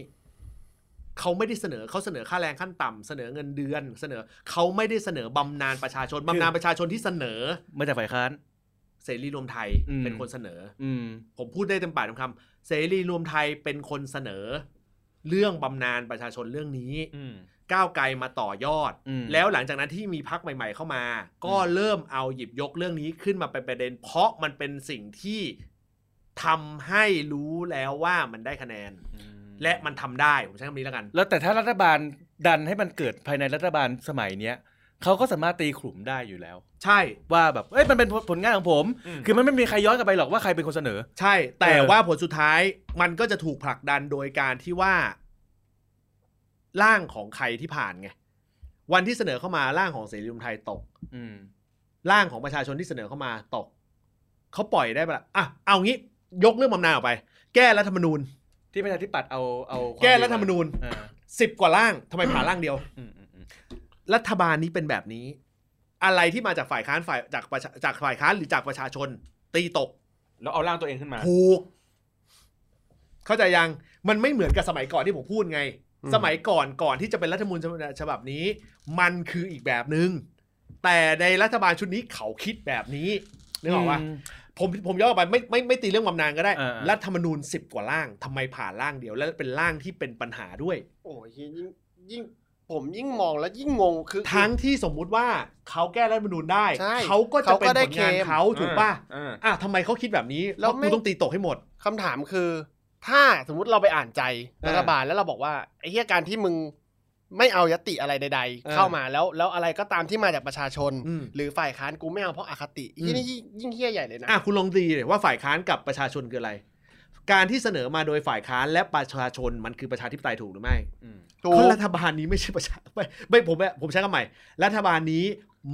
Speaker 1: เขาไม่ได้เสนอเขาเสนอค่าแรงขั้นต่ำเสนอเงินเดือน เสนอเขาไม่ได้เสนอบำนาญประชาชนบำนาญประชาชนที่เสนอ
Speaker 2: ไม่แต่ฝ่ายค้าน
Speaker 1: เสรีรวมไทย
Speaker 2: อืม
Speaker 1: เป็นคนเสนอ
Speaker 2: อืม
Speaker 1: ผมพูดได้เต็มปากเต็มคำเสรีรวมไทยเป็นคนเสนอ เรื่องบำนาญประชาชนเรื่องนี้
Speaker 5: อืม
Speaker 1: ก้าวไกลมาต่อยอด
Speaker 2: อืม
Speaker 1: แล้วหลังจากนั้นที่มีพักใหม่ ๆ เข้ามา ก็เริ่มเอาหยิบยกเรื่องนี้ขึ้นมาเป็นประเด็น เพราะมันเป็นสิ่งที่ทำให้รู้แล้วว่ามันได้คะแนน และมันทำได้ ผมใช้คำนี้แล้วกัน
Speaker 2: แล้วแต่ถ้ารัฐบาลดันให้มันเกิดภายในรัฐบาลสมัยเนี้ยเขาก็สามารถตีขลุ่มได้อยู่แล้ว
Speaker 1: ใช่
Speaker 2: ว่าแบบเอ้ยมันเป็นผลงานของผม
Speaker 5: อืม
Speaker 2: คือมันไม่มีใครย้อนกลับไปหรอกว่าใครเป็นคนเสนอ
Speaker 1: ใช่ แต่
Speaker 2: เออ
Speaker 1: ว่าผลสุดท้ายมันก็จะถูกผลักดันโดยการที่ว่า ร่างของใครที่ผ่านไง วันที่เสนอเข้ามาร่างของเสรีรวมไทยตก
Speaker 2: อืม
Speaker 1: ร่างของประชาชนที่เสนอเข้ามาตก เขาปล่อยได้ปะล่ะอ่ะ เอางี้ ยกเรื่องบำนาญออกไป แก้รัฐธรรมนูญ
Speaker 2: ที่ประชาธิปัตย์เอาเอาความ
Speaker 1: แก้รัฐธรรมนูญ
Speaker 2: เออ
Speaker 1: สิบกว่าร่างทำไมผ่านร่างเดียว รัฐบาลนี้เป็นแบบนี้ อะไรที่มาจากฝ่ายค้านฝ่ายจากประชาจากฝ่ายค้านหรือจากประชาชน ตีตก
Speaker 5: แล้วเอาร่างตัวเองขึ้นมา
Speaker 1: ถูก เข้าใจยัง มันไม่เหมือนกับสมัยก่อนที่ผมพูดไง
Speaker 4: อืม
Speaker 1: สมัยก่อนก่อนที่จะเป็นรัฐธรรมนูญฉบับนี้ มันคืออีกแบบหนึง่งแต่ในรัฐบาลชุดนี้เขาคิดแบบนี้นึกออกปะ
Speaker 2: ม
Speaker 1: ผมผมย้อนกลับไปไม่ไม่ไม่ตีเรื่องบำนาญก็ได้
Speaker 2: อ่าๆ
Speaker 1: รัฐธรรมนูญสิบกว่าร่างทำไมผ่านร่างเดียว และเป็นร่างที่เป็นปัญหาด้วย
Speaker 4: โอ้ยยิ่งยิ่งผมยิ่งมองแล้วยิ่งงงคือ
Speaker 1: ทั้งที่สมมุติว่าเขาแก้รัฐธรรมนูญได้
Speaker 4: ใช่
Speaker 1: เขาก็จะเป็น
Speaker 4: เขาก็ได้
Speaker 1: ผลงาน
Speaker 4: เคลม
Speaker 1: เขาถูกป่ะ
Speaker 5: เออ
Speaker 1: อ่ะทำไมเขาคิดแบบนี้
Speaker 4: แล้ว
Speaker 1: เพ
Speaker 4: ไม่
Speaker 1: ราะกูต้องตีตกให้หมด
Speaker 4: คำถามคือ ถ้าสมมติเราไปอ่านใจ
Speaker 1: เออ
Speaker 4: รัฐบาลแล้วเราบอกว่าไอ้เหี้ยการที่มึงไม่เอายติอะไรใด
Speaker 1: เออ
Speaker 4: ๆ เข้ามาแล้ว แล้วอะไรก็ตามที่มาจากประชาชน
Speaker 1: อืม
Speaker 4: หรือฝ่ายค้านกูไม่เอาเพราะอคติ
Speaker 1: อืม
Speaker 4: ที่นี่ยิ่งยิ่งเหี้ยใหญ่เลยนะ
Speaker 1: อ่ะคุณลองดีเลยว่าฝ่ายค้านกับประชาชนคืออะไร การที่เสนอมาโดยฝ่ายค้านและประชาชนมันคือประชาธิปไตยถูกหรือไม่
Speaker 4: ถู
Speaker 1: เพ
Speaker 4: ก
Speaker 1: ราะรัฐบาลนี้ไม่ใช่ประชาไม่ไม่ผมผมใช้คำใหม่ รัฐบาลนี้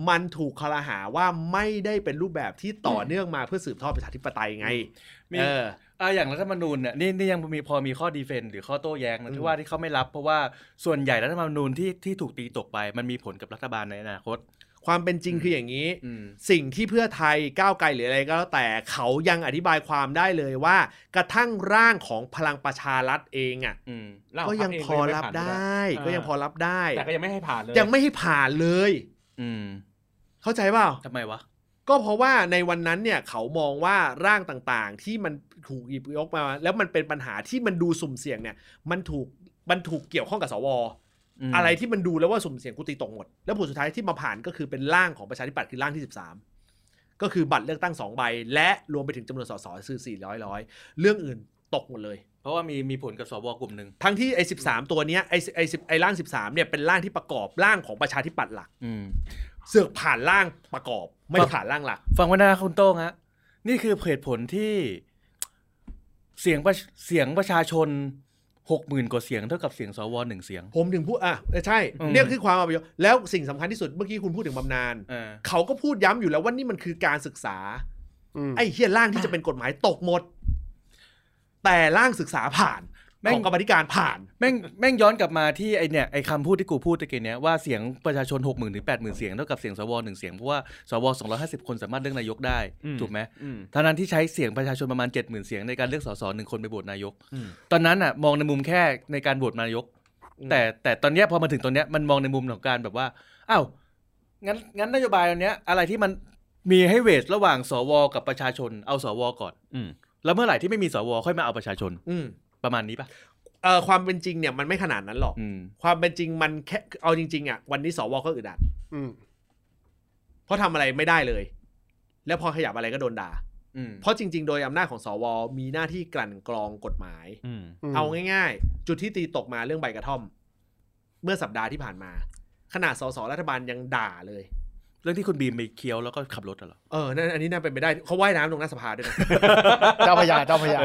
Speaker 1: มันถูกคอรหาว่าไม่ได้เป็นรูปแบบที่ต่อเนื่องมาเพื่อสืบทอดประชาธิปไตยไง
Speaker 2: มี
Speaker 1: เออ
Speaker 2: อ่าอย่างรัฐธรรมนูญเนี่ยนี่นี่ยังมีพอมีข้อดีเฟนต์หรือข้อโต้แย้งนะที่ว่าที่เขาไม่รับ เพราะว่าส่วนใหญ่รัฐธรรมนูญที่ที่ถูกตีตกไป มันมีผลกับรัฐบาลในอนาคต
Speaker 1: ความเป็นจริงคืออย่างนี้
Speaker 2: อืม
Speaker 1: สิ่งที่เพื่อไทยก้าวไกลหรืออะไรก็แล้วแต่เขายังอธิบายความได้เลยว่า กระทั่งร่างของพลังประชารัฐเองอ่ะ
Speaker 2: อืม
Speaker 1: ก็ยังพอรับได้
Speaker 5: เออ
Speaker 1: ก็ยังพอรับได้
Speaker 5: แต่ก็ยังไม่ให้ผ่านเลย
Speaker 1: ยังไม่ให้ผ่านเลย
Speaker 2: อืม
Speaker 1: เข้าใจเปล่า
Speaker 2: ทำไมวะ
Speaker 1: ก็เพราะว่าในวันนั้นเนี่ยเขามองว่าร่างต่างๆ ที่มันถูกหยิบยกมา แล้วมันเป็นปัญหาที่มันดูสุ่มเสี่ยงเนี่ย มันถูก มันถูกเกี่ยวข้องกับสว
Speaker 2: ม
Speaker 1: อะไรที่มันดูแล้วว่าสุ่มเสี่ยงกูตีตกหมด แล้วผลสุดท้ายที่มาผ่านก็คือเป็นร่างของประชาธิปัตย์คือร่างที่ 13 ก็คือบัตรเลือกตั้งสองใบ และรวมไปถึงจำนวนสสคือ400ร้อยเรื่องอื่นตกหมดเลย
Speaker 6: เพราะว่ามีมีผลกับสวกลุ่มหนึ่ง
Speaker 1: ทั้งที่ไอ้สิตัวเนี้ยไอ้ไอ้10ไอ้ร่าง 13เนี่ยเป็นร่างที่ประกอบร่างของประชาธิปัตย์หลัก
Speaker 2: อืม
Speaker 1: เสือกผ่านร่างประกอบ ไม่ผ่านร่างหลัก
Speaker 2: ฟังไว้นะครับคุณโต้งฮะนี่คือเหตุผลที่ เสียงประชเสียงประชาชนหกหมื่นกว่าเสียงเท่ากับเสียงสวหนึ่งเสียง
Speaker 1: ผมถึงพูดอ่ะใช่
Speaker 2: อืม
Speaker 1: เนี่ยคือความเอาไปโยงแล้วสิ่งสำคัญที่สุดเมื่อกี้คุณพูดถึงบำนาญ
Speaker 2: เออ
Speaker 1: เขาก็พูดย้ำอยู่แล้วว่านี่มันคือการศึกษา ไอ้เฮียร่างที่จะเป็นกฎหมายตกหมด แต่ร่างศึกษาผ่านของกรรมธิการผ่าน
Speaker 2: แม่งแม่งย้อนกลับมาที่ไอเนี่ยไอคำพูดที่กูพูดตะกี้เนี้ยว่าเสียงประชาชนหกหมื่นถึงแปดหมื่นเสียงเท่ากับเสียงสวหนึ่งเสียงเพราะว่าสวสองร้อยห้าสิบคนสามารถเลือกนายกได้ถูกไหม
Speaker 5: อืม
Speaker 2: ทั้งนั้นที่ใช้เสียงประชาชนประมาณเจ็ดหมื่นเสียงในการเลือกสสหนึ่งคนไปโหวตนายก ตอนนั้นอ่ะ มองในมุมแค่ในการโหวตนายก
Speaker 1: อืม
Speaker 2: แต่แต่ตอนเนี้ยพอมาถึงตอนเนี้ยมันมองในมุมของการแบบว่าอ้าวงั้นงั้นนโยบายอันเนี้ย อะไรที่มันมีให้เวทระหว่างสวกับประชาชนเอาสวก่อน
Speaker 5: อืม
Speaker 2: แล้วเมื่อไหร่ที่ไม่มีสวค่อยมาเอาประชาชน
Speaker 1: อืม
Speaker 2: ประมาณนี้ปะ
Speaker 1: เออความเป็นจริงเนี่ยมันไม่ขนาดนั้นหรอก
Speaker 2: อืม
Speaker 1: ความเป็นจริงมันแค่เอาจริงๆอ่ะวันนี้สวก็อึดอัด
Speaker 4: อืม
Speaker 1: เพราะทำอะไรไม่ได้เลย แล้วพอขยับอะไรก็โดนด่า
Speaker 2: อืม
Speaker 1: เพราะจริง ๆ โดยอำนาจของสวมีหน้าที่กลั่นกรองกฎหมาย
Speaker 5: อืม
Speaker 1: เอาง่ายๆ จุดที่ตีตกมาเรื่องใบกระท่อม เมื่อสัปดาห์ที่ผ่านมา ขนาดสสรัฐบาลยังด่าเลย
Speaker 2: เรื่องที่คุณบีมไปเคี้ยวแล้วก็ขับรถอะเหรอ
Speaker 1: เออนั่นอันนี้น่าเป็นไปได้เขาว่ายน้ำลงหน้าสภาด้วยนะ
Speaker 4: เจ้าพญาเจ้าพญา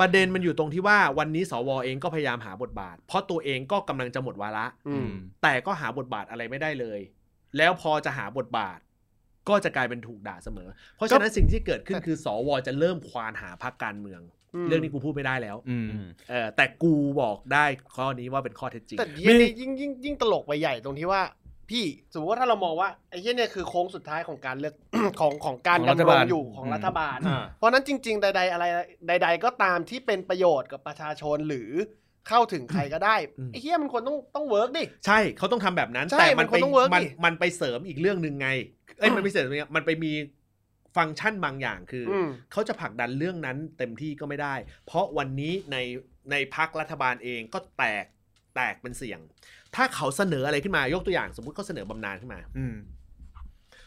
Speaker 1: ประเด็นมันอยู่ตรงที่ว่าวันนี้สวเองก็พยายามหาบทบาท เพราะตัวเองก็กำลังจะหมดวาระ
Speaker 4: อืม
Speaker 1: แต่ก็หาบทบาทอะไรไม่ได้เลย แล้วพอจะหาบทบาท ก็จะกลายเป็นถูกด่าเสมอ เพราะฉะนั้นสิ่งที่เกิดขึ้นคือสวจะเริ่มควานหาพรรคการเมือง
Speaker 4: อืม
Speaker 1: เรื่องนี้กูพูดไม่ได้แล้ว
Speaker 2: อืม
Speaker 1: เออแต่กูบอกได้ข้อนี้ว่าเป็นข้อเท็จจริง
Speaker 4: แต่เหี้ยนี่ยิ่งยิ่งยิ่งตลกไปใหญ่ตรงที่ว่า พี่สมมติว่าถ้าเรามองว่าไอ้เหี้ยเนี่ยคือโค้งสุดท้ายของการเลือก ของของการ
Speaker 2: ของรัฐ
Speaker 4: ดำร
Speaker 2: บาง ล
Speaker 4: อยู่ของรัฐบาล
Speaker 5: อ่า
Speaker 4: เพราะฉะนั้นจริง ๆ ใด ๆ อะไรใด ๆ ก็ตามที่เป็นประโยชน์กับประชาชนหรือเข้าถึงใครก็ได้
Speaker 1: อืม
Speaker 4: ไอ้เหี้ยมันควรต้องต้องเวิร์กดิ
Speaker 1: ใช่เขาต้องทำแบบนั้น
Speaker 4: ใช่
Speaker 1: แต่มัน
Speaker 4: มันค
Speaker 1: ไป
Speaker 4: งต้อง work
Speaker 1: มัน
Speaker 4: ดิ
Speaker 1: มันไปเสริมอีกเรื่องหนึ่งไงเอ้ยมันไปเสริมตรงเนี้ยมันไปมีฟังก์ชันบางอย่างคืออ
Speaker 4: อืม
Speaker 1: เขาจะผลักดันเรื่องนั้นเต็มที่ก็ไม่ได้ เพราะวันนี้ในในพักรัฐบาลเองก็แตกแตกเป็นเสียง ถ้าเขาเสนออะไรขึ้นมายกตัวอย่าง สมมติเขาเสนอบำนาญขึ้นมา
Speaker 2: อืม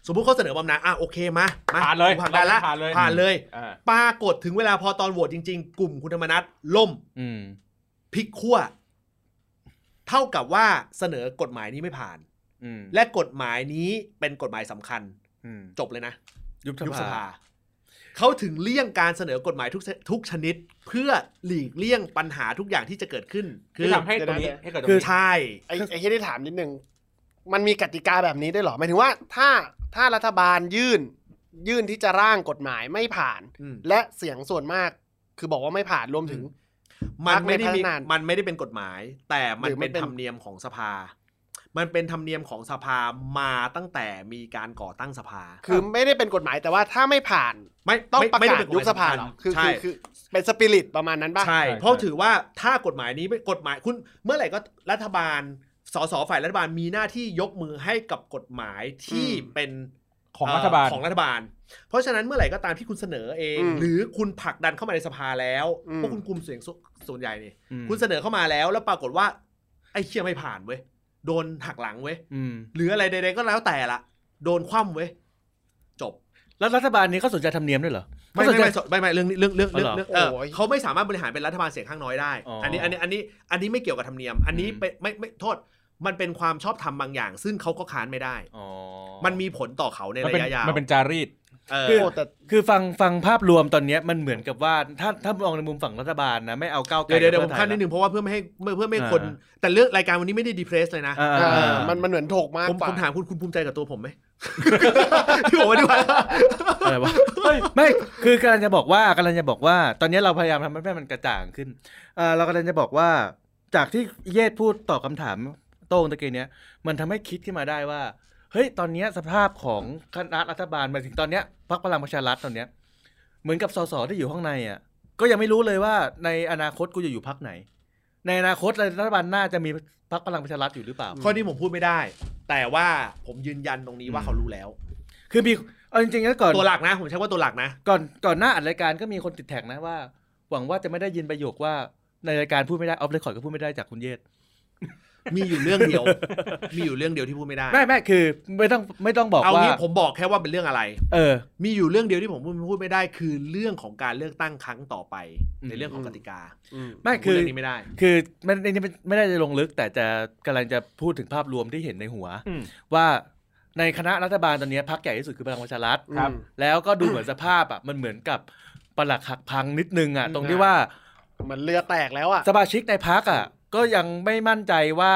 Speaker 1: สมมติเขาเสนอบำนาญอ่ะโอเคมามา
Speaker 5: ผ่านเลย
Speaker 1: ผลักดันละ
Speaker 5: ผ่านเลย
Speaker 1: ผ่านเลย
Speaker 5: อ่า
Speaker 1: ปรากฏถึงเวลาพอตอนโหวตจริง ๆ กลุ่มคุณธรรมนัฐล่ม
Speaker 2: อืม
Speaker 1: พลิกขั้วเท่ากับว่าเสนอกฎหมายนี้ไม่ผ่าน
Speaker 2: อืม
Speaker 1: และกฎหมายนี้เป็นกฎหมายสำคัญ
Speaker 2: อืม
Speaker 1: จบเลยนะ
Speaker 2: ยุบส
Speaker 1: ยุบส
Speaker 2: ภา
Speaker 1: ภาเขาถึงเลี่ยงการเสนอกฎหมายทุกเสทุกชนิด เพื่อหลีกเลี่ยงปัญหาทุกอย่างที่จะเกิดขึ้น คื
Speaker 5: คือ
Speaker 1: อ
Speaker 5: ทำให้ตรงนี้
Speaker 4: เดี๋ยวนะ
Speaker 5: ให้เกิดตรง
Speaker 2: คือ
Speaker 5: นี้
Speaker 1: ใช่
Speaker 4: ไอ้ไอ้ที่ได้ถามนิดนึง มันมีกติกาแบบนี้ด้วยเหรอหมายถึงว่าถ้าถ้ารัฐบาลยื่น ยื่นที่จะร่างกฎหมายไม่ผ่าน
Speaker 1: อืม
Speaker 4: และเสียงส่วนมาก คือบอกว่าไม่ผ่านรวมถึง
Speaker 1: มันไม่ได้มี
Speaker 4: พักในพัฒนา
Speaker 1: มันไม่ได้เป็นกฎหมาย แต่มัน
Speaker 4: หรือมั
Speaker 1: เป็น น
Speaker 4: เป็น
Speaker 1: ธรรมเนียมของสภา มันเป็นธรรมเนียมของสภามาตั้งแต่มีการก่อตั้งสภา
Speaker 4: คือไม่ได้เป็นกฎหมายแต่ว่าถ้าไม่ผ่าน
Speaker 1: ไม่
Speaker 4: ต้อง
Speaker 1: ไม่
Speaker 4: ประ
Speaker 1: ไม่
Speaker 4: กา
Speaker 1: ได้
Speaker 4: ศ
Speaker 1: เป็นฎหม
Speaker 4: ยุบสภาเหรอคือ
Speaker 1: ใช่
Speaker 4: คือคือเป็นสปิริตประมาณนั้นป่ะ
Speaker 1: ใช่ เพราะถือว่าถ้ากฎหมายนี้เป็นกฎหมายคุณเมื่อไหร่ก็รัฐบาลสสฝ่ายรัฐบาลมีหน้าที่ยกมือให้กับกฎหมายที่
Speaker 4: อืม
Speaker 1: เป็น
Speaker 5: ของ
Speaker 1: เ
Speaker 5: รัฐบาล
Speaker 1: ของรัฐบาล เพราะฉะนั้นเมื่อไหร่ก็ตามที่คุณเสนอเอง
Speaker 4: อืม
Speaker 1: หรือคุณผลักดันเข้ามาในสภาแล้ว
Speaker 4: อืม
Speaker 1: เพราะคุณคุมเสียงสส่วนใหญ่นี่
Speaker 2: อืม
Speaker 1: คุณเสนอเข้ามาแล้วแล้วปรากฏว่า ไอ้เชี่ยไม่ผ่านเว้ยโดนหักหลังเว้ย
Speaker 2: อืม
Speaker 1: หรืออะไรใดๆก็แล้วแต่ละโดนคว่ำเว้ยจบ
Speaker 2: แล้วรัฐบาลนี้เขาสนใจธรรมเนียมด้วยเหรอ
Speaker 1: ไม่
Speaker 2: เขาส
Speaker 1: ไม่
Speaker 2: น
Speaker 1: ไม่
Speaker 2: ใจ
Speaker 1: สไม่ไม่เรื่องนี้เรื่องเรื่อง
Speaker 2: อ๋อ
Speaker 1: เรื่อเรื่อง
Speaker 2: เหรง อ
Speaker 1: เออ
Speaker 4: โอ้ย
Speaker 1: เขาไม่สามารถบริหารเป็นรัฐบาลเสียงข้างน้อยได้
Speaker 2: อ๋อ
Speaker 1: อั
Speaker 2: อั
Speaker 1: นนี้อันนี้อันนี้อันนี้ไม่เกี่ยวกับธรรมเนียม อันนี้
Speaker 2: อืม
Speaker 1: เป็นไม่ไม่โทษ มันเป็นความชอบธรรมบางอย่าง ซึ่งเขาก็ค้านไม่ได้
Speaker 2: อ๋อ
Speaker 1: มันมีผลต่อเขาใน
Speaker 5: มันเป็น
Speaker 1: ระยะยาว
Speaker 5: มันเป็นจารีต
Speaker 1: เออ
Speaker 2: คือ
Speaker 4: โอ้แต่
Speaker 2: คือฟังฟังภาพรวมตอนเนี้ยมันเหมือนกับว่าถ้าถ้ามองในมุมฝั่งรัฐบาลนะไม่เอาก้าวไกล
Speaker 1: เดี๋ยวเดี๋ยวเดี๋ยวผ
Speaker 2: กับ
Speaker 1: ม
Speaker 2: พื่อไท
Speaker 1: ขั้นนิดนึงเพราะว่าเพื่อไม่ให้เพื่อเพื่อไม่ให้คน
Speaker 5: อ่า
Speaker 1: แต่เรื่องรายการวันนี้ไม่ได้ดีเพรสเลยนะ
Speaker 2: อ่า
Speaker 4: เออ
Speaker 2: อ่า
Speaker 4: มันมันเหมือนถกมาก
Speaker 1: ผม
Speaker 4: กว่า
Speaker 1: ผมถามคุณคุณภูมิใจกับตัวผมไหม ที่ผมอธิบาย
Speaker 2: อะไรวะไม่คือกำลังจะบอกว่ากำลังจะบอกว่า ตอนเนี้ยเราพยายามทำให้มันกระจ่างขึ้นเอ่อเรากำลังจะบอกว่า จากที่เยศพูดตอบคำถามโต้งตะเกียเนี้ยมันทำให้คิดขึ้นมาได้ว่า เฮ้ยตอนเนี้ยสภาพของคณะรัฐบาลมาถึงตอนเนี้ยพรรคพลังประชารัฐตอนเนี้ยเหมือนกับสสที่อยู่ข้างในอ่ะ ก็ยังไม่รู้เลยว่าในอนาคตกูจะอยู่พรรคไหน ในอนาคตรัฐบาลหน้าจะมีพรรคพลังประชารัฐอยู่หรือเปล่า
Speaker 1: ข้อนี้ผมพูดไม่ได้ แต่ว่าผมยืนยันตรงนี้ว่าเขารู้แล้ว
Speaker 2: คือมีเอาจริงๆแล้วก่อน
Speaker 1: ตัวหลักนะ ผมใช้ว่าตัวหลักนะ
Speaker 2: ก่อนก่อนหน้าอัดรายการก็มีคนติดแท็กนะว่า หวังว่าจะไม่ได้ยินประโยคว่าในรายการพูดไม่ได้ออฟเรคคอร์ดก็พูดไม่ได้จากคุณเยศ
Speaker 1: มีอยู่เรื่องเดียว มีอยู่เรื่องเดียวที่พูดไม่ได้
Speaker 2: ไม่ไม่คือไม่ต้องไม่ต้องบอก
Speaker 1: เอา
Speaker 2: ว่า
Speaker 1: งี้ผมบอกแค่ว่าเป็นเรื่องอะไร
Speaker 2: เออ
Speaker 1: มีอยู่เรื่องเดียวที่ผมพูดไม่ได้คือเรื่องของการเลือกตั้งครั้งต่อไป ในเรื่องของกติกา
Speaker 2: ไม่คือ
Speaker 1: ผพูดเรื่องนี้ไม่ได้
Speaker 2: คือไม่ไม่ไม่ไม่ได้จะลงลึก แต่จะกำลังจะพูดถึงภาพรวมที่เห็นในหัว
Speaker 5: อืม
Speaker 2: ว่าในคณะรัฐบาลตอนนี้พักใหญ่ที่สุดคือพลังประชารัฐ
Speaker 4: ครับ
Speaker 2: แล้วก็ดูเหมือนสภาพอ่ะมันเหมือนกับปลักหักพังนิดนึงอ่ะตรงที่ว่า
Speaker 4: เหมือนเรือแตกแล้วอ่ะ
Speaker 2: สมาชิกในพักอ่ะก็ยังไม่มั่นใจว่า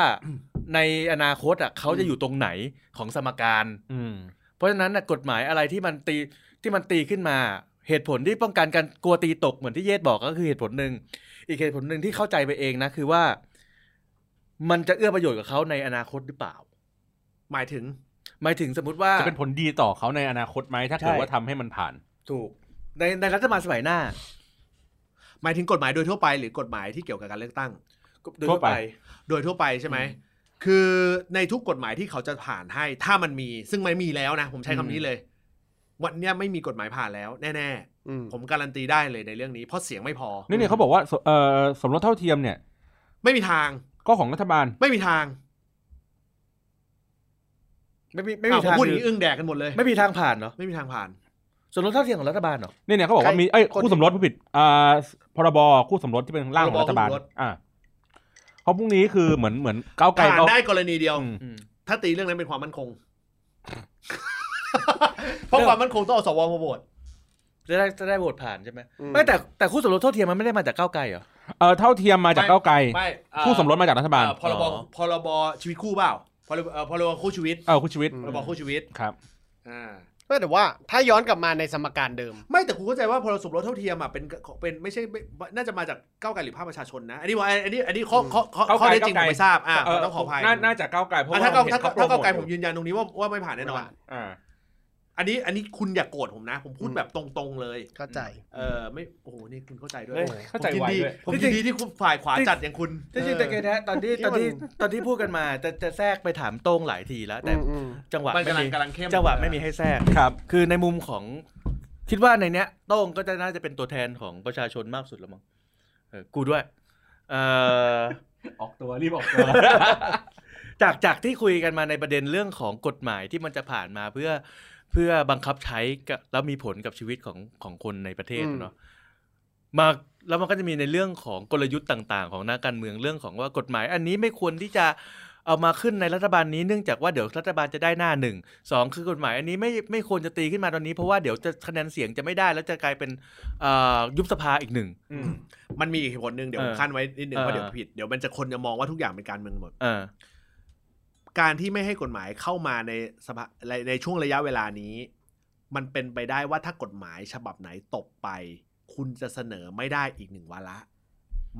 Speaker 2: ในอนาคตอ่ะเขาจะอยู่ตรงไหนของสมการ
Speaker 5: อืม
Speaker 2: เพราะฉะนั้นน่ะกฎหมายอะไรที่มันตีที่มันตีขึ้นมา เหตุผลที่ป้องกันการกลัวตีตกเหมือนที่เยศบอกก็คือเหตุผลหนึ่งอีกเหตุผลหนึ่งที่เข้าใจไปเองนะคือว่า มันจะเอื้อประโยชน์กับเขาในอนาคตหรือเปล่า
Speaker 1: หมายถึง
Speaker 2: หมายถึงสมมติว่า
Speaker 5: จะเป็นผลดีต่อเขาในอนาคตไหมถ้าเกิด
Speaker 2: ใช่
Speaker 5: ว่าทำให้มันผ่าน
Speaker 2: ถูกในในรัฐบาลสมัยหน้า
Speaker 1: หมายถึงกฎหมายโดยทั่วไปหรือกฎหมายที่เกี่ยวกับการเลือกตั้ง
Speaker 2: โดยทั่วไป
Speaker 1: โดยทั่วไปใช่ไหม คือในทุกกฎหมายที่เขาจะผ่านให้ ถ้ามันมี ซึ่งไม่มีแล้วนะ ผมใช้คำนี้เลย วันเนี้ยไม่มีกฎหมายผ่านแล้ว แน่ๆ ผมการันตีได้เลยในเรื่องนี้ เพราะเสียงไม่พอ
Speaker 5: นี่เนี่ยเขาบอกว่าสเอ่อสมรสเท่าเทียมเนี่ย
Speaker 1: ไม่มีทาง
Speaker 5: ก็ของรัฐบาล
Speaker 1: ไม่มีทาง
Speaker 2: ไม่มีไม่
Speaker 1: อ้าวผ
Speaker 2: มี
Speaker 1: ม
Speaker 2: ทาง
Speaker 1: พูดอย่างนี้อึ้งแดกกันหมดเลย
Speaker 2: ไม่มีทางผ่านเนาะ
Speaker 1: ไม่มีทางผ่าน
Speaker 2: ส่วนลดเท่าเทียมของรัฐบาลเนาะ
Speaker 5: นี่เนี่ยเขาบอกว่ามีเอ้ย
Speaker 4: ใครคน
Speaker 5: คู่สมรสผู้ผิดอ่าพรบคู่สมรสที่เป็นร่างของรัฐบาล
Speaker 1: พรบคู่สมรส
Speaker 5: อ่าเพราะพรุ่งนี้คือเหมือนเหมือนก้าวไกล
Speaker 1: ผ่าน
Speaker 5: เขา
Speaker 1: ได้กรณีเดียว
Speaker 5: อืม
Speaker 2: อืม
Speaker 1: ถ้าตีเรื่องนั้นเป็นความมั่นคง เพราะความมั่นคงต้องเอาสวมาโหวต
Speaker 2: จะได้จะได้โหวตผ่านใช่ไหม
Speaker 4: อืม
Speaker 2: ไม่แต่แต่คู่สมรสเท่าเทียมมันไม่ได้มาจากก้าวไกลเหรอ
Speaker 5: เออเท่าเทียมมาจากก้าวไกล
Speaker 1: ไม่เอ่อ
Speaker 5: คู่สมรสมาจากรัฐบาล
Speaker 1: เอ่อพรบ
Speaker 2: อ๋อ
Speaker 1: พรบชีวิตคู่เปล่าพรบเอ่อพรบคู่ชีวิต
Speaker 5: เออคุณชีวิต
Speaker 1: พรบคู่ชีวิต
Speaker 5: ครับ
Speaker 1: อ่า
Speaker 4: ก็แต่ว่าถ้าย้อนกลับมาในสมการเดิม
Speaker 1: ไม่แต่กูเข้าใจว่าพลสมรสเท่าเทียมอ่ะเป็นของเป็นไม่ใช่ไม่น่าจะมาจากก้าวไกลหรือภาคประชาชนนะ อันนี้ว่าอันนี้อันนี้ข้อข้อข้อข้อ
Speaker 5: ก้าวไกล
Speaker 1: ได้จริงผม
Speaker 5: ก้าวไกล
Speaker 1: ไม่ทราบอ่า
Speaker 5: เ
Speaker 1: ผมต้องขออภัย
Speaker 5: น่าน่าจะก้าวไกลเพราะ
Speaker 1: อ่ะ
Speaker 5: ว่า
Speaker 1: ถ้าก้าว
Speaker 5: เห็น
Speaker 1: ถ้า
Speaker 5: เขโปร
Speaker 1: ถ้า
Speaker 5: โมท
Speaker 1: ก้าวไกลผมยืนยันตรงนี้ว่าว่าไม่ผ่านแน่นอน
Speaker 5: อ่า
Speaker 1: อันนี้อันนี้คุณอย่าโกรธผมนะ ผมพูด
Speaker 4: อืม
Speaker 1: แบบตรงๆเลย
Speaker 4: เข้าใจ
Speaker 1: เออไม่โอ้โหนี่คุณเข้าใจด้วย
Speaker 5: เฮ้ยเข้าใจ
Speaker 1: ผมยิน
Speaker 5: ไว
Speaker 1: ดี
Speaker 5: ด้วย
Speaker 1: ผมยินดีที่คุณฝ่ายขวาจัดอย่างคุณ
Speaker 2: จริงๆแต่แกนะตอนที่
Speaker 4: ที่
Speaker 2: ตอนที่
Speaker 4: มัน
Speaker 2: ตอนที่พูดกันมาจะจะแทรกไปถามโต้งหลายทีแล้ว แต่
Speaker 4: อืม
Speaker 2: จังหวะ
Speaker 1: มัน
Speaker 2: ไม่
Speaker 1: กำลัง
Speaker 2: มี
Speaker 1: กำลังเข้ม
Speaker 2: จังหวะไม่มีให้แทรก
Speaker 5: ครับ
Speaker 2: คือในมุมของ คิดว่าในเนี้ยโต้งก็จะน่าจะเป็นตัวแทนของประชาชนมากสุดแล้วมั้งเออกูด้วย เออ
Speaker 5: ออกตัวรีบออกตัว
Speaker 2: จากจากที่คุยกันมาในประเด็นเรื่องของกฎหมายที่มันจะผ่านมาเพื่อเพื่อบังคับใช้กับแล้วมีผลกับชีวิตของของคนในประเทศ
Speaker 4: อืม
Speaker 2: เนาะมาแล้วมันก็จะมีในเรื่องของกลยุทธ์ต่างๆ ของนักการเมืองเรื่องของว่ากฎหมาย อันนี้ไม่ควรที่จะเอามาขึ้นในรัฐบาลนี้เนื่องจากว่าเดี๋ยวรัฐบาลจะได้หน้าหนึ่งสองคือกฎหมาย อันนี้ไม่ไม่ควรจะตีขึ้นมาตอนนี้เพราะว่าเดี๋ยวจะคะแนนเสียงจะไม่ได้ แล้วจะกลายเป็นเอ่อยุบสภาอีกหนึ่ง
Speaker 1: มันมีอีกเหตุผลหนึ่งเดี๋ยวผม
Speaker 2: เออ
Speaker 1: ขั้นไว้นิดนึง
Speaker 2: เออ
Speaker 1: ว่าเดี๋ยวผิดเดี๋ยวมันจะคนจะมองว่าทุกอย่างเป็นการเมืองหมด
Speaker 2: เออ
Speaker 1: การที่ไม่ให้กฎหมายเข้ามาในสภาในในช่วงระยะเวลานี้ มันเป็นไปได้ว่าถ้ากฎหมายฉบับไหนตกไป คุณจะเสนอไม่ได้อีกหนึ่งวาระ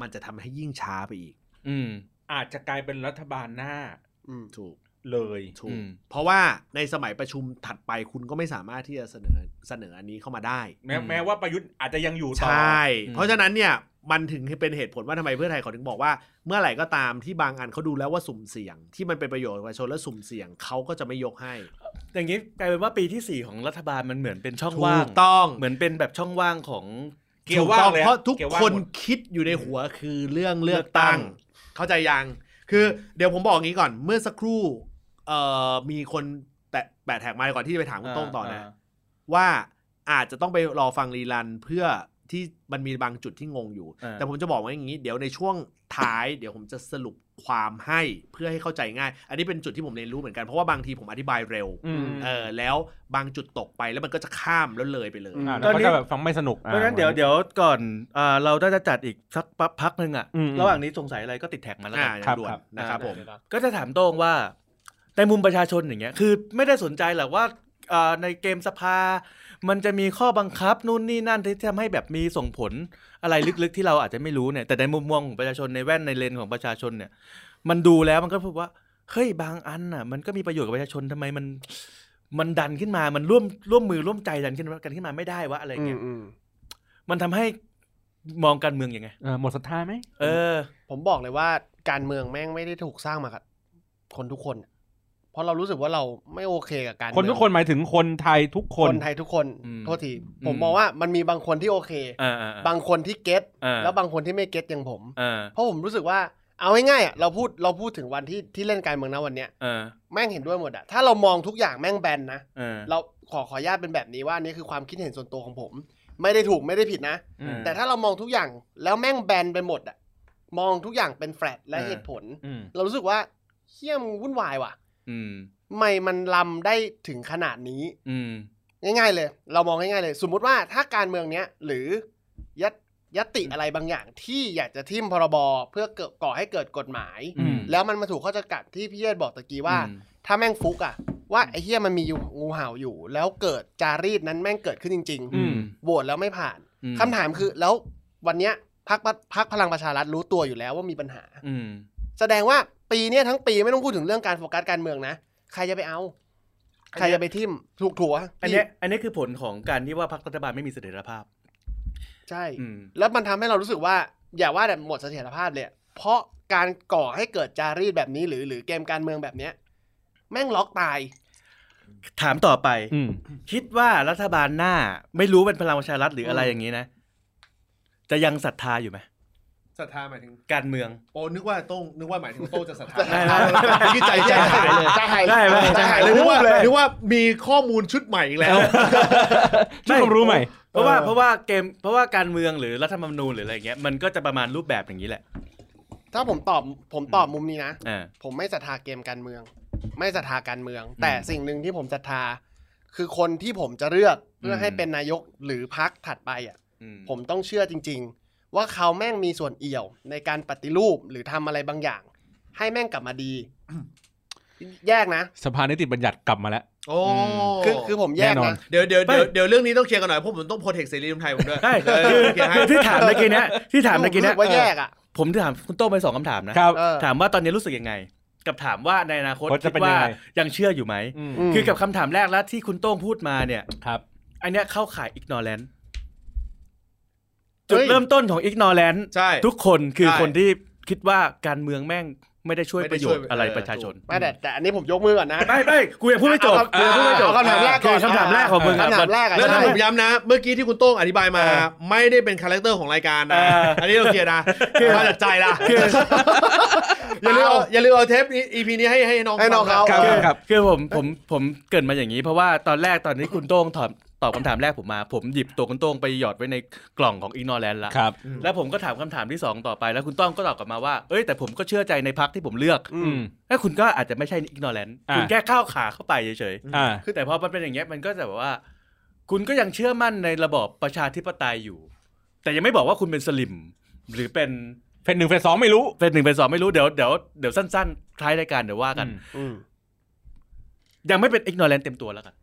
Speaker 1: มันจะทำให้ยิ่งช้าไปอีก
Speaker 2: อืม
Speaker 5: อาจจะกลายเป็นรัฐบาลหน้า
Speaker 4: อืม
Speaker 1: ถูก
Speaker 5: เลย
Speaker 1: ถู
Speaker 2: อื
Speaker 1: ก
Speaker 2: ม
Speaker 1: เพราะว่าในสมัยประชุมถัดไปคุณก็ไม่สามารถที่จะเสนอเสนออันนี้เข้ามาได้
Speaker 5: แม้แม้ว่าประยุทธ์อาจจะยังอยู่ต่อ
Speaker 1: ใช่
Speaker 2: อืม
Speaker 1: เพราะฉะนั้นเนี่ยมันถึงเป็นเหตุผลว่าทำไมเพื่อไทยเขาถึงบอกว่า เมื่อไหร่ก็ตามที่บางอันเขาดูแล้วว่าสุ่มเสี่ยง ที่มันเป็นประโยชน์กับประชาชนและสุ่มเสี่ยงเขาก็จะไม่ยกให้
Speaker 2: อย่างนี้กลายเป็นว่าปีที่สี่ของรัฐบาลมันเหมือนเป็นช่องว่า
Speaker 1: ถู
Speaker 2: ง
Speaker 1: กต้อง
Speaker 2: เหมือนเป็นแบบช่องว่างของ
Speaker 5: เกี่ยวว่างเลย
Speaker 1: เพราะทุก
Speaker 5: เกี่ยวว่าง
Speaker 1: คน
Speaker 5: หมด
Speaker 1: คิดอยู่ในหัวคือเรื่องเลือกตั้ง เข้าใจยัง คือเดี๋ยวผมบอกอย่างนี้ก่อน เมื่อสักครู่เอ่อมีคนแตะแปะแท็กมาก่อนที่จะไปถามคุณโต้งต่อนะ
Speaker 2: า
Speaker 1: ว่าอาจจะต้องไปรอฟังรีรันเพื่อที่มันมีบางจุดที่งงอยู่
Speaker 2: อ่า
Speaker 1: แต่ผมจะบอกว่าอย่างนี้ เดี๋ยวในช่วงท้าย เดี๋ยวผมจะสรุปความให้เพื่อให้เข้าใจง่าย อันนี้เป็นจุดที่ผมเรียนรู้เหมือนกันเพราะว่าบางทีผมอธิบายเร็ว
Speaker 5: อืม
Speaker 1: เออแล้วบางจุดตกไปแล้วมันก็จะข้ามแล้วเลยไปเลย
Speaker 5: อ่าแล้วก็จะแบบฟังไม่สนุกอ่
Speaker 2: เพราะฉะนั้นเดี๋ยวเดี๋ยวก่อนอ่าเราน่าจะจัดอีกสักปั๊บพักหนึ่งอ่ะ
Speaker 5: อืม
Speaker 2: ระหว่างนี้สงสัยอะไรก็ติดแท็กมาแล้ว
Speaker 1: อ่า
Speaker 2: กั
Speaker 1: อ
Speaker 2: น
Speaker 5: ค
Speaker 1: ย่า
Speaker 5: รั
Speaker 1: ง
Speaker 5: บ
Speaker 1: ด่วน
Speaker 5: ครับ
Speaker 1: นะครับผม
Speaker 2: ก็จะถามโต้งว่าในมุมประชาชนอย่างเงี้ยคือไม่ได้สนใจหรอกว่าอ่าในเกมสภา มันจะมีข้อบังคับนู่นนี่นั่นที่ทำให้แบบมีส่งผลอะไรลึกๆที่เราอาจจะไม่รู้เนี่ยแต่ในมุมมองของประชาชนในแว่นในเลนของประชาชนเนี่ย มันดูแล้วมันก็พูดว่าเฮ้ยบางอันน่ะ มันก็มีประโยชน์กับประชาชนทำไมมันมันดันขึ้นมามันร่วมร่วมมือร่วมใจดันขึ้นมากันขึ้นมาไม่ได้วะอะไรเงี้ย
Speaker 4: อืม
Speaker 2: มันทำให้มองการเมืองยังไง
Speaker 5: เออหมดศรัทธาไหม
Speaker 2: เออ
Speaker 4: ผมบอกเลยว่าการเมืองแม่งไม่ได้ถูกสร้างมากับคนทุกคน เพราะเรารู้สึกว่าเราไม่โอเคกับการเมื
Speaker 5: ค
Speaker 4: อง
Speaker 5: นทุกคนหมายถึงคนไทยทุกคน
Speaker 4: คนไทยทุกคน
Speaker 2: อืม
Speaker 4: โทษที
Speaker 2: อืม
Speaker 4: ผมมองว่ามันมีบางคนที่โอเค
Speaker 2: อ่าๆๆ
Speaker 4: บางคนที่เก็ต
Speaker 2: เออ
Speaker 4: แล้วบางคนที่ไม่เก็ตอย่างผม
Speaker 2: อ่า
Speaker 4: เพราะผมรู้สึกว่า เอาง่ายๆอ่ะเราพูดเราพูดถึงวันที่ที่เล่นการเมืองนะวันเนี้ย
Speaker 2: เออ
Speaker 4: แม่งเห็นด้วยหมดอ่ะถ้าเรามองทุกอย่างแม่งแบนนะ
Speaker 2: เออ
Speaker 4: เราขอขออนุญาตเป็นแบบนี้ว่านี่คือความคิดเห็นส่วนตัวของผม ไม่ได้ถูกไม่ได้ผิดนะ
Speaker 2: เออ
Speaker 4: แต่ถ้าเรามองทุกอย่างแล้วแม่งแบนไปหมดอ่ะมองทุกอย่างเป็นแฟลตและ
Speaker 2: เออ
Speaker 4: เหตุผล
Speaker 2: อืม
Speaker 4: เรารู้สึกว่าเฮี้ยมงวุ่นวายว่ะ
Speaker 2: อืม
Speaker 4: ทำไม่มันลำได้ถึงขนาดนี้
Speaker 2: อืม
Speaker 4: ง่ายๆเลย เรามองง่ายๆเลย สมมุติว่าถ้าการเมืองเนี้ยหรือยัตยตติอะไรบางอย่างที่อยากจะทิมพรบเพื่อเกิดก่อให้เกิดกฎหมาย
Speaker 2: อืม
Speaker 4: แล้วมันมาถูกข้อจำกัดที่พี่เยศบอกตะกี้ว่า ถ้าแม่งฟุกอะว่าไอ้เฮียมันมีอยู่งูเห่าอยู่ แล้วเกิดจารีตนั้นแม่งเกิดขึ้นจริง
Speaker 2: อืม
Speaker 4: ๆโหวตแล้วไม่ผ่าน
Speaker 2: อืม
Speaker 4: คำถามคือแล้ววันเนี้ยพักพักพลังประชารัฐรู้ตัวอยู่แล้วว่ามีปัญหา
Speaker 2: อืม
Speaker 4: แสดงว่าปีเนี้ยทั้งปีไม่ต้องพูดถึงเรื่องการโฟกัสการเมืองนะใครจะไปเอา ใครจะไปทิมถูกถัว
Speaker 2: อันเนี้ยอันเนี้ยคือผลของการที่ว่าพรรครัฐบาลไม่มีเสถียรภาพ
Speaker 4: ใช่
Speaker 2: อืม
Speaker 4: แล้วมันทำให้เรารู้สึกว่าอย่าว่าแต่หมดเสถียรภาพเลยอะเพราะการก่อให้เกิดจารีตแบบนี้หรือหรือเกมการเมืองแบบเนี้ย แม่งล็อกตาย
Speaker 2: ถามต่อไป
Speaker 5: อืม
Speaker 2: คิดว่ารัฐบาลหน้า ไม่รู้เป็นพลังประชารัฐหรืออะไรอย่างนี้นะ จะยังศรัทธาอยู่ไหม
Speaker 1: ศรัทธาหมายถึง
Speaker 2: การเมือง
Speaker 1: โอ้นึกว่าโต้งนึกว่าหมายถึ งโต้งจะศรัทธา
Speaker 2: ได้ได้ได้
Speaker 1: เมื่อกี้ใจใจหายเลย
Speaker 4: ใจหาย
Speaker 2: ได้ไหม
Speaker 1: ใจหายเลยนึกว่านึกว่ามีข้อมูลชุดใหม่อีกแล้ว
Speaker 5: ชุดความรู้ใหม่
Speaker 2: เพราะว่า
Speaker 1: เออ
Speaker 2: เพราะว่าเกมเพราะว่าการเมืองหรือรัฐธรรมนูญหรืออะไรอย่างเงี้ยมันก็จะประมาณรูปแบบอย่างนี้แหละ
Speaker 4: ถ้าผมตอบผมตอบมุมนี้นะ
Speaker 2: อ่า
Speaker 4: ผมไม่ศรัทธาเกมการเมือง ไม่ศรัทธาการเมือง แต่สิ่งหนึ่งที่ผมศรัทธา คือคนที่ผมจะเลือกเพื่อให้
Speaker 2: อืม
Speaker 4: เป็นนายกหรือพักถัดไปอ่ะ
Speaker 2: อืม
Speaker 4: ผมต้องเชื่อจริง ๆ ว่าเขาแม่งมีส่วนเอี่ยวในการปฏิรูปหรือทำอะไรบางอย่าง ให้แม่งกลับมาดี แยกนะ
Speaker 5: สภานิติบัญญัติกลับมาแล้ว
Speaker 1: โอ้
Speaker 4: คือคือผมแยก
Speaker 5: แน่นอน
Speaker 4: นะ
Speaker 1: เดี๋ยวเดี๋ยวเดี๋ยวเดี๋ยวเรื่องนี้ต้องเคลียร์กันหน่อยเพราะผมต้องโปรเทคเสรีรวมไทยผมด้วย
Speaker 2: ใช่
Speaker 1: เออ
Speaker 2: คือ
Speaker 1: เคลียร์ให้
Speaker 2: คือที่ถามเมื่อกี้เนี้ยที่ถามเมื่อกี้เนี้ย
Speaker 4: รู้สึว่าแยกอ่ะ
Speaker 2: ผมถามคุณโต้งไปสองคำถามนะ
Speaker 5: ครับ
Speaker 4: เออ
Speaker 2: ถามว่าตอนนี้รู้สึกยังไง กับถามว่าในอนาคต
Speaker 5: ว่าจะ
Speaker 2: คิด
Speaker 5: เป็นยั
Speaker 2: ว่าง
Speaker 5: ไง
Speaker 2: ยังเชื่ออยู่ไหม
Speaker 5: อืม
Speaker 4: อืม
Speaker 2: คือกับคำถามแรกแล้วที่คุณโต้งพูดมาเนี่ย
Speaker 5: ครับ
Speaker 2: อันเนี้ยเข้าข่ายอิกนอแลน
Speaker 4: เฮ้
Speaker 2: จุด
Speaker 4: ย
Speaker 2: เริ่มต้นของอิกนอแลน
Speaker 1: ใช่
Speaker 2: ทุกคนคือ
Speaker 1: ใช่
Speaker 2: คนที่คิดว่าการเมืองแม่งไม่ได้ช่วย
Speaker 1: ไม่
Speaker 2: ป
Speaker 1: ได้
Speaker 2: ระโย
Speaker 1: ช่วย
Speaker 2: ชน์อะไร
Speaker 1: เออ
Speaker 2: ประชาชน
Speaker 4: ไม่แต่แต่อันนี้ผมยกมือก่อนนะ
Speaker 2: ไม่ไม่กูยังพูดไม่จบ
Speaker 4: เอา
Speaker 2: กูยังพูดไม่จบ
Speaker 4: เอาคำถามแรกก่อน
Speaker 2: คำถามแรกของมึงอะ
Speaker 4: คำถามแรกอะ
Speaker 1: แล้ว
Speaker 4: ใช่
Speaker 1: ถ้า
Speaker 2: นะ
Speaker 1: ผมย้ำนะ เมื่อกี้ที่คุณโต้งอธิบายมา
Speaker 2: เออ
Speaker 1: ไม่ได้เป็นคาแรคเตอร์ของรายการนะ
Speaker 2: เอออั
Speaker 1: อันนี้เราเคลียร์นะ
Speaker 2: คือ
Speaker 1: มาจากใจละอย่าลืมเอาอย่าลืมเอาเทปนี้ EP นี้ให้ให้น้อง
Speaker 4: ให้น้องเขา
Speaker 1: ฟั
Speaker 5: ค
Speaker 1: นะ
Speaker 5: รับ
Speaker 2: คือผมผมผมเกริดมาอย่างนี้ เพราะว่าตอนแรกตอนที่คุณโต้งตอบตอบคำถามแรกผมมา ผมหยิบตัวคุณโต้งไปหยอดไว้ในกล่องของอิกนอแลนละ
Speaker 5: ครับ
Speaker 2: แล้วผมก็ถามคำถามที่ 2 ต่อไปแล้วคุณต้องก็ตอบกลับมาว่า เอ้ยแต่ผมก็เชื่อใจในพักที่ผมเลือก
Speaker 4: อื
Speaker 5: อื
Speaker 4: ม
Speaker 5: ม
Speaker 2: แล้วคุณก็อาจจะไม่ใช่อิกนอแลน
Speaker 5: อ่า
Speaker 2: คุณแค่ก้าวขาเข้าไปเฉย
Speaker 5: อ่า
Speaker 2: ๆคือแต่พอมันเป็นอย่างเงี้ยมันก็จะแบบว่า คุณก็ยังเชื่อมั่นในระบอบประชาธิปไตยอยู่ แต่ยังไม่บอกว่าคุณเป็นสลิม หรือเป็น
Speaker 5: เฟสหนึ่งเฟสสองไม่รู้
Speaker 2: เป็นหนึ่งเป็นสองไม่รู้เดี๋ยวเดี๋ยวเดี๋ยวสั้นๆท้ายรายการเดี๋ยวว่ากัน
Speaker 5: อืม
Speaker 4: อืม
Speaker 2: ยังไม่เป็นอิกนอแลนเต็มตัวแล้วกัน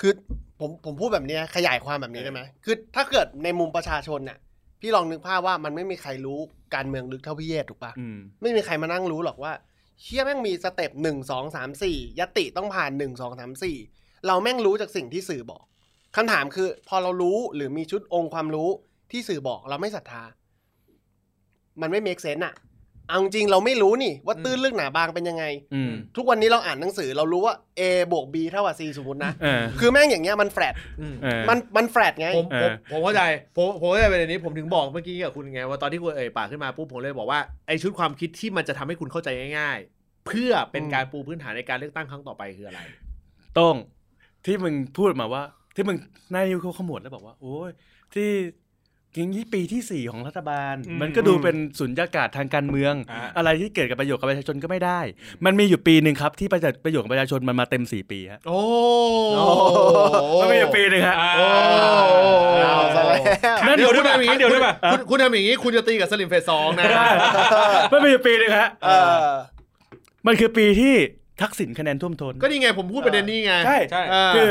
Speaker 4: คือผมผมพูดแบบนี้นะขยายความแบบนี้ได้ไหมคือถ้าเกิดในมุมประชาชนเนี่ยพี่ลองนึกภาพว่ามันไม่มีใครรู้การเมืองลึกเท่าพี่เยศถูกปะ
Speaker 2: อืม
Speaker 4: ไม่มีใครมานั่งรู้หรอกว่าเฮียแม่งมีสเต็ปหนึ่งสองสามสี่ยตติต้องผ่านหนึ่งสองสามสี่เราแม่งรู้จากสิ่งที่สื่อบอกคำถามคือ พอเรารู้หรือมีชุดองค์ความรู้ที่สื่อบอกเราไม่ศรัทธา มันไม่เมคเซนต์อะเอาจริงๆเราไม่รู้นี่ว่าตื้นลึกหนาบางเป็นยังไง
Speaker 2: อืม
Speaker 4: ทุกวันนี้เราอ่านหนังสือเรารู้ว่า A บวก B เท่ากับ C สมมตินะ
Speaker 2: เออ
Speaker 4: คือแม่งอย่างเงี้ยมันแฟลต
Speaker 2: เออ
Speaker 4: มันมันแฟลตไง
Speaker 1: ผม
Speaker 2: เอ
Speaker 1: ผ
Speaker 2: อ
Speaker 1: มผมเข้าใจผมผมเข้าใจประเด็นนี้ผมถึงบอกเมื่อกี้กับคุณไงว่าตอนที่คุณเอ่ยปากขึ้นมาปุ๊บผมเลยบอกว่าไอชุดความคิดที่มันจะทำให้คุณเข้าใจง่าย ๆ เพื่อเป็น
Speaker 4: อืม
Speaker 1: การปูพื้นฐานในการเลือกตั้งครั้งต่อไปคืออะไร
Speaker 2: โต้งที่มึงพูดมาว่า ที่มึงหนายนิวเขาขมวดแล้วบอกว่า โอ้ยที่กิงที่ปีที่สี่ของรัฐบาล
Speaker 5: อืม
Speaker 2: มันก็ดูเป็นสุญญากาศทางการเมือง
Speaker 5: อ่า
Speaker 2: อะไรที่เกิดกับประโยชน์กับประชาชนก็ไม่ได้ มันมีอยู่ปีหนึ่งครับ ที่ประโยชน์ประโยชน์กับประชาชนมันมาเต็มสี่ปีฮะ
Speaker 1: โอ้
Speaker 4: โอ้
Speaker 2: มันมีอยู่ปีหนึ่งฮะ
Speaker 1: โอ้
Speaker 4: เอาซะแล้ว
Speaker 2: นั่น
Speaker 1: เดี๋ยวด้วยป่ะอย่างนี้
Speaker 5: เดี๋ยวด้วยป่ะ
Speaker 1: คุณคุณทำอย่างนี้คุณจะตีกับสลิมเฟสสองนะ
Speaker 2: มันมีอยู่ปีหนึ่งฮะ
Speaker 4: เออ
Speaker 2: มันคือปีที่ทักษิณคะแนนท่วมท้น
Speaker 1: ก็นี่ไงผมพูดประเด็นนี้ไง
Speaker 2: ใช่
Speaker 5: ใช่
Speaker 1: เออ
Speaker 2: คือ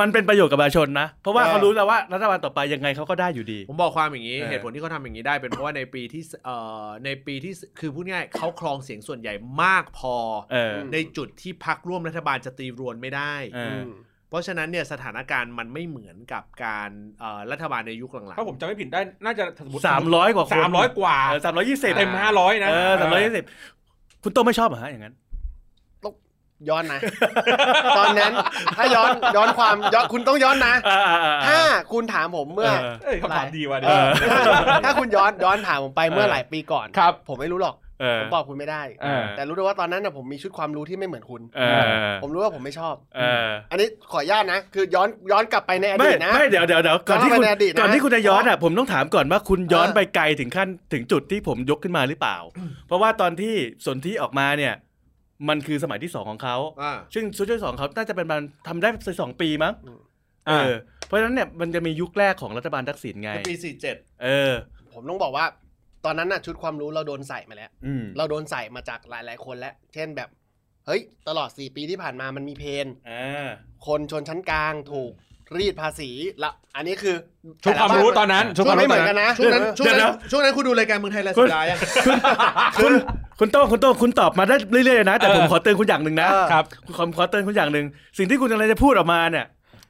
Speaker 2: มันเป็นประโยชน์กับประชาชนนะเพราะว่า
Speaker 4: เออ
Speaker 2: เขารู้แล้วว่ารัฐบาลต่อไปยังไงเขาก็ได้อยู่ดี
Speaker 1: ผมบอกความอย่างนี้
Speaker 2: เออ
Speaker 1: เหตุผลที่เขาทำอย่างนี้ได้เป็นเพราะว่าในปีที่เอ่อในปีที่คือพูดง่ายๆเขาครองเสียงส่วนใหญ่มากพอ
Speaker 2: เออ
Speaker 1: ในจุดที่พักร่วมรัฐบาลจะตีรวนไม่ได้
Speaker 2: เออ
Speaker 1: เพราะฉะนั้นเนี่ยสถานการณ์มันไม่เหมือนกับการเอ่อรัฐบาลในยุคหลัง
Speaker 5: ถ้าผมจำไม่ผิดได้น่าจะ
Speaker 2: สามร้อยกว่าคน
Speaker 5: สามร้อยกว่า
Speaker 2: สามร้อยยี่สิบ
Speaker 5: เต็มห้าร้อยนะ
Speaker 2: เออสามร้อยยี่สิบคุณโต้งไม่ชอบเหรอฮะอย่างนั้น
Speaker 4: ย้อนนะ ตอนนั้น ถ้าย้อนย้อนความย้อนคุณต้องย้อนนะ ถ้าคุณถามผมเมื่อ
Speaker 2: เออ
Speaker 5: เอ้ยคำถามดีว่ะ
Speaker 4: เอ
Speaker 5: เนี่ย
Speaker 4: อถ้าถ้าคุณย้อนย้อนถามผมไปเมื่อ
Speaker 2: เออ
Speaker 4: หลายปีก่อน
Speaker 5: ครับ
Speaker 4: ผมไม่รู้หรอก
Speaker 2: เ เออ
Speaker 4: ผมตอบคุณไม่ได้
Speaker 2: เออ
Speaker 4: แต่รู้ด้วยว่าตอนนั้นนะผมมีชุดความรู้ที่ไม่เหมือนคุณ
Speaker 2: เออ
Speaker 4: ผมรู้ว่าผมไม่ชอบ
Speaker 2: เออ
Speaker 4: อันนี้ขออนุญาตนะ คือย้อนย้อนกลับไปในอ
Speaker 2: ไม่
Speaker 4: ดีตนะ
Speaker 2: ไม่เดี๋ยวเดี๋ยวเดี๋ยวก่อนที่คุ
Speaker 4: ย้อน
Speaker 2: ณ
Speaker 4: ไปในอดีตนะ
Speaker 2: ก่อนที่คุณจะย้อนอ่ะผมต้องถามก่อนว่าคุณย้อน
Speaker 4: เออ
Speaker 2: ไปไกลถึงขั้นถึงจุดที่ผมยกขึ้นมาหรือเปล่า เพราะว่าตอนที่สนธิออกมาเนี่ย มันคือสมัยที่สองของเขา
Speaker 1: อ่า
Speaker 2: ซึ่งชุดที่สองเขาน่าจะเป็นประมาณทำได้สักสองปีมั้งเออเพราะฉะนั้นเนี่ยมันจะมียุคแรกของรัฐบาลทักษิณไง
Speaker 1: คือปีสี่เจ็ด
Speaker 2: เออ
Speaker 4: ผมต้องบอกว่า ตอนนั้นน่ะชุดความรู้เราโดนใส่มาแล้ว
Speaker 2: อืม
Speaker 4: เราโดนใส่มาจากหลาย ๆ คนแล้ว เช่นแบบ เฮ้ย ตลอด 4 ปีที่ผ่านมามันมีเพน
Speaker 2: อ่า
Speaker 4: คนชนชั้นกลางถูกรีดภาษีละอันนี้คือ
Speaker 3: ชุดความรู้ตอนนั้นชุ
Speaker 4: ช่
Speaker 3: ดค
Speaker 4: วง
Speaker 3: วาม
Speaker 4: ไม่
Speaker 3: รู้
Speaker 4: เห
Speaker 3: ตอ
Speaker 4: มือน นกั
Speaker 3: นั้น
Speaker 4: นนะ
Speaker 1: ช่วงนั้น
Speaker 4: เออ
Speaker 1: ช่วงนั้น
Speaker 2: เดี๋ยวนะ
Speaker 1: ช่วงนั้นคุณดูรายการเมืองไทยรายสัปดาห์ยัง
Speaker 2: คุณคุณโต้งคุณโต้งคุณตอบมาได้เรื่อยๆนะแต่ผมขอเตือนคุณอย่างหนึ่งนะ
Speaker 4: เออ
Speaker 3: ครับ
Speaker 2: คุณขอขอเตือนคุณอย่างหนึ่งสิ่งที่คุณกำลังจะพูดออกมาเนี่ย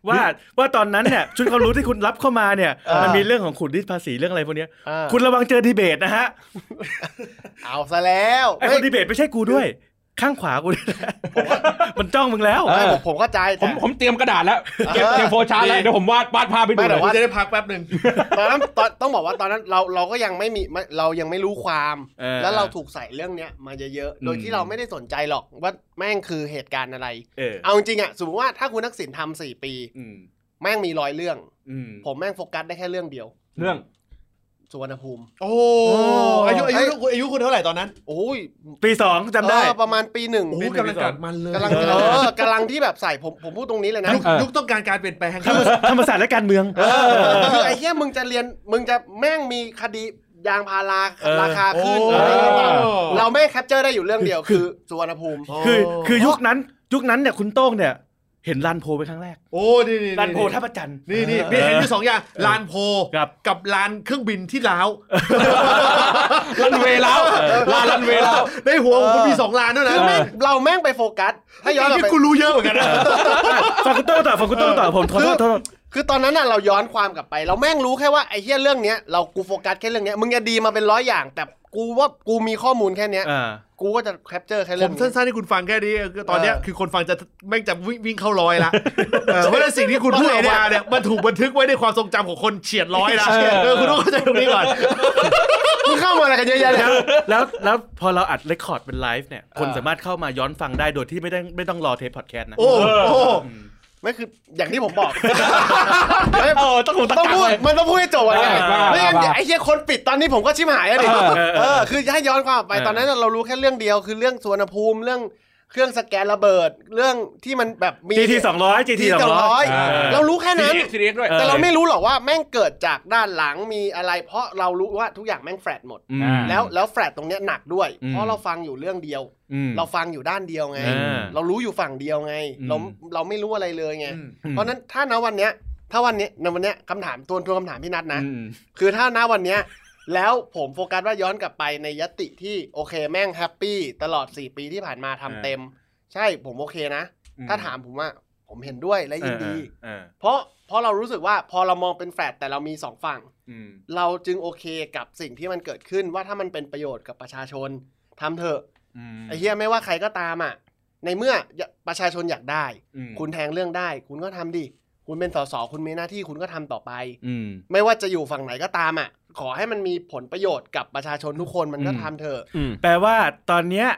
Speaker 2: ว่าว่าตอนนั้นเนี่ยชุดความรู้ที่คุณรับเข้ามาเนี่ย
Speaker 4: เออ
Speaker 2: มันมีเรื่องของขุนรีดภาษีเรื่องอะไรพวกเนี้ย
Speaker 4: เออ
Speaker 2: คุณระวังเจอดีเบตนะฮะ
Speaker 4: เอาซะแล้ว
Speaker 2: ไอ้คนดีเบตไม่ใช่กูด้วย ข้างขวากูด้วยนะมันจ้องมึงแล้ว
Speaker 4: ไม่ผมผมเข้าใจ
Speaker 3: ผม
Speaker 4: แต่
Speaker 3: ผมเตรียมกระดาษแล้วเก็บ
Speaker 4: เออ
Speaker 3: เตรียมโฟล์ชาร์ตแล้ว
Speaker 4: ดี
Speaker 3: เดี๋ยวผมวาดวาดภาพไปดู
Speaker 4: ไม่แต่
Speaker 3: เลย
Speaker 4: ว่า
Speaker 1: จะได้พักแป๊บหนึ่ง
Speaker 4: ตอนนั้นตอนต้องบอกว่าตอนนั้นเราเราก็ยังไม่มีไม่เรายังไม่รู้ความ
Speaker 2: เออ
Speaker 4: แล้วเราถูกใส่เรื่องเนี้ยมาเยอะๆโดยที่เราไม่ได้สนใจหรอกว่าแม่งคือเหตุการณ์อะไร
Speaker 2: เออ
Speaker 4: เอาจริงๆอะสมมติว่าถ้าคุณทักษิณทำสี่ปี
Speaker 2: อืม
Speaker 4: แม่งมีร้อยเรื่อง
Speaker 2: อืม
Speaker 4: ผมแม่งโฟกัสได้แค่เรื่องเดียว
Speaker 3: เรื่อง
Speaker 4: สุวรรณภูมิ
Speaker 1: โอ้อายุอายุอายุคุณเท่าไหร่ตอนนั้น
Speaker 4: โอ้ย
Speaker 2: ปีสองจำได้
Speaker 4: เออประมาณปีหนึ่ง
Speaker 1: โอ้กำลังกัดมันเลย
Speaker 4: กำลัง
Speaker 2: เออ
Speaker 4: เออกำลังที่แบบใส่ผมผมพูดตรงนี้เลยนะ
Speaker 1: ยุค
Speaker 3: เออ
Speaker 1: ยุคต้องการการเปลี่ยนแปลง
Speaker 2: ธรรมศาสตร์ธรรมศาสตร์และการเมือง
Speaker 4: คือไอ้เหี้ยมึงจะเรียนมึงจะแม่งมีคดียางพารา
Speaker 2: เออ
Speaker 4: ราคา
Speaker 1: โอ้
Speaker 4: ขึ้นอะไรเงี้ยเปล่าเราแม่งแคปเจอร์ได้อยู่เรื่องเดียวคือสุวรรณภูมิ
Speaker 2: คือคือยุคนั้นยุคนั้นเนี่ยคุณโต้งเนี่ย เห็นรันโพไปครั้งแรก
Speaker 1: โอ้นี่นี่
Speaker 2: รันโพท่าประจันทร์
Speaker 1: นี่นี่มีเห็นอยู่สองอย่างลานโพ
Speaker 2: ครับ
Speaker 1: กับลานเครื่องบินที่ล้าว
Speaker 3: รั นเวย์แล้วลารันเวย์แล้ว
Speaker 1: ในหัวของคุณ
Speaker 4: เออ
Speaker 1: มีสองลานเท่านั้
Speaker 4: คื
Speaker 1: น
Speaker 4: อแม่งเราแม่งไปโฟกัสถ้าย้อนกลับ
Speaker 1: นี่
Speaker 4: ไป
Speaker 1: คุณรู้เยอะเหมือนกันนะ
Speaker 2: ฟังคุณโต้งต่อฟังคุณโต้งต่อผมขอโทษขอโทษ
Speaker 4: คือตอนนั้นน่ะเราย้อนความกลับไป เราแม่งรู้แค่ว่าไอ้เหี้ยเรื่องเนี้ยเรากูโฟกัสแค่เรื่องเนี้ยมึงจะดีมาเป็นร้อยอย่าง แต่กูว่ากูมีข้อมูลแค่เนี้ย
Speaker 2: อ่า
Speaker 4: กูก็จะแคปเจอร์แค่
Speaker 1: ผ
Speaker 4: เรื่อ
Speaker 1: ม
Speaker 4: งนี้
Speaker 1: สั้นๆที่คุณฟังแค่นี้คือตอนเนี้ย
Speaker 4: เออ
Speaker 1: คือคนฟังจะแม่งจะวิ่งวิ่งเข้าร้อยละเออเพราะฉะนั้นสิ่งที่คุณพูดออกมาเนี่ยมันถูกบันทึกไว้ในความทรงจำของคนเฉียดร้อยละ
Speaker 3: เออ
Speaker 1: เออคุณต้องเข้าใจตรงนี้ก่อน
Speaker 4: มึงเข้ามาอะไรกันเยอะแยะเลย
Speaker 2: แล้วแล้วพอเราอัดเรคคอร์ดเป็นไลฟ์เนี่ย คนสามารถเข้ามาย้อนฟังได้โดยที่ไม่ได้ไม่ต้องรอเทปพอดแคสต์นะ
Speaker 1: โอ้โอ้
Speaker 4: ไม่คืออย่างที่ผมบอก ไม่
Speaker 2: เออต้องหูตั้ง
Speaker 4: ต้องพูด
Speaker 2: เลย
Speaker 4: มันต้องพูดให้จบอะ
Speaker 2: เอ
Speaker 4: ไร
Speaker 2: อว่า
Speaker 4: ไม่งั้น
Speaker 3: ว่า
Speaker 4: เดี๋ยวไอ้เหี้ยคนปิดตอนนี้ผมก็ชิมหายอะดิ
Speaker 2: เออเออเอ
Speaker 4: เอ
Speaker 2: อ
Speaker 4: อคือให้ย้อนความไป
Speaker 2: เออ
Speaker 4: ตอนนั้นเรารู้แค่เรื่องเดียว คือเรื่องสุวรรณภูมิเรื่องเครื่องสแกนระเบิดเรื่องที่มันแบบมี
Speaker 2: GT สองร้อย GT สองร้อย
Speaker 4: เออเรารู้แค่นั้น
Speaker 3: ซีเรียสด้วย
Speaker 2: เออ
Speaker 4: แต่เราไม่รู้หรอกว่าแม่งเกิดจากด้านหลังมีอะไร เพราะเรารู้ว่าทุกอย่างแม่งแฟลตหมด
Speaker 2: อืม
Speaker 4: แล้วแล้วแฟลตตรงเนี้ยหนักด้วย
Speaker 2: อืม
Speaker 4: เพราะเราฟังอยู่เรื่องเดียว
Speaker 2: อืม
Speaker 4: เราฟังอยู่ด้านเดียวไง
Speaker 2: อ่า
Speaker 4: เรารู้อยู่ฝั่งเดียวไง
Speaker 2: อืม
Speaker 4: เราเราไม่รู้อะไรเลยไง
Speaker 1: อืม
Speaker 4: เพราะฉะนั้นถ้าณวันเนี้ย ถ้าวันเนี้ยณวันเนี้ยคำถามตัวนทวนคำถามพี่นัทนะ
Speaker 2: อืม
Speaker 4: คือถ้าณวันเนี้ย แล้วผมโฟกัสว่าย้อนกลับไปในยติที่โอเคแม่งแฮปปี้ตลอด 4 ปีที่ผ่านมาทำเต็ม ใช่ผมโอเคนะ
Speaker 2: อืม
Speaker 4: ถ้าถามผมว่าผมเห็นด้วยและยินดี
Speaker 2: เออ
Speaker 4: เพราะเพราะเรารู้สึกว่าพอเรามองเป็นแฟลตแต่เรามีสองฝั่ง
Speaker 2: อืม
Speaker 4: เราจึงโอเคกับสิ่งที่มันเกิดขึ้นว่าถ้ามันเป็นประโยชน์กับประชาชนทำเถอะ ไอ้เฮียไม่ว่าใครก็ตามอ่ะ ในเมื่อประชาชนอยากได้
Speaker 2: อืม
Speaker 4: คุณแทงเรื่องได้ คุณก็ทำดิ คุณเป็นสสคุณมีหน้าที่คุณก็ทำต่อไป
Speaker 2: อืม
Speaker 4: ไม่ว่าจะอยู่ฝั่งไหนก็ตามอ่ะ ขอให้มันมีผลประโยชน์กับประชาชนทุกคนมันก็
Speaker 2: อืม
Speaker 4: ทำเถอะ
Speaker 2: แปลว่าตอนเนี้ย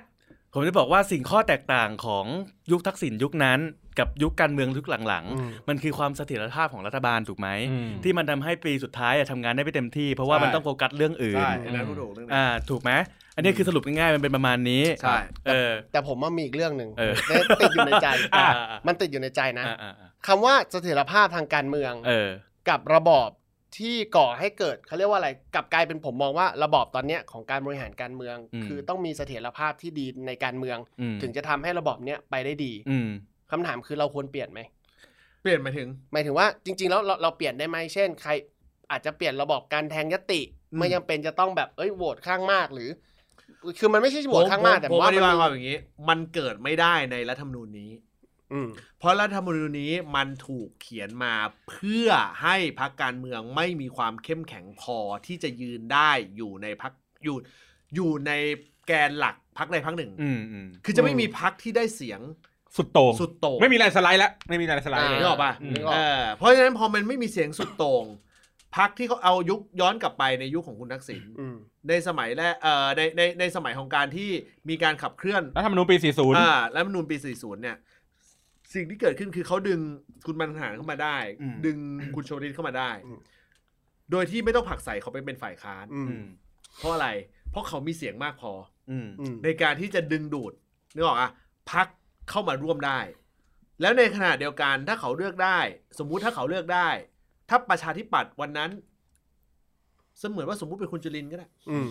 Speaker 2: ผมจะบอกว่าสิ่งข้อแตกต่างของยุคทักษิณยุคนั้น กับยุคการเมืองยุคหลัง
Speaker 4: อืม
Speaker 2: ๆ มันคือความเสถียรภาพของรัฐบาลถูกไหม
Speaker 3: อืม
Speaker 2: ที่มันทำให้ปีสุดท้ายอะทำงานได้ไม่เต็มที่ เพราะว่า
Speaker 1: ใช่
Speaker 2: มันต้องโฟกัสเรื่องอื่น
Speaker 1: ใช่อันนั้นคุณถูกเรื่องนั้น
Speaker 2: อ่าถูกไหมอันนี้คือสรุปง่ายๆมันเป็นประมาณนี้
Speaker 1: ใช่
Speaker 2: เออ
Speaker 4: แต่ผมว่ามีอีกเรื่องหนึ่ง
Speaker 2: เออ
Speaker 4: ติดอยู่ในใจ
Speaker 2: อ่า
Speaker 4: มันติดอยู่ในใจนะ
Speaker 2: อ่าอ่าอ่า
Speaker 4: คำว่าเสถียรภาพทางการเมือง
Speaker 2: เออ
Speaker 4: กับระบอบที่ก่อให้เกิดเขาเรียกว่าอะไรกลับกลายเป็นผมมองว่าระบอบตอนเนี้ยของการบริหารการเมือง
Speaker 2: อืม
Speaker 4: คือต้องมีเสถียรภาพที่ดีในการเมือง
Speaker 2: อืม
Speaker 4: ถึงจะทำให้ระบอบเนี้ยไปได้ดี
Speaker 2: อืม
Speaker 4: คำถามคือเราควรเปลี่ยนไหม
Speaker 1: เปลี่ยนหมายถึง
Speaker 4: หมายถึงว่าจริง ๆ แล้วเราเราเปลี่ยนได้ไหมเช่นใคร อาจจะเปลี่ยนระบอบการแทงยติ
Speaker 1: อืม
Speaker 4: ไม่ยังเป็นจะต้องแบบเอ้ยโหวตข้างมากหรือ คือมันไม่ใช่โหวตข้างมากแต่
Speaker 1: ผม
Speaker 4: ว่า
Speaker 1: อ
Speaker 4: มัน
Speaker 1: ธิบายความ
Speaker 4: มี
Speaker 1: อย่างนี้ มันเกิดไม่ได้ในรัฐธรรมนูญนี้
Speaker 4: อืม
Speaker 1: เพราะรัฐธรรมนูญนี้มันถูกเขียนมาเพื่อให้พักการเมืองไม่มีความเข้มแข็งพอที่จะยืนได้อยู่ในพักอยู่อยู่ในแกนหลักพักใดพักหนึ่ง
Speaker 2: อืมอืม
Speaker 1: คือจะไม่มีพักที่ได้เสียง
Speaker 3: สุดโต่ง
Speaker 1: สุดโต่ง
Speaker 3: ไม่มีอะไรสไลด์แล้วไม่มีอะไรสไลด์เลย
Speaker 1: นึกออกปะ
Speaker 4: นึกออ
Speaker 1: เอก อเพราะฉะนั้นพอมันไม่มีเสียงสุดโต่ง พักที่เขาเอายุคย้อนกลับไปในยุคของคุณทักษิณ
Speaker 4: อืม
Speaker 1: ในสมัยแรกเอ่อในในในสมัยของการที่มีการขับเคลื่อน
Speaker 5: รัฐธรรมนูญปี 40
Speaker 1: อ่ารัฐธรรมนูญปี 40 เนี่ย สิ่งที่เกิดขึ้นคือเขาดึงคุณบรรหารเข้ามาได้
Speaker 4: อืม
Speaker 1: ดึงคุณชวลิตเข้ามาได้
Speaker 4: อืม
Speaker 1: โดยที่ไม่ต้องผลักใส่เขาไปเป็นฝ่ายค้าน
Speaker 4: อืม
Speaker 1: เพราะอะไร เพราะเขามีเสียงมากพอ
Speaker 4: อืม
Speaker 1: ในการที่จะดึงดูดนึกออกอะพักเข้ามาร่วมได้ แล้วในขณะเดียวกันถ้าเขาเลือกได้ สมมุติถ้าเขาเลือกได้ ถ้าประชาธิปัตย์วันนั้น เสมือนว่าสมมุติเป็นคุณจุลินก็ได้
Speaker 4: อืม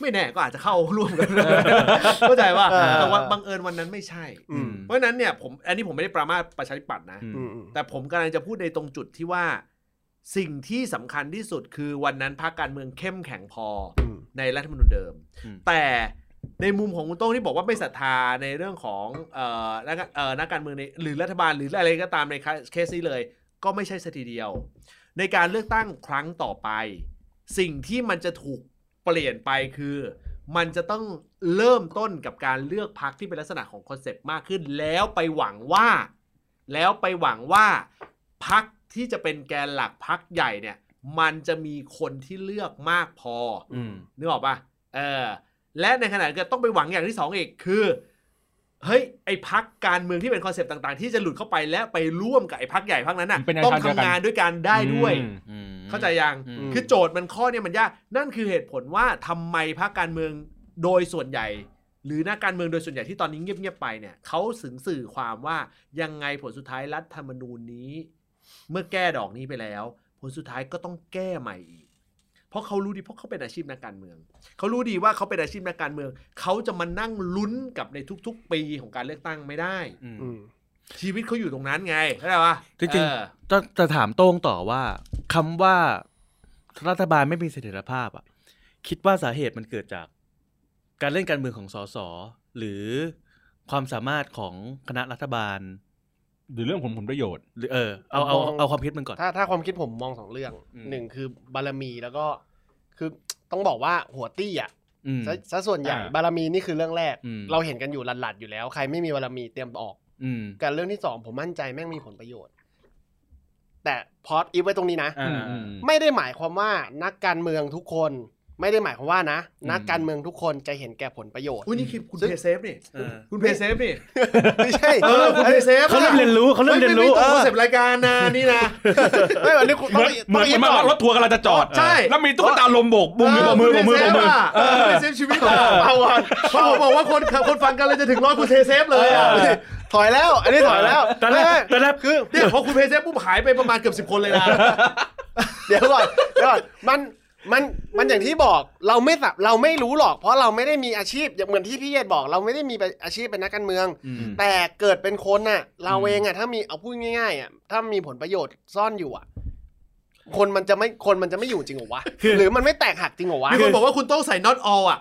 Speaker 1: ไม่แน่ก็อาจจะเข้าร่วมกัน เข้าใจว่า
Speaker 4: เออ
Speaker 1: แต่ว่าบังเอิญวันนั้นไม่ใช่
Speaker 4: อืม
Speaker 1: เพราะฉะนั้นเนี่ยผมอันนี้ผมไม่ได้ประมาทประชาธิปัตย์นะ
Speaker 5: อืม
Speaker 4: อืมอืม
Speaker 1: แต่ผมกำลังจะพูดในตรงจุดที่ว่า สิ่งที่สำคัญที่สุดคือวันนั้นพรรคการเมืองเข้มแข็งพอ
Speaker 4: อืม
Speaker 1: ในรัฐธรรมนูญเดิม
Speaker 5: อืม
Speaker 1: แต่ในมุมของคุณโต้งที่บอกว่าไม่ศรัทธาในเรื่องของเอ่อนักเอ่อนักการเมืองในหรือรัฐบาลหรืออะไรก็ตามในเคสนี้เลย ก็ไม่ใช่สทีเดียว ในการเลือกตั้งครั้งต่อไป สิ่งที่มันจะถูกเปลี่ยนไปคือ มันจะต้องเริ่มต้นกับการเลือกพักที่เป็นลักษณะของคอนเซปต์มากขึ้น แล้วไปหวังว่า แล้วไปหวังว่าพักที่จะเป็นแกนหลักพักใหญ่เนี่ย มันจะมีคนที่เลือกมากพออ
Speaker 5: อืม
Speaker 1: นึกออกปะเออ และในขณะเดียวกันต้องไปหวังอย่างที่สองอีกคือ เฮ้ยไอพักการเมืองที่เป็นคอนเซปต์ต่าง ๆ ที่จะหลุดเข้าไปและไปร่วมกับไอพักใหญ่พักนั้นน่ะ
Speaker 5: มันเป็นแนว
Speaker 1: ต้อง
Speaker 5: ทางเดียวกั
Speaker 1: ทำ
Speaker 5: น
Speaker 1: งานด้วยกันได้ด้วย
Speaker 5: อืม
Speaker 1: เข้าใจยัง
Speaker 5: อืม
Speaker 1: คือโจทย์มันข้อเนี่ยมันยาก นั่นคือเหตุผลว่าทำไมพรรคการเมืองโดยส่วนใหญ่ หรือนักการเมืองโดยส่วนใหญ่ที่ตอนนี้เงียบๆไปเนี่ยเขาสึงสื่อความว่ายังไงผลสุดท้ายรัฐธรรมนูญนี้ เมื่อแก้ดอกนี้ไปแล้ว ผลสุดท้ายก็ต้องแก้ใหม่อีก เพราะเขารู้ดีเพราะเขาเป็นอาชีพนักการเมือง เขารู้ดีว่าเขาเป็นอาชีพนักการเมือง เขาจะมานั่งลุ้นกับในทุก ๆ ปีของการเลือกตั้งไม่ได้
Speaker 4: อืม
Speaker 1: ชีวิตเขาอยู่ตรงนั้นไงเข้าใจปะ
Speaker 2: จริงๆ
Speaker 1: เออ
Speaker 2: จะจะถามโต้งต่อว่าคำว่ารัฐบาลไม่มีเสถียรภาพอ่ะ คิดว่าสาเหตุมันเกิดจาก การเล่นการเมืองของสสหรือความสามารถของคณะรัฐบาล
Speaker 5: หรือเรื่องผมผมประโยชน์
Speaker 2: หรือเออเอาเอา
Speaker 4: ผมมอง
Speaker 2: เอาความคิดมันก่อน
Speaker 4: ถ้าถ้าความคิดผมมองสองเรื่อง
Speaker 2: อืม
Speaker 4: หนึ่งคือบารมีแล้วก็คือต้องบอกว่าหัวตี้อ่ะ
Speaker 2: อืม
Speaker 4: ซะซะส่วนใหญ่
Speaker 5: อ่า
Speaker 4: บารมีนี่คือเรื่องแรก
Speaker 2: อืม
Speaker 4: เราเห็นกันอยู่หลัดๆอยู่แล้ว ใครไม่มีบารมีเตรียมออก
Speaker 2: อืม
Speaker 4: การเรื่องที่สองผมมั่นใจแม่งมีผลประโยชน์ แต่พอดอีฟไว้ตรงนี้นะ
Speaker 5: อ่า
Speaker 2: อืม
Speaker 4: ไม่ได้หมายความว่านักการเมืองทุกคน ไม่ได้หมายความว่านะ นักการเมืองทุกคนจะเห็นแก่ผลประโยชน์
Speaker 1: อุ้ยนี่คือคุณ
Speaker 4: ซึ่ง
Speaker 1: เพย์เซฟนี่
Speaker 2: เออ
Speaker 1: คุณเพย์เซฟนี่
Speaker 4: ไม่ใช่
Speaker 1: เออคุณเพย์เซฟ
Speaker 2: เขาเริ่มเรียนรู้เขาเริ่มเรียนรู้
Speaker 1: ไม่ไม่ตรงคอน
Speaker 2: เออ
Speaker 1: เซปต์รายการ นะนี่นะ
Speaker 4: ไม่อันนี้คุณ
Speaker 5: เหมือนเหมือนเหมอนว่ารถทัวร์กำลังจะจอด
Speaker 1: ใช่
Speaker 5: แล้วมีตุ๊กตาลมโบกบุ้มบมือ
Speaker 1: เ
Speaker 5: บมือ
Speaker 1: คุณเพย์เซฟ
Speaker 5: บมือ
Speaker 1: ะเออคุณเพย์เซฟชีวิตอะ
Speaker 4: เอาก่อน
Speaker 1: เพราะผมบอกว่าคนคนฟังกันเลยจะถึงร้อยคุณเพย์เซฟเลยอะ
Speaker 4: เออถอยแล้ว อันนี้ถอยแล้ว
Speaker 2: ตอนแรก
Speaker 4: ไม่ไม่
Speaker 2: ตอนแรก
Speaker 4: คือ
Speaker 1: เนี่ยพอคุณเพย์เซฟปุ๊บหายไปประมาณเกือบสิบคนเลยนะ
Speaker 4: เดี๋ยวก่อนเดี๋ยวก่อนมันมันมันอย่างที่บอกเราไม่สับเราไม่รู้หรอก เพราะเราไม่ได้มีอาชีพอย่างเหมือนที่พี่เยศบอก เราไม่ได้มีอาชีพเป็นนักการเมือง
Speaker 5: อืม
Speaker 4: แต่เกิดเป็นคนน่ะ เราเองอ่ะถ้ามีเอาพูดง่ายๆอ่ะถ้ามีผลประโยชน์ซ่อนอยู่อ่ะ คนมันจะไม่คนมันจะไม่อยู่จริงเหรอวะ
Speaker 2: คือ
Speaker 4: หรือมันไม่แตกหักจริงเหรอวะ
Speaker 1: มีคนบอกว่าคุณต้องใส่ not all อ่ะ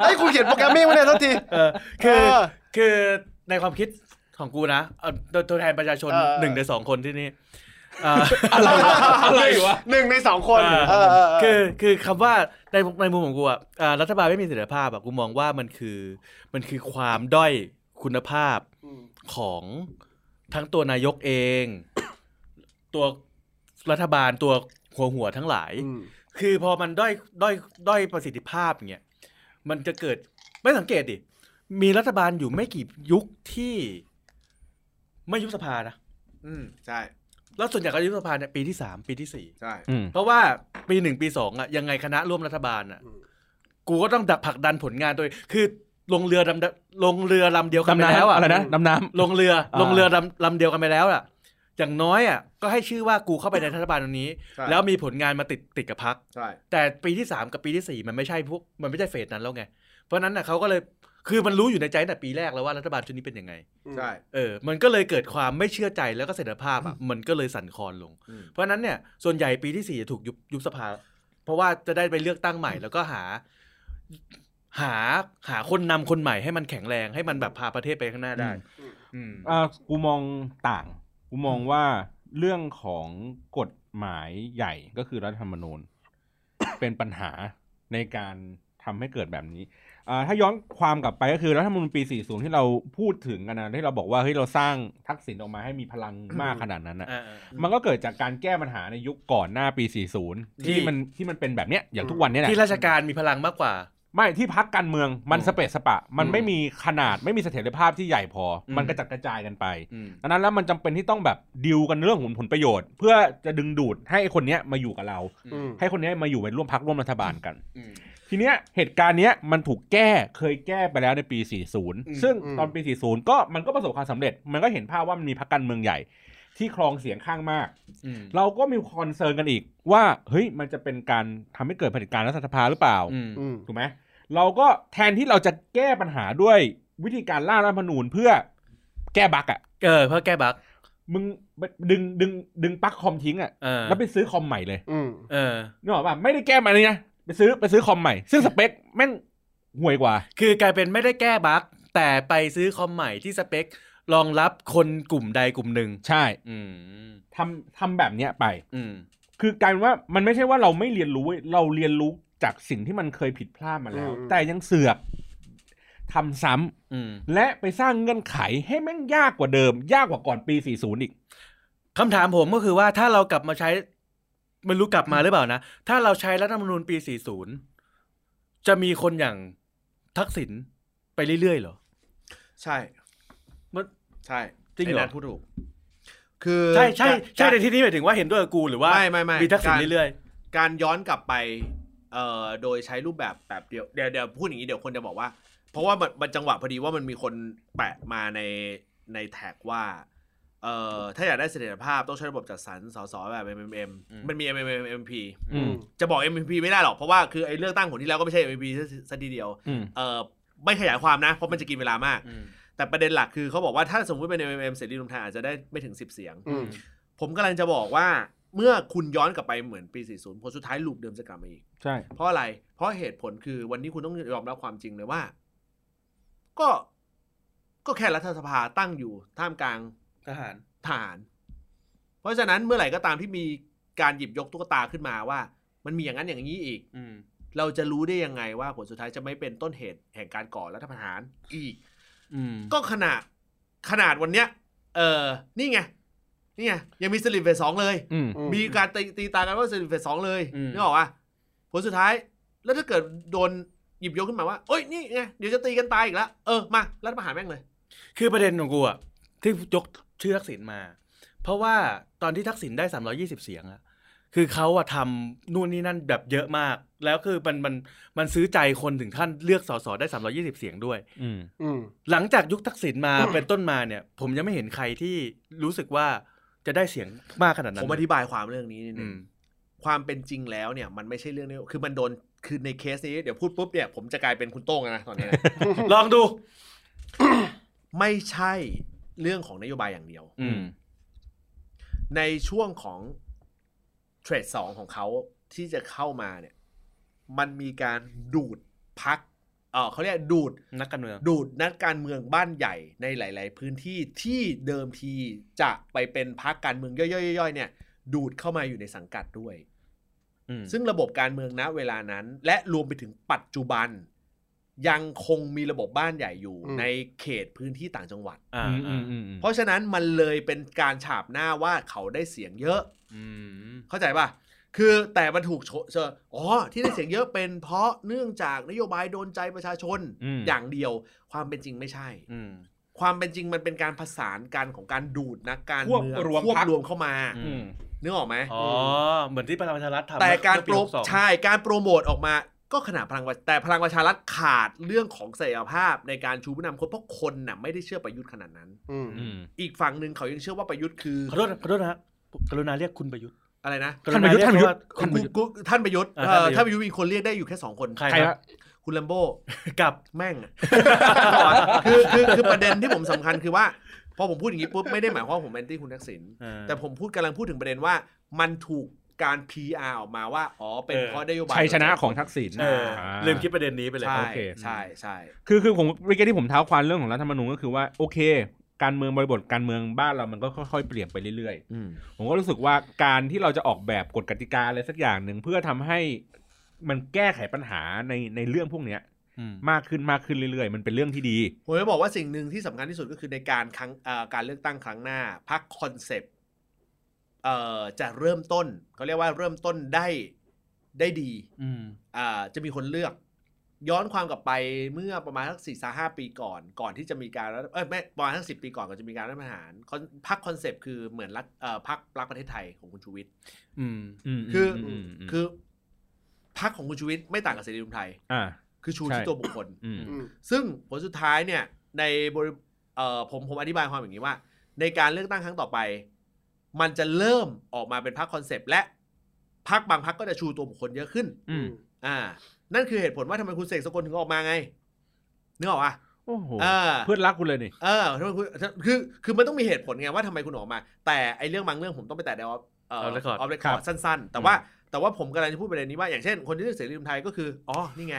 Speaker 4: ไอ้ยคุณเขียนโปรแกรมมิ่งมาเนี่ยทันที
Speaker 2: เออคือ
Speaker 4: เออ
Speaker 2: คือในความคิดของกูนะเอาตัวตัวแทนประชาชน
Speaker 4: เออ
Speaker 2: หนึ่งในสองคนที่นี่เอ่อ
Speaker 5: อะไรวะ
Speaker 4: หนึ่งในสองคน
Speaker 2: อ่า
Speaker 4: เออเออเออ
Speaker 2: คือคือคำว่าในในมุมของกูอ่ะอ่ารัฐบาลไม่มีเสถียรภาพอ่ะกูมองว่ามันคือมันคือความด้อยคุณภาพ
Speaker 4: ม
Speaker 2: ของทั้งตัวนายกเอง ตัวรัฐบาลตัวหัวหัวทั้งหลาย
Speaker 4: อืม
Speaker 2: คือพอมันด้อยด้อยด้อยประสิทธิภาพเนี่ยมันจะเกิดไม่สังเกตดิ มีรัฐบาลอยู่ไม่กี่ยุคที่ไม่ยุบสภานะ
Speaker 1: อืมใช่
Speaker 2: แล้วส่วนใหญ่ก็ยุบสภาเนี่ยปีที่สามปีที่สี่
Speaker 1: ใช่
Speaker 5: อืม
Speaker 2: เพราะว่าปีหนึ่งปีสองอะยังไงคณะร่วมรัฐบาลอะ
Speaker 4: อืม
Speaker 2: กูก็ต้องดักผลักดันผลงานตัวเองคือลงเรือลำลงเรือลำเดียวกันไป
Speaker 5: ดำ
Speaker 2: แล้ว
Speaker 5: น้ำ
Speaker 2: อะ
Speaker 5: อะไรนะดำน้
Speaker 2: ลงเรือลงเรือลำลำเดียวกันไปแล้วอะอย่างน้อยอะก็ให้ชื่อว่ากูเข้าไปในรัฐบาลตรงนี้
Speaker 1: ใช่
Speaker 2: แล้วมีผลงานมาติดติดกับพัก
Speaker 1: ใช่
Speaker 2: แต่ปีที่สามกับปีที่สี่มันไม่ใช่พวกมันไม่ใช่เฟสนั้นแล้วไง เพราะฉะนั้นน่ะเขาก็เลยคือมันรู้อยู่ในใจตั้งแต่ปีแรกแล้วว่ารัฐบาลชุดนี้เป็นยังไง
Speaker 1: ใช่
Speaker 2: เออ มันก็เลยเกิดความไม่เชื่อใจแล้วก็เสถียรภาพอ่ะ มันก็เลยสั่นคลอนลง
Speaker 1: อืม
Speaker 2: เพราะฉะนั้นเนี่ยส่วนใหญ่ปีที่สี่จะถูกยุบยุบสภา เพราะว่าจะได้ไปเลือกตั้งใหม่ แล้วก็หา หาหาคนนำคนใหม่ให้มันแข็งแรงให้มันแบบพาประเทศไปข้างหน้าได้ อืม
Speaker 5: ำอ่ากูมองต่าง กูมองว่าเรื่องของกฎหมายใหญ่ก็คือรัฐธรรมนูญ เป็นปัญหาในการท ทำให้เกิดแบบนี้อ่าถ้าย้อนความกลับไปก็คือรัฐธรรมนูญปี 40 ที่เราพูดถึงกันนะที่เราบอกว่าเฮ้ยเราสร้างทักษิณออกมาให้มีพลังมากขนาดนั้นนะ
Speaker 2: อ่า
Speaker 5: มันก็เกิดจากการแก้ปัญหาในยุคก่อนหน้าปี 40
Speaker 2: ที่
Speaker 5: ที่มันที่มันเป็นแบบเนี้ยอย่างทุกวันเนี้ยแหละ
Speaker 2: ที่ราชการมีพลังมากกว่า
Speaker 5: ไม่ที่พักการเมืองมัน
Speaker 2: อืม
Speaker 5: สเปซสปะ มัน
Speaker 2: อืม
Speaker 5: ไม่มีขนาดไม่มีเสถียรภาพที่ใหญ่พออ
Speaker 2: ม
Speaker 5: มันกระจัดกระจายกันไป
Speaker 2: อืม
Speaker 5: ดังนั้นแล้วมันจำเป็นที่ต้องแบบดิวกันเรื่องของผลประโยชน์ เพื่อจะดึงดูดให้คนเนี้ยมาอยู่กับเรา
Speaker 4: อืม
Speaker 5: ให้คนเนี้ยมาอยู่เป็นร่วมพักร่วมรัฐบาลกัน
Speaker 2: อืม
Speaker 5: ทีเนี้ยเหตุการณ์เนี้ยมันถูกแก้เคยแก้ไปแล้วในปี 40 ซึ่งตอนปี 40 ก็มันก็ประสบความสำเร็จ มันก็เห็นภาพว่ามันมีพักการเมืองใหญ่ ที่ครองเสียงข้างมาก
Speaker 2: อืม
Speaker 5: เราก็มีคอนเซิร์นกันอีกว่าเฮ้ยมันจะเป็นการทำให้เกิดเผด็จการรัฐสภาหรือเปล่า
Speaker 2: อืม
Speaker 4: อืม
Speaker 5: ถูกไหมเราก็แทนที่เราจะแก้ปัญหาด้วยวิธีการร่างรัฐธรรมนูญเพื่อแก้บั๊กอะ
Speaker 2: เออเพื่อแก้บั๊ก
Speaker 5: มึงดึงดึงดึงปลั๊กคอมทิ้งอะ
Speaker 2: เออ
Speaker 5: แล้วไปซื้อคอมใหม่เลย
Speaker 4: อืม
Speaker 2: เออ
Speaker 5: นึกออกป่ะไม่ได้แก้มาเลยนะไปซื้อไปซื้อคอมใหม่ ซึ่งสเปคแม่งห่วยกว่า
Speaker 2: คือกลายเป็นไม่ได้แก้บั๊กแต่ไปซื้อคอมใหม่ที่สเปครองรับคนกลุ่มใดกลุ่มหนึ่ง
Speaker 5: ใช่
Speaker 2: อืม
Speaker 5: ทำทำแบบเนี้ยไป
Speaker 2: อืม
Speaker 5: คือกลายเป็นว่ามันไม่ใช่ว่าเราไม่เรียนรู้เว้ยเราเรียนรู้จากสิ่งที่มันเคยผิดพลาดมาแล้ว
Speaker 4: อืม
Speaker 5: แต่ยังเสือกทำซ้ำ
Speaker 2: อืม
Speaker 5: และไปสร้างเงื่อนไขให้แม่งยากกว่าเดิม ยากกว่าก่อนปี 40 อีก
Speaker 2: คำถามผมก็คือว่าถ้าเรากลับมาใช้ไม่รู้กลับมาหรือเปล่านะ ถ้าเราใช้รัฐธรรมนูญปี 40 จะมีคนอย่างทักษิณไปเรื่อยๆเหรอ
Speaker 1: ใช่
Speaker 2: มัน
Speaker 1: ใช่
Speaker 2: จริงเหรอ
Speaker 1: ไนัทพูดถูก คือ
Speaker 2: ใช่ใช่ใช่
Speaker 1: การ
Speaker 2: ในที่นี้หมายถึงว่าเห็นด้วยกับกูหรือว่า
Speaker 1: ไม่ไม่ไม่
Speaker 2: มีทักษิณ
Speaker 1: การ
Speaker 2: เรื่อย
Speaker 1: การย้อนกลับไปเอ่อโดยใช้รูปแบบแบบเดียวเดี๋ยวเดี๋ยวพูดอย่างนี้เดี๋ยวคนจะบอกว่า เพราะว่ามันมันจังหวะพอดีว่ามันมีคนแปะมาในในแท็กว่าเอ่อถ้าอยากได้เสถียรภาพต้องใช้ระบบจัดสรรสสแบบ MMM มันมี MMMP
Speaker 5: อืม
Speaker 1: จะบอก MMP ไม่ได้หรอกเพราะว่าคือไอ้เลือกตั้งคนที่แล้วก็ไม่ใช่ MMP ซะซะทีเดียว
Speaker 5: อืม
Speaker 1: เอ่อไม่ขยายความนะ เพราะมันจะกินเวลามาก
Speaker 2: ๆอืม
Speaker 1: แต่ประเด็นหลักคือเขาบอกว่าถ้าสมมติเป็น MMM เสรีรวมไทยอาจจะได้ไม่ถึง 10 เสียง
Speaker 4: อืม
Speaker 1: ผมกำลังจะบอกว่าเมื่อคุณย้อนกลับไปเหมือนปี 40 ผลสุดท้ายลูปเดิมจะกลับมาอีก
Speaker 5: ใช่
Speaker 1: เพราะอะไร เพราะเหตุผลคือวันนี้คุณต้องยอมรับความจริงเลยว่า ก็ก็แค่รัฐสภาตั้งอยู่ท่ามกลาง
Speaker 2: ทหาร
Speaker 1: ทหาร เพราะฉะนั้นเมื่อไหร่ก็ตามที่มีการหยิบยกตุ๊กตาขึ้นมาว่า มันมีอย่างนั้นอย่างนี้อีก
Speaker 2: อืม
Speaker 1: เราจะรู้ได้ยังไงว่าผลสุดท้ายจะไม่เป็นต้นเหตุแห่งการก่อรัฐประหารอีก
Speaker 2: อืม
Speaker 1: ก็ขนาดขนาดวันเนี้ย เออนี่ไง นี่ไง ยังมีสลิปเฟสสองเลย
Speaker 5: อืม
Speaker 4: อืม
Speaker 1: มีการตีตีตากันว่าสลิปเฟสสองเลย
Speaker 5: อืม
Speaker 1: นึกออกปะผลสุดท้าย แล้วถ้าเกิดโดนหยิบยกขึ้นมาว่า โอ้ยนี่ไง เดี๋ยวจะตีกันตายอีกแล้ว เออ มารัฐประหารแม่งเลย
Speaker 2: คือประเด็นของกูอะที่ยกชื่อทักษิณมา เพราะว่าตอนที่ทักษิณได้ 320 เสียงอะคือเขาอะทำนู่นนี่นั่นแบบเยอะมาก แล้วคือมันมันมันซื้อใจคนถึงขั้นเลือกสสได้ 320 เสียงด้วย
Speaker 5: อืม
Speaker 4: อืม
Speaker 2: หลังจากยุคทักษิณ มา เป็นต้นมาเนี่ย ผมยังไม่เห็นใครที่รู้สึกว่าจะได้เสียงมากขนาดนั้น
Speaker 1: ผมอธิบายความเรื่องนี้นิดนึ
Speaker 2: อื
Speaker 1: ง
Speaker 2: ม
Speaker 1: ความเป็นจริงแล้วเนี่ย มันไม่ใช่เรื่องนี้ คือมันโดน คือในเคสนี้ เดี๋ยวพูดปุ๊บเนี่ย ผมจะกลายเป็นคุณโต้งแล้วนะตอนนี้นะ
Speaker 2: ลองดู
Speaker 1: ไม่ใช่เรื่องของนโยบายอย่างเดียว
Speaker 2: อืม
Speaker 1: ในช่วงของเทรดสองของเขาที่จะเข้ามาเนี่ย มันมีการดูดพักเออเขาเรียกดูด
Speaker 2: นักการเมือง
Speaker 1: ดูดนักการเมืองบ้านใหญ่ในหลาย ๆ พื้นที่ที่เดิมทีจะไปเป็นพักการเมืองย่อยๆๆเนี่ย ดูดเข้ามาอยู่ในสังกัดด้วย
Speaker 2: อืม
Speaker 1: ซึ่งระบบการเมืองณเวลานั้น และรวมไปถึงปัจจุบัน ยังคงมีระบบบ้านใหญ่อยู่
Speaker 4: อืม
Speaker 1: ในเขตพื้นที่ต่างจังหวัด
Speaker 2: อ่า
Speaker 5: อืมอื
Speaker 2: อ่าม
Speaker 5: อืมอืม
Speaker 1: เพราะฉะนั้นมันเลยเป็นการฉาบหน้าว่าเขาได้เสียงเยอะ
Speaker 2: อืม
Speaker 1: เข้าใจป่ะ คือแต่มันถูกโชเชออ๋อ ที่ได้เสียงเยอะเป็นเพราะเนื่องจากนโยบายโดนใจประชาชน
Speaker 5: อืม
Speaker 1: อย่างเดียว ความเป็นจริงไม่ใช่
Speaker 2: อืม
Speaker 1: ความเป็นจริงมันเป็นการผสานกันของการดูดนักการ
Speaker 5: ควบ
Speaker 1: เมือง
Speaker 5: รวม
Speaker 1: ควบ
Speaker 5: พรรค
Speaker 1: รวมเข้ามา
Speaker 2: อื
Speaker 5: อืม
Speaker 1: นึกออกไหม
Speaker 2: อ๋อ เหมือนที่พลังประชารัฐทำ
Speaker 1: แต่การโปร
Speaker 2: เมื่อหสอง
Speaker 1: ใช่การโปรโมทออกมา ก็ขนาดพลังประแต่พลังประชารัฐขาดเรื่องของศักยภาพในการชูผู้นำคนเพราะคนน่ะไม่ได้เชื่อประยุทธ์ขนาดนั้น
Speaker 4: อืม
Speaker 5: อืม
Speaker 1: อีกฝั่งหนึ่งเขายังเชื่อว่าประยุทธ์คือ
Speaker 2: ขอโทษขอโทษนะฮะกรุณาเรียกคุณประยุทธ์
Speaker 1: อะไรนะ
Speaker 2: กรุณเรีก
Speaker 5: ท่านประยุทธ์
Speaker 2: เขว่คุณประยุทธ์
Speaker 1: กูกูท่านประยุทธ์
Speaker 2: อ่า
Speaker 1: เอ่อ
Speaker 2: ท่า
Speaker 1: ท่าน น
Speaker 2: ป
Speaker 1: ประระ
Speaker 2: ยุ
Speaker 1: ยุ
Speaker 2: ท
Speaker 1: ท
Speaker 2: ธ์
Speaker 1: ธ์มีคนเรียกได้อยู่แค่สองคน
Speaker 2: ใคร
Speaker 5: ใคร
Speaker 2: ครับ
Speaker 5: วะ
Speaker 1: คุณลัมโบ
Speaker 2: กับ
Speaker 1: แม่ง อะ คือคือคือประเด็นที่ผมสำคัญคือว่า พอผมพูดอย่างนี้ปุ๊บไม่ได้หมายความว่าผมแอนตี้คุณทักษิณ
Speaker 2: อ่า
Speaker 1: แต่ผมพูดกำลังพูดถึงประเด็นว่า มันถูกการ PR ออกมาว่า อ๋อ เป็น
Speaker 2: เออ
Speaker 1: เพราะนโยบาย
Speaker 5: ชัยชนะของทักษิณ
Speaker 2: เออ
Speaker 5: อ่า
Speaker 2: ลืมคิดประเด็นนี้ไปเลย
Speaker 1: ใช่
Speaker 2: โอเค
Speaker 1: ใช่ใช่
Speaker 5: คือคือผมเมื่อกี้ที่ผมเท้าความเรื่องของรัฐธรรมนูญก็คือว่าโอเค การเมืองบริบทการเมืองบ้านเรามันก็ค่อยๆเปลี่ยนไปเรื่อยๆผมก็รู้สึกว่าการที่เราจะออกแบบกฎกติกาอะไรสักอย่างหนึ่งเพื่อทำให้ มันแก้ไขปัญหาในในเรื่องพวกเนี้ย มากขึ้นมากขึ้นเรื่อยๆ มันเป็นเรื่องที่ดี
Speaker 1: ผมจะบอกว่าสิ่งหนึ่งที่สำคัญที่สุดก็คือในการครั้งเอ่อการเลือกตั้งครั้งหน้าพักคอนเซปต์เอ่อจะเริ่มต้นเขาเรียกว่าเริ่มต้นได้ได้ดีอ่าจะมีคนเลือก ย้อนความกลับไปเมื่อประมาณสักสี่สห้าปีก่อน ก่อนที่จะมีการรัฐเอ้ยไม่ประมาณสักสิปีก่อนก่อนจะมีการรัฐประหารคอนพักคอนเซปต์คือเหมือนรัฐเอ่อพักรักประเทศไทยของคุณชูวิทย์
Speaker 2: อืม
Speaker 1: คืออคือพักของคุณชูวิทย์ไม่ต่างกับเสรีรวมไทย
Speaker 5: อ่า
Speaker 1: คือชู
Speaker 5: ใช่
Speaker 1: ที่ตัวบุคคล
Speaker 5: อืม
Speaker 4: อืม
Speaker 1: ซึ่งผลสุดท้ายเนี่ยในบริเอ่อผมผมอธิบายความอย่างนี้ว่า ในการเลือกตั้งครั้งต่อไป มันจะเริ่มออกมาเป็นพรรคคอนเซปต์และพรรคบางพรรคก็จะชูตัวบุคคลเยอะขึ้น
Speaker 5: อืม
Speaker 1: อ่า นั่นคือเหตุผลว่าทำไมคุณเสกสกลถึงออกมาไงนึกออกปะ
Speaker 5: โอ้โห
Speaker 1: เออ
Speaker 5: เพื่อนรักกูเลยนี่
Speaker 1: เออทำไมคุณคือคือมันต้องมีเหตุผลไงว่าทำไมคุณออกมา แต่ไอเรื่องบางเรื่องผมต้องไปแตะในออฟเออ
Speaker 2: Off record
Speaker 1: ออฟเรคค
Speaker 5: ครั
Speaker 1: อบ ร์ดสั้นๆ แต่ว่าแต่ว่าผมกำลังจะพูดประเด็นนี้ว่าอย่างเช่น คนที่เลือกเสรีรวมไทยก็คืออ๋อนี่ไง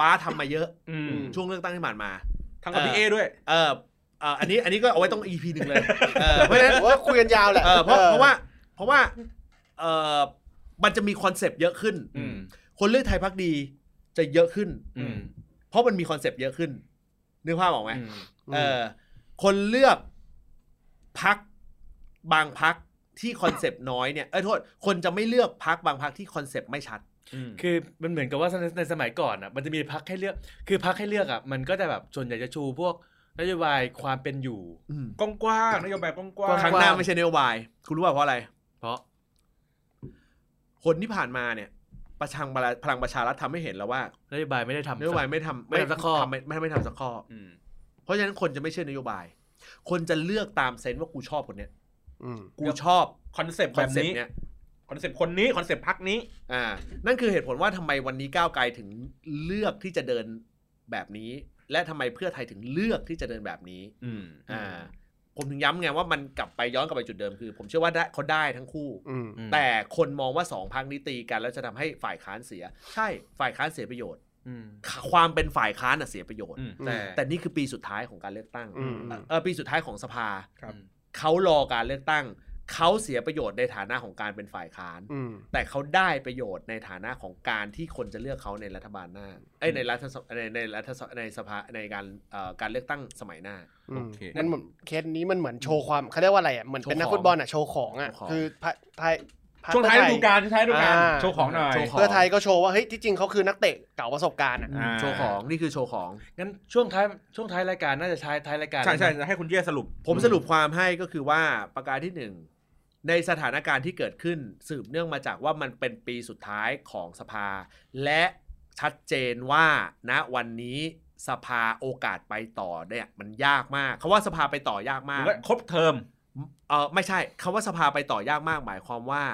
Speaker 1: ป้าทำมาเยอะ
Speaker 5: อืม
Speaker 1: ช่วงเลือกตั้งที่ผ่านมา
Speaker 5: ทั้งกับพี่เอด้วย
Speaker 1: เออเอ่ออันนี้อันนี้ก็เอาไว้ต้อง EP หนึ่งเลยเออเพราะฉะนั้น
Speaker 4: ผมว่าคุยกันยาวแหละ
Speaker 1: เออเพราะเพราะว่าเพราะว่าเออมันจะมีคอนเซปต์เยอะขึ้น
Speaker 5: อืม
Speaker 1: คนเลือกไทยพักดีจะเยอะขึ้น
Speaker 5: อืม
Speaker 1: เพราะมันมีคอนเซปต์เยอะขึ้นนึกภาพออกไหม
Speaker 4: เอ
Speaker 1: เอ
Speaker 4: อ
Speaker 1: อคนเลือกพักบางพักที่คอนเซปต์น้อยเนี่ยเออโทษคนจะไม่เลือกพักบางพักที่คอนเซปต์ไม่ชัด
Speaker 2: คือมันเหมือนกับว่าในในสมัยก่อนอ่ะมันจะมีพักให้เลือก คือพักให้เลือกอ่ะมันก็จะแบบส่วนใหญ่จะชูพวกนโยบายความเป็นอยู่
Speaker 1: อืม
Speaker 5: กว้างๆนโยบายกว้าง
Speaker 1: ครั้งหน้าไม่ใช่นโยบายคุณรู้ป่ะเพราะอะไร
Speaker 2: เพราะ
Speaker 1: คนที่ผ่านมาเนี่ย ประชังประพลังประชารัฐทำให้เห็นแล้วว่า
Speaker 2: นโยบายไม่ได้ทำ
Speaker 1: นโยบายไม่ทำ
Speaker 2: ไม่ทำสักข้อ
Speaker 1: ไม่ไม่ไม่ทำสักข้ออเพราะฉะนั้นคนจะไม่เชื่อนโยบาย คนจะเลือกตามเซนส์ว่ากูชอบคนเนี้ยกูชอบ
Speaker 5: ๆคอนเซปต์
Speaker 1: ค
Speaker 5: แบ
Speaker 1: อน
Speaker 5: บ
Speaker 1: เซป
Speaker 5: นี้
Speaker 1: ต์เนี้ย
Speaker 5: คอนเซปต์คนนี้คอนเซปต์พักนี้
Speaker 1: อ่า นั่นคือเหตุผลว่าทำไมวันนี้ก้าวไกลถึงเลือกที่จะเดินแบบนี้ และทำไมเพื่อไทยถึงเลือกที่จะเดินแบบนี้
Speaker 5: อืม
Speaker 1: อ่า ผมถึงย้ำไงว่ามันกลับไปย้อนกลับไปจุดเดิมคือ ผมเชื่อว่าได้เขาได้ทั้งคู่ แต่คนมองว่าสองพักนี้ตีกัน แล้วจะทำให้ฝ่ายค้านเสีย ใช่ฝ่ายค้านเสียประโยชน์
Speaker 2: อืม
Speaker 1: ความเป็นฝ่ายค้านน่ะเสียประโยชน์
Speaker 5: อืม
Speaker 1: แต่แต่นี่คือปีสุดท้ายของการเลือกตั้ง
Speaker 4: อืม
Speaker 1: เออปีสุดท้ายของสภา
Speaker 5: ครับ
Speaker 1: เขารอการเลือกตั้ง เขาเสียประโยชน์ในฐานะของการเป็นฝ่ายค้าน
Speaker 4: อืม
Speaker 1: แต่เขาได้ประโยชน์ในฐานะของการที่คนจะเลือกเขาในรัฐบาลหน้าเอ้ยในรัฐสภาในในรัฐสภาในสภาในการเอ่อการเลือกตั้งสมัยหน้า
Speaker 4: อืม
Speaker 5: โอเค
Speaker 4: มันเหมือนเคสนี้มันเหมือนโชว์ความเขาเรียกว่าอะไรอ่ะเหมือนเป็นนักฟุตบอลอ่ะโชว์ของอ่ะ
Speaker 1: โชว์ของ
Speaker 4: คือพระไทยพระ
Speaker 5: ช่วงท้ายฤ
Speaker 4: เพื่อไ
Speaker 5: ดูกาลช่วงท้ายฤดูกาล
Speaker 4: อ่า
Speaker 5: โชว์ของหน่อย
Speaker 1: โชว์ขง
Speaker 4: เพื่อไทยก็โชว์ว่าเฮ้ยที่จริงเขาคือนักเตะเก่าประสบการณ์อ่ะ
Speaker 5: า
Speaker 1: โชว์ของนี่คือโชว์ของ
Speaker 2: งั้นช่วงท้ายช่วงท้ายรายการน่าจะใช้ท้ายรายการ
Speaker 5: ใช่ใช่
Speaker 2: แล้วนะ
Speaker 5: จะให้คุณเย่สรุป
Speaker 1: ผมสรุปความให้ก็คือว่าประการที่หนึ่งในสถานการณ์ที่เกิดขึ้นสืบเนื่องมาจากว่ามันเป็นปีสุดท้ายของสภา และชัดเจนว่าณวันนี้สภาโอกาสไปต่อเนี่ยมันยากมากคำว่าสภาไปต่อยากมาก
Speaker 5: ครบเทอม
Speaker 1: เออไม่ใช่คำว่าสภาไปต่อยากมาก หมายความว่า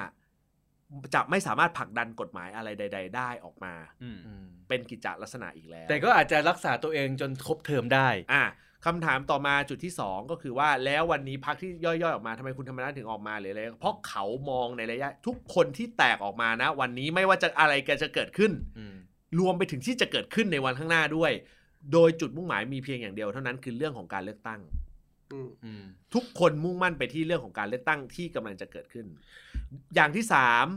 Speaker 1: จะไม่สามารถผลักดันกฎหมายอะไรใด ๆ ได้ออกมา
Speaker 2: อืม
Speaker 1: เป็นกิจจลักษณะอีกแล้ว
Speaker 2: แต่ก็อาจจะรักษาตัวเองจนครบเทอมได้
Speaker 1: อ่ะคำถามต่อมาจุดที่ 2 ก็คือว่าแล้ววันนี้พักที่ย่อยๆออกมาทำไมคุณธรรมนัฐถึงออกมาหรืออะไรเพราะเขามองในระยะ ทุกคนที่แตกออกมานะ วันนี้ไม่ว่าจะอะไรกันจะเกิดขึ้น
Speaker 2: อืม
Speaker 1: รวมไปถึงที่จะเกิดขึ้นในวันข้างหน้าด้วย โดยจุดมุ่งหมายมีเพียงอย่างเดียวเท่านั้นคือเรื่องของการเลือกตั้ง
Speaker 2: อืม
Speaker 1: ทุกคนมุ่งมั่นไปที่เรื่องของการเลือกตั้งที่กำลังจะเกิดขึ้น อย่างที่สาม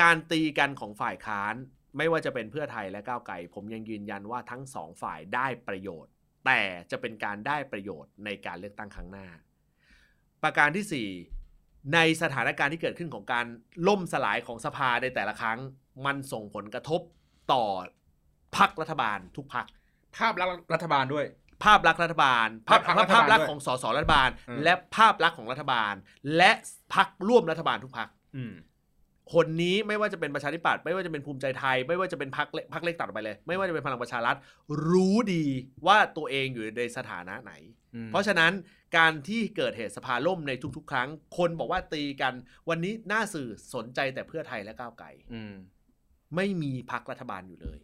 Speaker 1: การตีกันของฝ่ายค้าน ไม่ว่าจะเป็นเพื่อไทยและก้าวไกลผมยังยืนยันว่าทั้งสองฝ่ายได้ประโยชน์ แต่จะเป็นการได้ประโยชน์ในการเลือกตั้งครั้งหน้า ประการที่สี่ในสถานการณ์ที่เกิดขึ้นของการล่มสลายของสภาในแต่ละครั้ง มันส่งผลกระทบต่อพักรัฐบาลทุกพัก
Speaker 5: ภาพลักษณ์รัฐบาลด้วย
Speaker 1: ภาพลักษณ์รัฐบาล ภาพ
Speaker 5: และพรรครัฐบาล
Speaker 1: ภาพลักษ
Speaker 5: ด้ว
Speaker 1: ณ์
Speaker 5: ย
Speaker 1: ของสสรัฐบาล
Speaker 5: อืม
Speaker 1: และภาพลักษณ์ของรัฐบาล และพักร่วมรัฐบาลทุกพัก
Speaker 5: อืม
Speaker 1: คนนี้ไม่ว่าจะเป็นประชาธิปัตย์ไม่ว่าจะเป็นภูมิใจไทย ไม่ว่าจะเป็นพักเล็กพักเล็กตัดออกไปเลย ไม่ว่าจะเป็นพลังประชารัฐรู้ดีว่าตัวเองอยู่ในสถานะไหน
Speaker 2: อืม
Speaker 1: เพราะฉะนั้นการที่เกิดเหตุสภาล่มในทุกๆ ครั้ง คนบอกว่าตีกัน วันนี้หน้าสื่อสนใจแต่เพื่อไทยและก้าวไกล
Speaker 2: อืม
Speaker 1: ไม่มีพักรัฐบาลอยู่เลย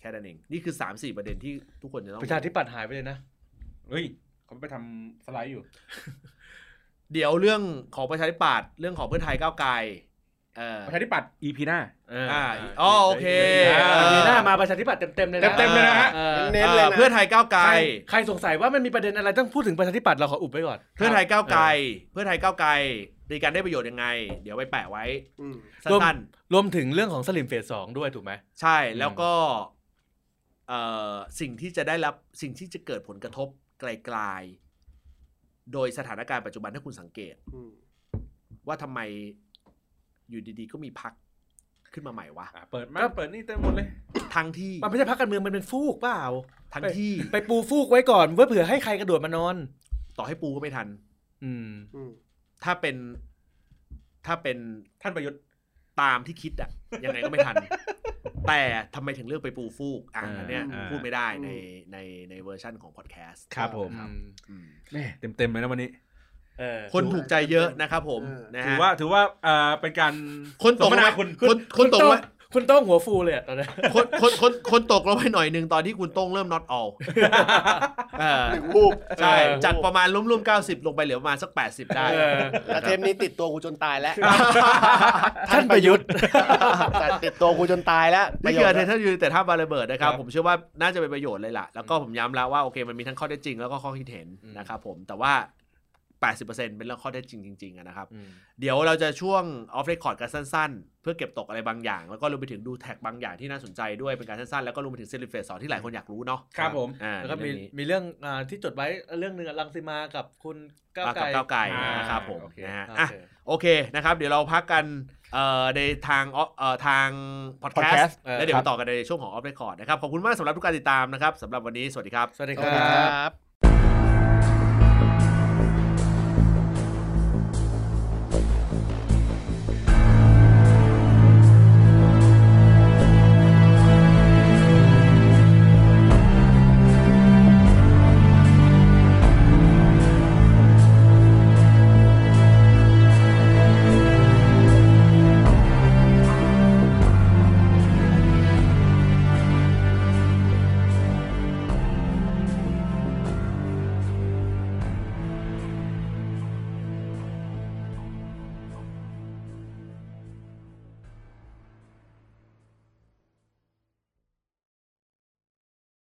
Speaker 1: แค่นั้นเองนี่คือ 3-4 ประเด็นที่ทุกคนจะต้อง
Speaker 2: ประชาธิปัตย์หายไปเลยนะ
Speaker 5: เฮ้ย เขาไปทำสไลด์อยู่
Speaker 1: เดี๋ยวเรื่องของประชาธิปัตย์เรื่องของเพื่อไทยก้าวไกลเออ
Speaker 5: ประชาธิปัตย์ EP หน้า
Speaker 2: เออ
Speaker 1: อ่า
Speaker 2: เ
Speaker 1: อ๋อโอเค
Speaker 2: อ่า
Speaker 1: เออ
Speaker 2: มีหน้ามาประชาธิปัตย์เต็มๆเลยนะ
Speaker 5: เต็มๆเลยนะฮะ
Speaker 2: ออ
Speaker 4: เน้นเลยนะ
Speaker 1: เอ่อเพื่อไทยก้าวไกล
Speaker 2: ใครใครสงสัยว่ามันมีประเด็นอะไรต้องพูดถึงประชาธิปัตย์เราขออุบไว้ก่อน
Speaker 1: เพื่อไทยก้าวไกล เพื่อไทยก้าวไกล ดีการได้ประโยชน์ยังไง เดี๋ยวไปแปะไว้
Speaker 4: อืม
Speaker 2: รวม
Speaker 1: สั้น
Speaker 2: รวมถึงเรื่องของสลิมเฟสสองด้วยถูกไหม
Speaker 1: ๆใช่แล้วก็เอ่อสิ่งที่จะได้รับสิ่งที่จะเกิดผลกระทบไกลๆ โดยสถานการณ์ปัจจุบันถ้าคุณสังเกต
Speaker 4: อืม
Speaker 1: ว่าทำไมอยู่ดีๆ ก็มีพักขึ้นมาใหม่วะ
Speaker 5: อ่ะเปิดมา
Speaker 2: ครับ
Speaker 5: เปิดนี่เต็มหมดเลย
Speaker 1: ทั้งที่
Speaker 2: มันไม่ใช่พักการเมืองมันเป็นฟูกเปล่า
Speaker 1: ทั้งที่
Speaker 2: ไปปูฟูกไว้ก่อนเพื่อเผื่อให้ใครกระโดดมานอน
Speaker 1: ต่อให้ปูก็ไม่ทัน
Speaker 2: อืม
Speaker 4: อืม
Speaker 1: ถ้าเป็นถ้าเป็น
Speaker 5: ท่านประยุทธ์
Speaker 1: ตามที่คิดอะยังไงก็ไม่ทัน แต่ทำไมถึงเลือกไปปูฟูกอ่ะ
Speaker 5: อ่า
Speaker 1: อันเนี้ย
Speaker 5: อ่า
Speaker 1: พูดไม่ได้ใน
Speaker 4: อืม
Speaker 1: ในในเวอร์ชั่นของพอดแคสต์
Speaker 5: ครับผม
Speaker 1: อืม
Speaker 5: แม่เต็มเต็มๆเลยนะวันนี้
Speaker 2: เออ
Speaker 1: คนถูกใจเยอะนะครับผม
Speaker 4: เออ
Speaker 1: นะ
Speaker 5: ถื
Speaker 1: ฮะ
Speaker 5: อว่าถือว่าอ่าเป็นการ
Speaker 1: คนต
Speaker 5: ส
Speaker 1: ก
Speaker 5: ม
Speaker 1: ลง
Speaker 5: นา
Speaker 1: ไป
Speaker 5: คุณ
Speaker 1: คนคนตกลงไป
Speaker 2: คุณโต้องหัวฟูเลยอะตอนนี้น
Speaker 1: คนคนคนคนตกลงไปหน่อยหนึ่งตอนที่คุณโต้งเริ่ม not all เออ
Speaker 4: หนึ่งรูป
Speaker 1: ใช่จากประมาณร่วมๆ90 ลงไปเหลือประมาณสัก 80 ได้
Speaker 2: เออ
Speaker 4: แล้วเทปนี้ติดตัวกูจนตายแล้ว
Speaker 2: ท่านประยุทธ์
Speaker 4: แต่ติดตัวกูจนตายแล้ว
Speaker 1: นี่คือ
Speaker 4: ประโยช
Speaker 1: attention อยู่แต่ถ้าบาระเบิดนะครับ
Speaker 2: ครับ
Speaker 1: ผมเชื่อว่าน่าจะเป็นประโยชน์เลยล่ะ แล้วก็ผมย้ำแล้วว่าโอเคมันมีทั้งข้อได้จริงแล้วก็ข้อคิดเห็น
Speaker 2: อืม
Speaker 1: นะครับผมแต่ว่า 80%เป็นเรื่องข้อได้จริงจริงๆอะนะครับ เดี๋ยวเราจะช่วงออฟเรคคอร์ดกันสั้นๆ เพื่อเก็บตกอะไรบางอย่าง แล้วก็รวมไปถึงดูแท็กบางอย่างที่น่าสนใจด้วยเป็นการสั้นๆ แล้วก็รวมไปถึงเซลิเฟสสอนที่หลายคนอยากรู้เนาะ
Speaker 5: ครับผม
Speaker 1: อ่า
Speaker 2: แล้วก็มี
Speaker 1: เรื่องนี้
Speaker 2: มีเรื่องอ่าที่จดไว้เรื่องหนึ่งอะรังสิมากับคุณก้าว
Speaker 1: อ่ะ
Speaker 2: ไกล
Speaker 1: กับก้าวไก่
Speaker 5: อ่าน
Speaker 1: นะครับผม
Speaker 5: โอเค
Speaker 1: นะฮะ
Speaker 2: โอ
Speaker 1: อ่ะ
Speaker 2: เค
Speaker 1: โอเคนะครับ เดี๋ยวเราพักกันเอ่อในทางออเอ่อทางพอดแคส
Speaker 2: podcast
Speaker 1: ต์
Speaker 2: เออ
Speaker 1: แล้วเดี๋ยวไปต่อกันในช่วงของออฟเรคคอร์ดนะครับขอบคุณมากสำหรับทุกการติดตามนะครับสำหรับวันนี้สวัสดีครับ
Speaker 2: สวัสดี
Speaker 4: น์
Speaker 2: ค
Speaker 4: สวัส
Speaker 2: รั
Speaker 4: ดี
Speaker 2: บ
Speaker 4: ครับ